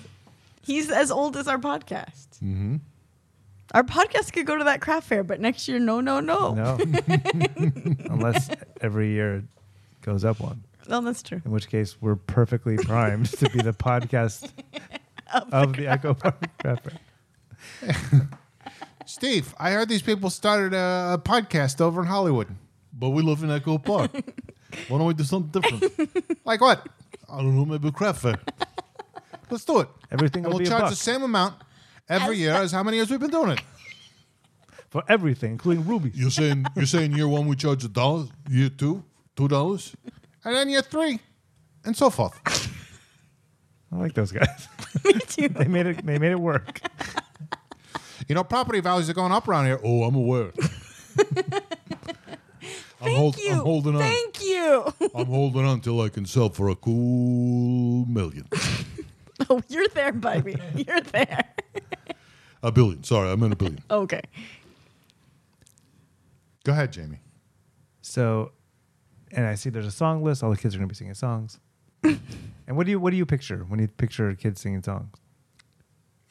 Speaker 3: He's as old as our podcast. Mm-hmm. Our podcast could go to that craft fair, but next year, no, no, no.
Speaker 1: no, unless every year it goes up one.
Speaker 3: No, that's true.
Speaker 1: in which case we're perfectly primed to be the podcast of the Echo Park Rapper.
Speaker 2: Steve, I heard these people started a, a podcast over in Hollywood.
Speaker 4: But we live in Echo Park. Why don't we do something different?
Speaker 2: Like what?
Speaker 4: I don't know, maybe craft fair.
Speaker 2: Let's do it.
Speaker 1: Everything
Speaker 2: And
Speaker 1: will be
Speaker 2: we'll
Speaker 1: a
Speaker 2: charge
Speaker 1: buck
Speaker 2: the same amount every year as how many years we've been doing it.
Speaker 1: for everything, including rubies.
Speaker 4: You're saying you're saying year one we charge a dollar, year two two dollars.
Speaker 2: And then year three, and so forth.
Speaker 1: I like those guys.
Speaker 3: Me too.
Speaker 1: they made it. They made it work.
Speaker 2: You know, property values are going up around here.
Speaker 4: Oh, I'm aware. I'm, hold,
Speaker 3: Thank you.
Speaker 4: I'm holding on.
Speaker 3: Thank you.
Speaker 4: I'm holding on till I can sell for a cool million,
Speaker 3: Oh, you're there, baby. You're there.
Speaker 4: a billion. Sorry, I'm in a billion.
Speaker 3: Okay.
Speaker 2: Go ahead, Jamie.
Speaker 1: So, and I see there's a song list. All the kids are going to be singing songs. and what do you what do you picture when you picture kids singing songs?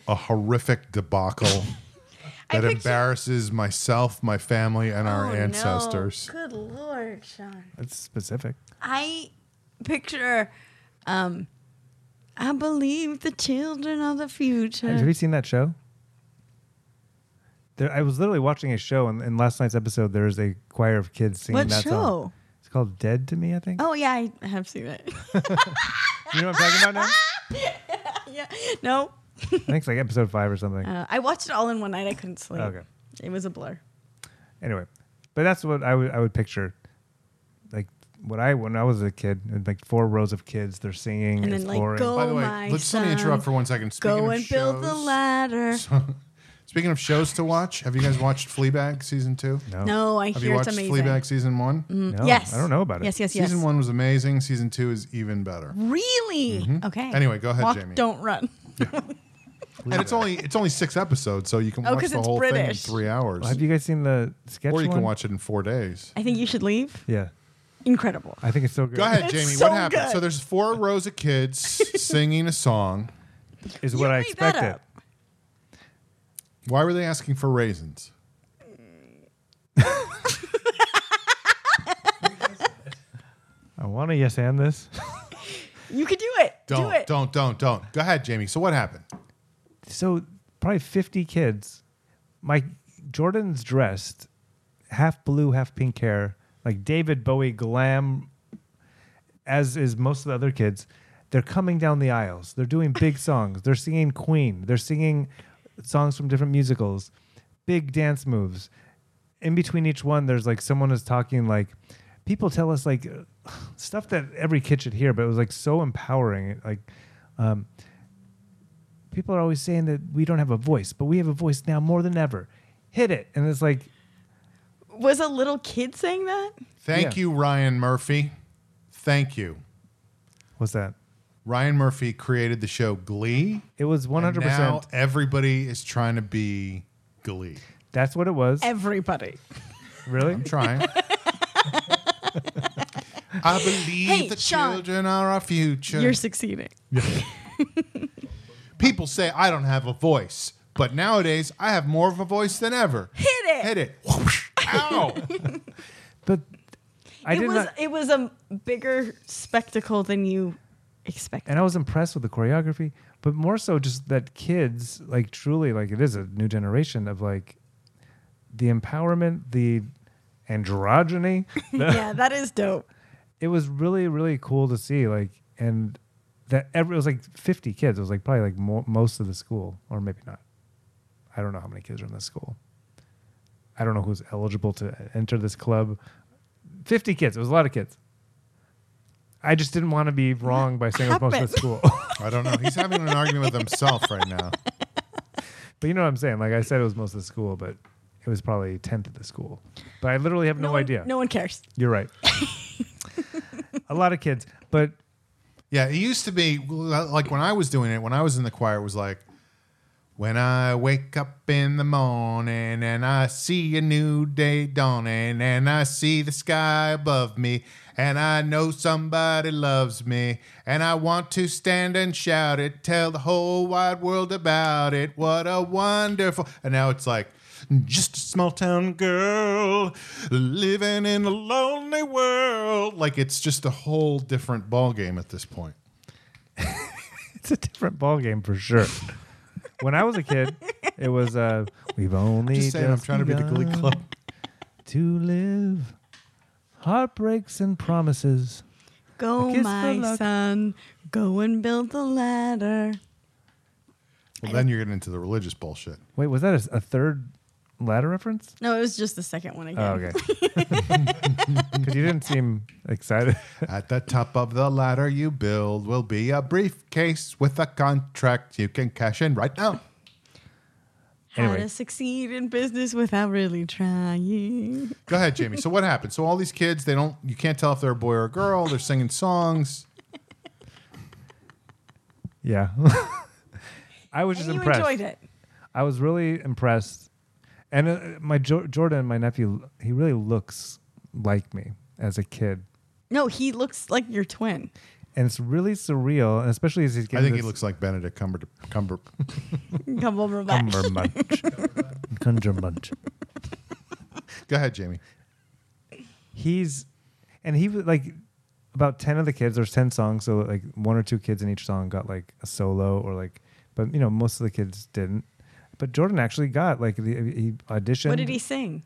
Speaker 2: a horrific debacle
Speaker 3: I
Speaker 2: that
Speaker 3: picture-
Speaker 2: embarrases myself, my family, and our
Speaker 3: Oh, no.
Speaker 2: ancestors.
Speaker 3: Good Lord, Sean.
Speaker 1: That's specific.
Speaker 3: I picture, um, I believe the children of the
Speaker 1: Have
Speaker 3: future.
Speaker 1: you seen that show? There, I was literally watching a show, and in last night's episode, there is a choir of kids singing
Speaker 3: What
Speaker 1: that song.
Speaker 3: show?
Speaker 1: It's called "Dead to Me," I think.
Speaker 3: Oh yeah, I have seen it.
Speaker 1: You know what I'm talking about now?
Speaker 3: yeah. No,
Speaker 1: I think it's like
Speaker 3: Oh.
Speaker 1: episode five or something.
Speaker 3: uh, I watched it all in one night. I couldn't sleep.
Speaker 1: Okay.
Speaker 3: It was a blur.
Speaker 1: Anyway, But that's what I would I would picture. Like what I when I was a kid, and like four rows of kids, they're singing,
Speaker 3: And
Speaker 1: it's
Speaker 3: then like
Speaker 1: boring.
Speaker 3: go
Speaker 2: By the way,
Speaker 3: Oh my
Speaker 2: let's let me
Speaker 3: son,
Speaker 2: interrupt for one second. Speaking
Speaker 3: Go
Speaker 2: of
Speaker 3: and build the
Speaker 2: shows-
Speaker 3: ladder.
Speaker 2: Speaking of shows to watch, have you guys watched Fleabag season two?
Speaker 1: no,
Speaker 3: No, I
Speaker 2: Have you
Speaker 3: hear it's
Speaker 2: watched
Speaker 3: amazing.
Speaker 2: Fleabag season one?
Speaker 1: no,
Speaker 3: Yes.
Speaker 1: I don't know about it.
Speaker 3: Yes, yes, yes.
Speaker 2: Season one was amazing. Season two is even better.
Speaker 3: Really? Okay.
Speaker 2: Mm-hmm. Anyway, go ahead,
Speaker 3: Walk,
Speaker 2: Jamie.
Speaker 3: Don't run.
Speaker 2: And it's only it's only six episodes, so you can
Speaker 3: Oh,
Speaker 2: watch
Speaker 3: 'cause
Speaker 2: the
Speaker 3: it's
Speaker 2: whole thing in
Speaker 3: British.
Speaker 2: three hours,
Speaker 1: Have you guys seen the sketch?
Speaker 2: or you can
Speaker 1: one?
Speaker 2: watch it in four days.
Speaker 3: I think you should leave.
Speaker 1: Yeah,
Speaker 3: Incredible.
Speaker 1: I think it's so good.
Speaker 2: Go ahead,
Speaker 3: It's
Speaker 2: Jamie.
Speaker 3: so
Speaker 2: what happened?
Speaker 3: good.
Speaker 2: So there's four rows of kids singing a song.
Speaker 1: Is
Speaker 3: You
Speaker 1: what I
Speaker 3: made that
Speaker 1: expected.
Speaker 3: up.
Speaker 2: Why were they asking for raisins?
Speaker 1: I want to yes and this.
Speaker 3: You could do it.
Speaker 2: Don't,
Speaker 3: do it.
Speaker 2: don't, don't, don't. Go ahead, Jamie. So what happened?
Speaker 1: so probably 50 kids. My Jordan's dressed half blue, half pink hair, like David Bowie glam, as is most of the other kids. They're coming down the aisles. They're doing big songs. They're singing Queen. They're singing songs from different musicals, big dance moves. In between each one, there's like someone is talking like, people tell us like stuff that every kid should hear, but it was like so empowering. Like, people are always saying that we don't have a voice, but we have a voice now more than ever. Hit it. And it's like,
Speaker 3: Was a little kid saying that?
Speaker 2: Thank
Speaker 1: Yeah.
Speaker 2: you, Ryan Murphy. Thank you.
Speaker 1: what's that?
Speaker 2: Ryan Murphy created the show Glee.
Speaker 1: It was
Speaker 2: and
Speaker 1: 100%.
Speaker 2: Now everybody is trying to be Glee.
Speaker 1: that's what it was.
Speaker 3: Everybody.
Speaker 1: really?
Speaker 2: I'm trying. I believe
Speaker 3: Hey,
Speaker 2: the
Speaker 3: Sean.
Speaker 2: children are our future.
Speaker 3: You're succeeding.
Speaker 2: People say I don't have a voice, but nowadays I have more of a voice than ever. Hit
Speaker 3: it.
Speaker 2: Hit it. Whoosh. Ow.
Speaker 1: But I
Speaker 3: it
Speaker 1: did
Speaker 3: was
Speaker 1: not.
Speaker 3: it was a bigger spectacle than you expected.
Speaker 1: And I was impressed with the choreography, but more so just that kids, like, truly, like, it is a new generation of like the empowerment, the androgyny.
Speaker 2: uh,
Speaker 3: yeah, that is dope.
Speaker 1: it was really really cool to see like and that every it was like 50 kids it was like probably like mo- most of the school or maybe not i don't know how many kids are in this school i don't know who's eligible to enter this club 50 kids it was a lot of kids i just didn't want to be wrong by saying it was most of the school
Speaker 2: I don't know. He's having an argument with himself right now.
Speaker 1: but you know what i'm saying like i said it was most of the school but it was probably 10th of the school but i literally have no,
Speaker 3: one-
Speaker 1: idea
Speaker 3: No one cares.
Speaker 1: you're right a lot of kids but
Speaker 2: Yeah, it used to be like when I was doing it, when I was in the choir, it was like, when I wake up in the morning and I see a new day dawning and I see the sky above me and I know somebody loves me and I want to stand and shout it, tell the whole wide world about it. What a wonderful. And now it's like, just a small town girl living in a lonely world. Like it's just a whole different ballgame at this point.
Speaker 1: it's a different ball game for sure. when I was a kid, it was uh, we've only
Speaker 2: Just saying, I'm trying to be the Glee
Speaker 1: begun
Speaker 2: Club.
Speaker 1: to live. Heartbreaks and promises.
Speaker 3: Go
Speaker 1: A kiss for
Speaker 3: my
Speaker 1: luck.
Speaker 3: son, go and build the ladder.
Speaker 2: Well, then you're getting into the religious bullshit.
Speaker 1: Wait, was that a, a third ladder reference?
Speaker 3: No, it was just the second one again.
Speaker 1: Oh, okay. Because you didn't seem excited.
Speaker 2: At the top of the ladder you build will be a briefcase with a contract you can cash in right now.
Speaker 3: How
Speaker 1: Anyway.
Speaker 3: to succeed in business without really trying.
Speaker 2: Go ahead, Jamie. So what happened? So all these kids, they don't you can't tell if they're a boy or a girl, they're singing songs.
Speaker 1: yeah. I was just
Speaker 3: and you
Speaker 1: impressed.
Speaker 3: enjoyed it.
Speaker 1: I was really impressed. And uh, my jo- Jordan, my nephew, he really looks like me as a kid.
Speaker 3: No, he looks like your twin.
Speaker 1: And it's really surreal, and especially as he's getting
Speaker 2: I think he
Speaker 1: this-
Speaker 2: looks like Benedict Cumber Cumber
Speaker 3: Come over back.
Speaker 1: Cumberbatch. Cumberbatch.
Speaker 2: Go ahead, Jamie.
Speaker 1: He's, and he was like, about 10 of the kids, there's 10 songs. So like one or two kids in each song got like a solo or like, but you know, most of the kids didn't. But Jordan actually got like the, he auditioned.
Speaker 3: What did he sing?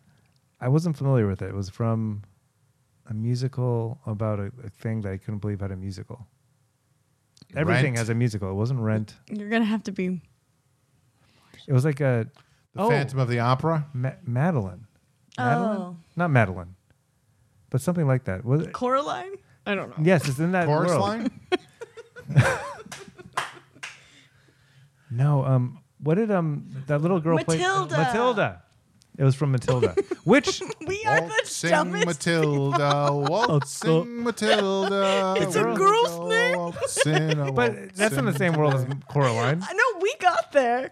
Speaker 1: I wasn't familiar with it. It was from a musical about a, a thing that I couldn't believe had a musical. Everything
Speaker 2: Rent?
Speaker 1: has a musical. It wasn't Rent.
Speaker 3: You're gonna have to be
Speaker 1: It was like a
Speaker 2: The
Speaker 1: oh,
Speaker 2: Phantom of the Opera.
Speaker 1: Ma- Madeline. Madeline? Not Madeline, but something like that. Was it?
Speaker 3: Coraline? I don't know.
Speaker 1: Yes, it's in that
Speaker 2: Chorus
Speaker 1: world.
Speaker 2: line?
Speaker 1: No, um, what did um that little girl
Speaker 3: Matilda.
Speaker 1: play? Matilda. It was from Matilda, which
Speaker 3: We are the
Speaker 2: Waltzing
Speaker 3: dumbest.
Speaker 2: Matilda, waltzing Matilda.
Speaker 3: It's a
Speaker 2: we'll
Speaker 3: girl's
Speaker 2: go
Speaker 3: name.
Speaker 2: waltzing, a
Speaker 1: but that's in the same
Speaker 2: waltzing.
Speaker 1: world as Coraline.
Speaker 3: I know we got there.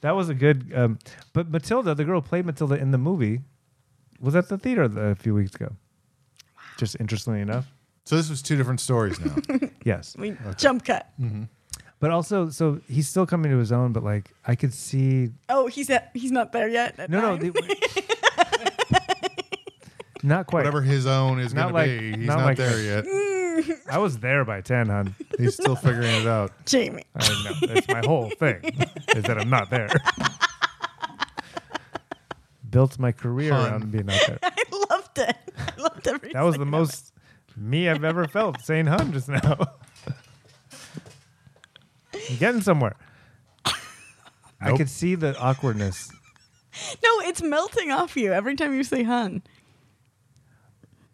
Speaker 1: That was a good. Um, but Matilda, the girl who played Matilda in the movie, was at the theater the, a few weeks ago. Just interestingly enough,
Speaker 2: So this was two different stories now.
Speaker 1: yes.
Speaker 3: We jump cut.
Speaker 1: Mm. But also, so he's still coming to his own. But like, I could see
Speaker 3: Oh, he's at, he's not there yet. at
Speaker 1: no, no,
Speaker 3: nine.
Speaker 1: the- not quite.
Speaker 2: Whatever his own is
Speaker 1: Not
Speaker 2: going
Speaker 1: like-
Speaker 2: to be, he's
Speaker 1: not
Speaker 2: not,
Speaker 1: like-
Speaker 2: there yet.
Speaker 1: I was there by ten, hun.
Speaker 2: He's still figuring it out.
Speaker 3: Jamie.
Speaker 1: I know. That's my whole thing is that I'm not there. Built my career
Speaker 2: Hun.
Speaker 1: around being not there.
Speaker 3: I loved it. I loved every
Speaker 1: That was the
Speaker 3: second of
Speaker 1: most me I've ever felt saying hun just now. I'm getting somewhere. I
Speaker 2: Nope.
Speaker 1: could see the awkwardness.
Speaker 3: it. No, it's melting off you every time you say hun.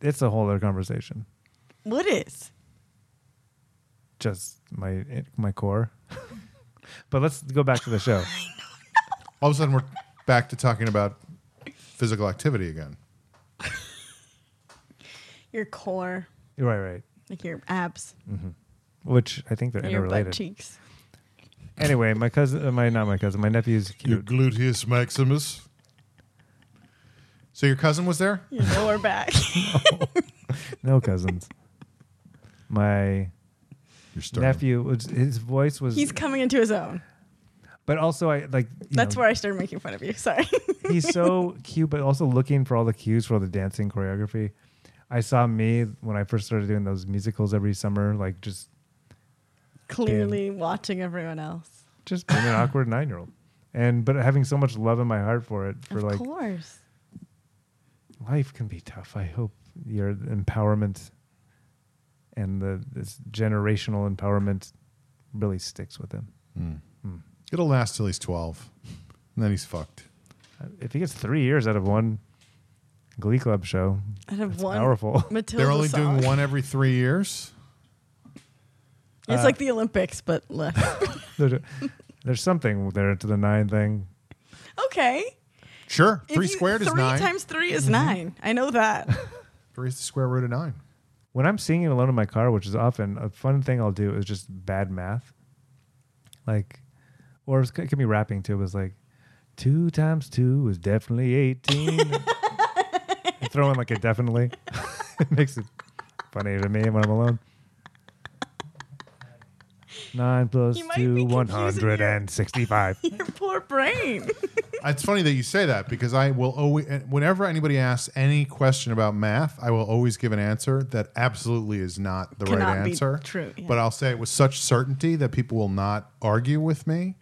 Speaker 1: It's a whole other conversation.
Speaker 3: What is?
Speaker 1: Just my my core. but let's go back to the show.
Speaker 2: All of a sudden, we're back to talking about physical activity again.
Speaker 3: Your core,
Speaker 1: Right, right.
Speaker 3: like your abs,
Speaker 1: Which I think they're
Speaker 3: and your butt
Speaker 1: interrelated.
Speaker 3: cheeks.
Speaker 1: Anyway, my cousin, uh, my not my cousin, my nephew's
Speaker 2: Your
Speaker 1: cute.
Speaker 2: gluteus maximus. So your cousin was there?
Speaker 3: Your lower back.
Speaker 1: No cousins. My
Speaker 2: Your sternum.
Speaker 1: nephew, was, his voice was,
Speaker 3: He's coming into his own.
Speaker 1: but also I like. you
Speaker 3: That's
Speaker 1: know,
Speaker 3: where I started making fun of you. Sorry.
Speaker 1: he's so cute, but also looking for all the cues for all the dancing choreography. I saw me when I first started doing those musicals every summer, like just
Speaker 3: Clearly watching everyone else.
Speaker 1: just being an awkward nine year old, and but having so much love in my heart for it. For
Speaker 3: of
Speaker 1: like
Speaker 3: course.
Speaker 1: life can be tough. I hope your empowerment and the this generational empowerment really sticks with him.
Speaker 2: It'll last till he's 12. And then he's fucked.
Speaker 1: Uh, If he gets three years out of one Glee Club show,
Speaker 3: Out of
Speaker 1: it's
Speaker 3: one
Speaker 1: powerful.
Speaker 3: Matilda
Speaker 2: They're only
Speaker 3: song.
Speaker 2: doing one every three years. uh,
Speaker 3: It's like the Olympics, but less.
Speaker 1: There's- There's something there to the nine thing.
Speaker 3: okay.
Speaker 2: Sure.
Speaker 3: If
Speaker 2: three
Speaker 3: you-
Speaker 2: squared is
Speaker 3: three
Speaker 2: nine.
Speaker 3: times three is nine. I know that.
Speaker 2: three is the square root of nine.
Speaker 1: when I'm singing alone in my car, which is often a fun thing I'll do, is just bad math. Like, or it's- it can be rapping too. It was like, two times two is definitely 18. And throw in like a definitely. it makes it funny to me when I'm alone. Nine plus
Speaker 3: You might be
Speaker 1: two,
Speaker 3: confusing your-
Speaker 1: 165.
Speaker 3: Your poor brain.
Speaker 2: It's funny that you say that because I will always, whenever anybody asks any question about math, I will always give an answer that absolutely is not the
Speaker 3: Cannot
Speaker 2: right
Speaker 3: be
Speaker 2: answer.
Speaker 3: true, yeah.
Speaker 2: But I'll say it with such certainty that people will not argue with me.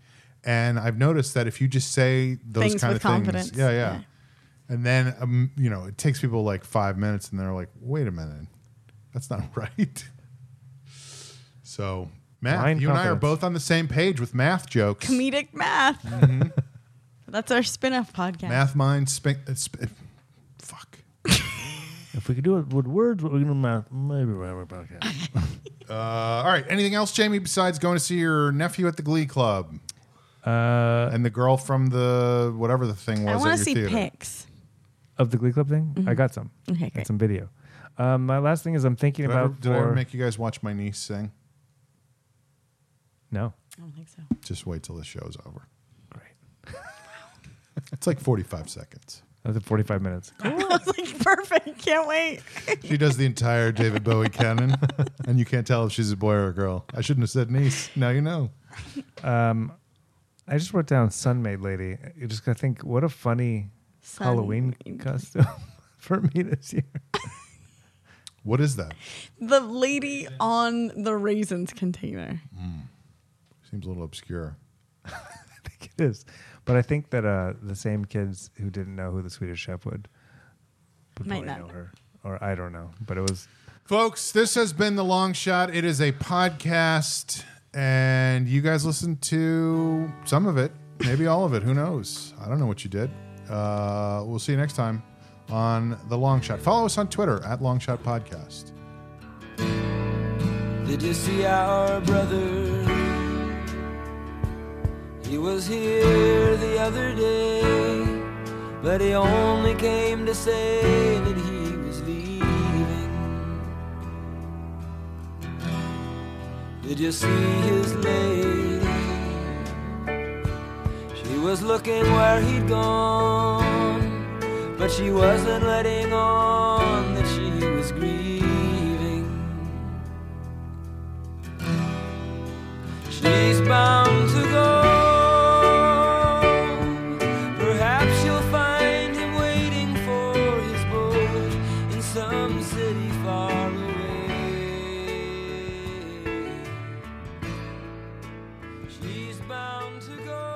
Speaker 2: And I've noticed that if you just say those
Speaker 3: Things
Speaker 2: kind
Speaker 3: with
Speaker 2: of
Speaker 3: confidence,
Speaker 2: things, yeah, yeah,
Speaker 3: yeah.
Speaker 2: and then um, you know it takes people like five minutes, and they're like, "Wait a minute, that's not right." So math,
Speaker 1: Blind
Speaker 2: you and I are
Speaker 1: confidence.
Speaker 2: both on the same page with math jokes.
Speaker 3: Comedic math. That's our spin off podcast.
Speaker 2: Mm-hmm. Math mind, sp- uh, sp- fuck.
Speaker 1: If we could do it with words, what we can do with math, maybe we'll have a podcast.
Speaker 2: Uh, all right. Anything else, Jamie, besides going to see your nephew at the Glee Club
Speaker 1: Uh,
Speaker 2: and the girl from the whatever the thing was?
Speaker 3: I
Speaker 2: at
Speaker 3: want
Speaker 2: your
Speaker 3: to see
Speaker 2: theater?
Speaker 3: pics.
Speaker 1: of the Glee Club thing, I got some.
Speaker 3: Mm-hmm. Okay,
Speaker 1: Got
Speaker 3: great.
Speaker 1: some video. Um, my last thing is I'm thinking
Speaker 2: Did, I
Speaker 1: about.
Speaker 2: ever, did I ever
Speaker 1: for-
Speaker 2: make you guys watch my niece sing?
Speaker 1: No.
Speaker 3: I don't think so.
Speaker 2: Just wait till the show's over.
Speaker 1: Great.
Speaker 2: It's like 45 seconds.
Speaker 1: That's 45 minutes.
Speaker 3: I was like, perfect. Can't wait.
Speaker 2: She does the entire David Bowie canon, and you can't tell if she's a boy or a girl. I shouldn't have said niece. Now you know.
Speaker 1: I just wrote down Sun Maid Lady. I just gotta think, what a funny
Speaker 3: Sun
Speaker 1: Halloween
Speaker 3: Maid.
Speaker 1: costume for me this year.
Speaker 2: What is that?
Speaker 3: The lady on the raisins container.
Speaker 2: Seems a little obscure.
Speaker 1: I think it is. But I think that uh, the same kids who didn't know who the Swedish chef would would
Speaker 3: Might
Speaker 1: probably
Speaker 3: not
Speaker 1: know
Speaker 3: know.
Speaker 1: her. Or I don't know. But it was
Speaker 2: Folks, this has been The Long Shot. It is a podcast, and you guys listened to some of it, maybe all of it. Who knows? I don't know what you did. Uh, we'll see you next time on The Long Shot. Follow us on Twitter at Long Shot Podcast.
Speaker 6: Did you see our brother? He was here the other day, but he only came to say that he was leaving. Did you see his lady? She was looking where he'd gone, but she wasn't letting on that she was grieving. She's bound to go. Perhaps you'll find him waiting for his boat in some city far away. She's bound to go.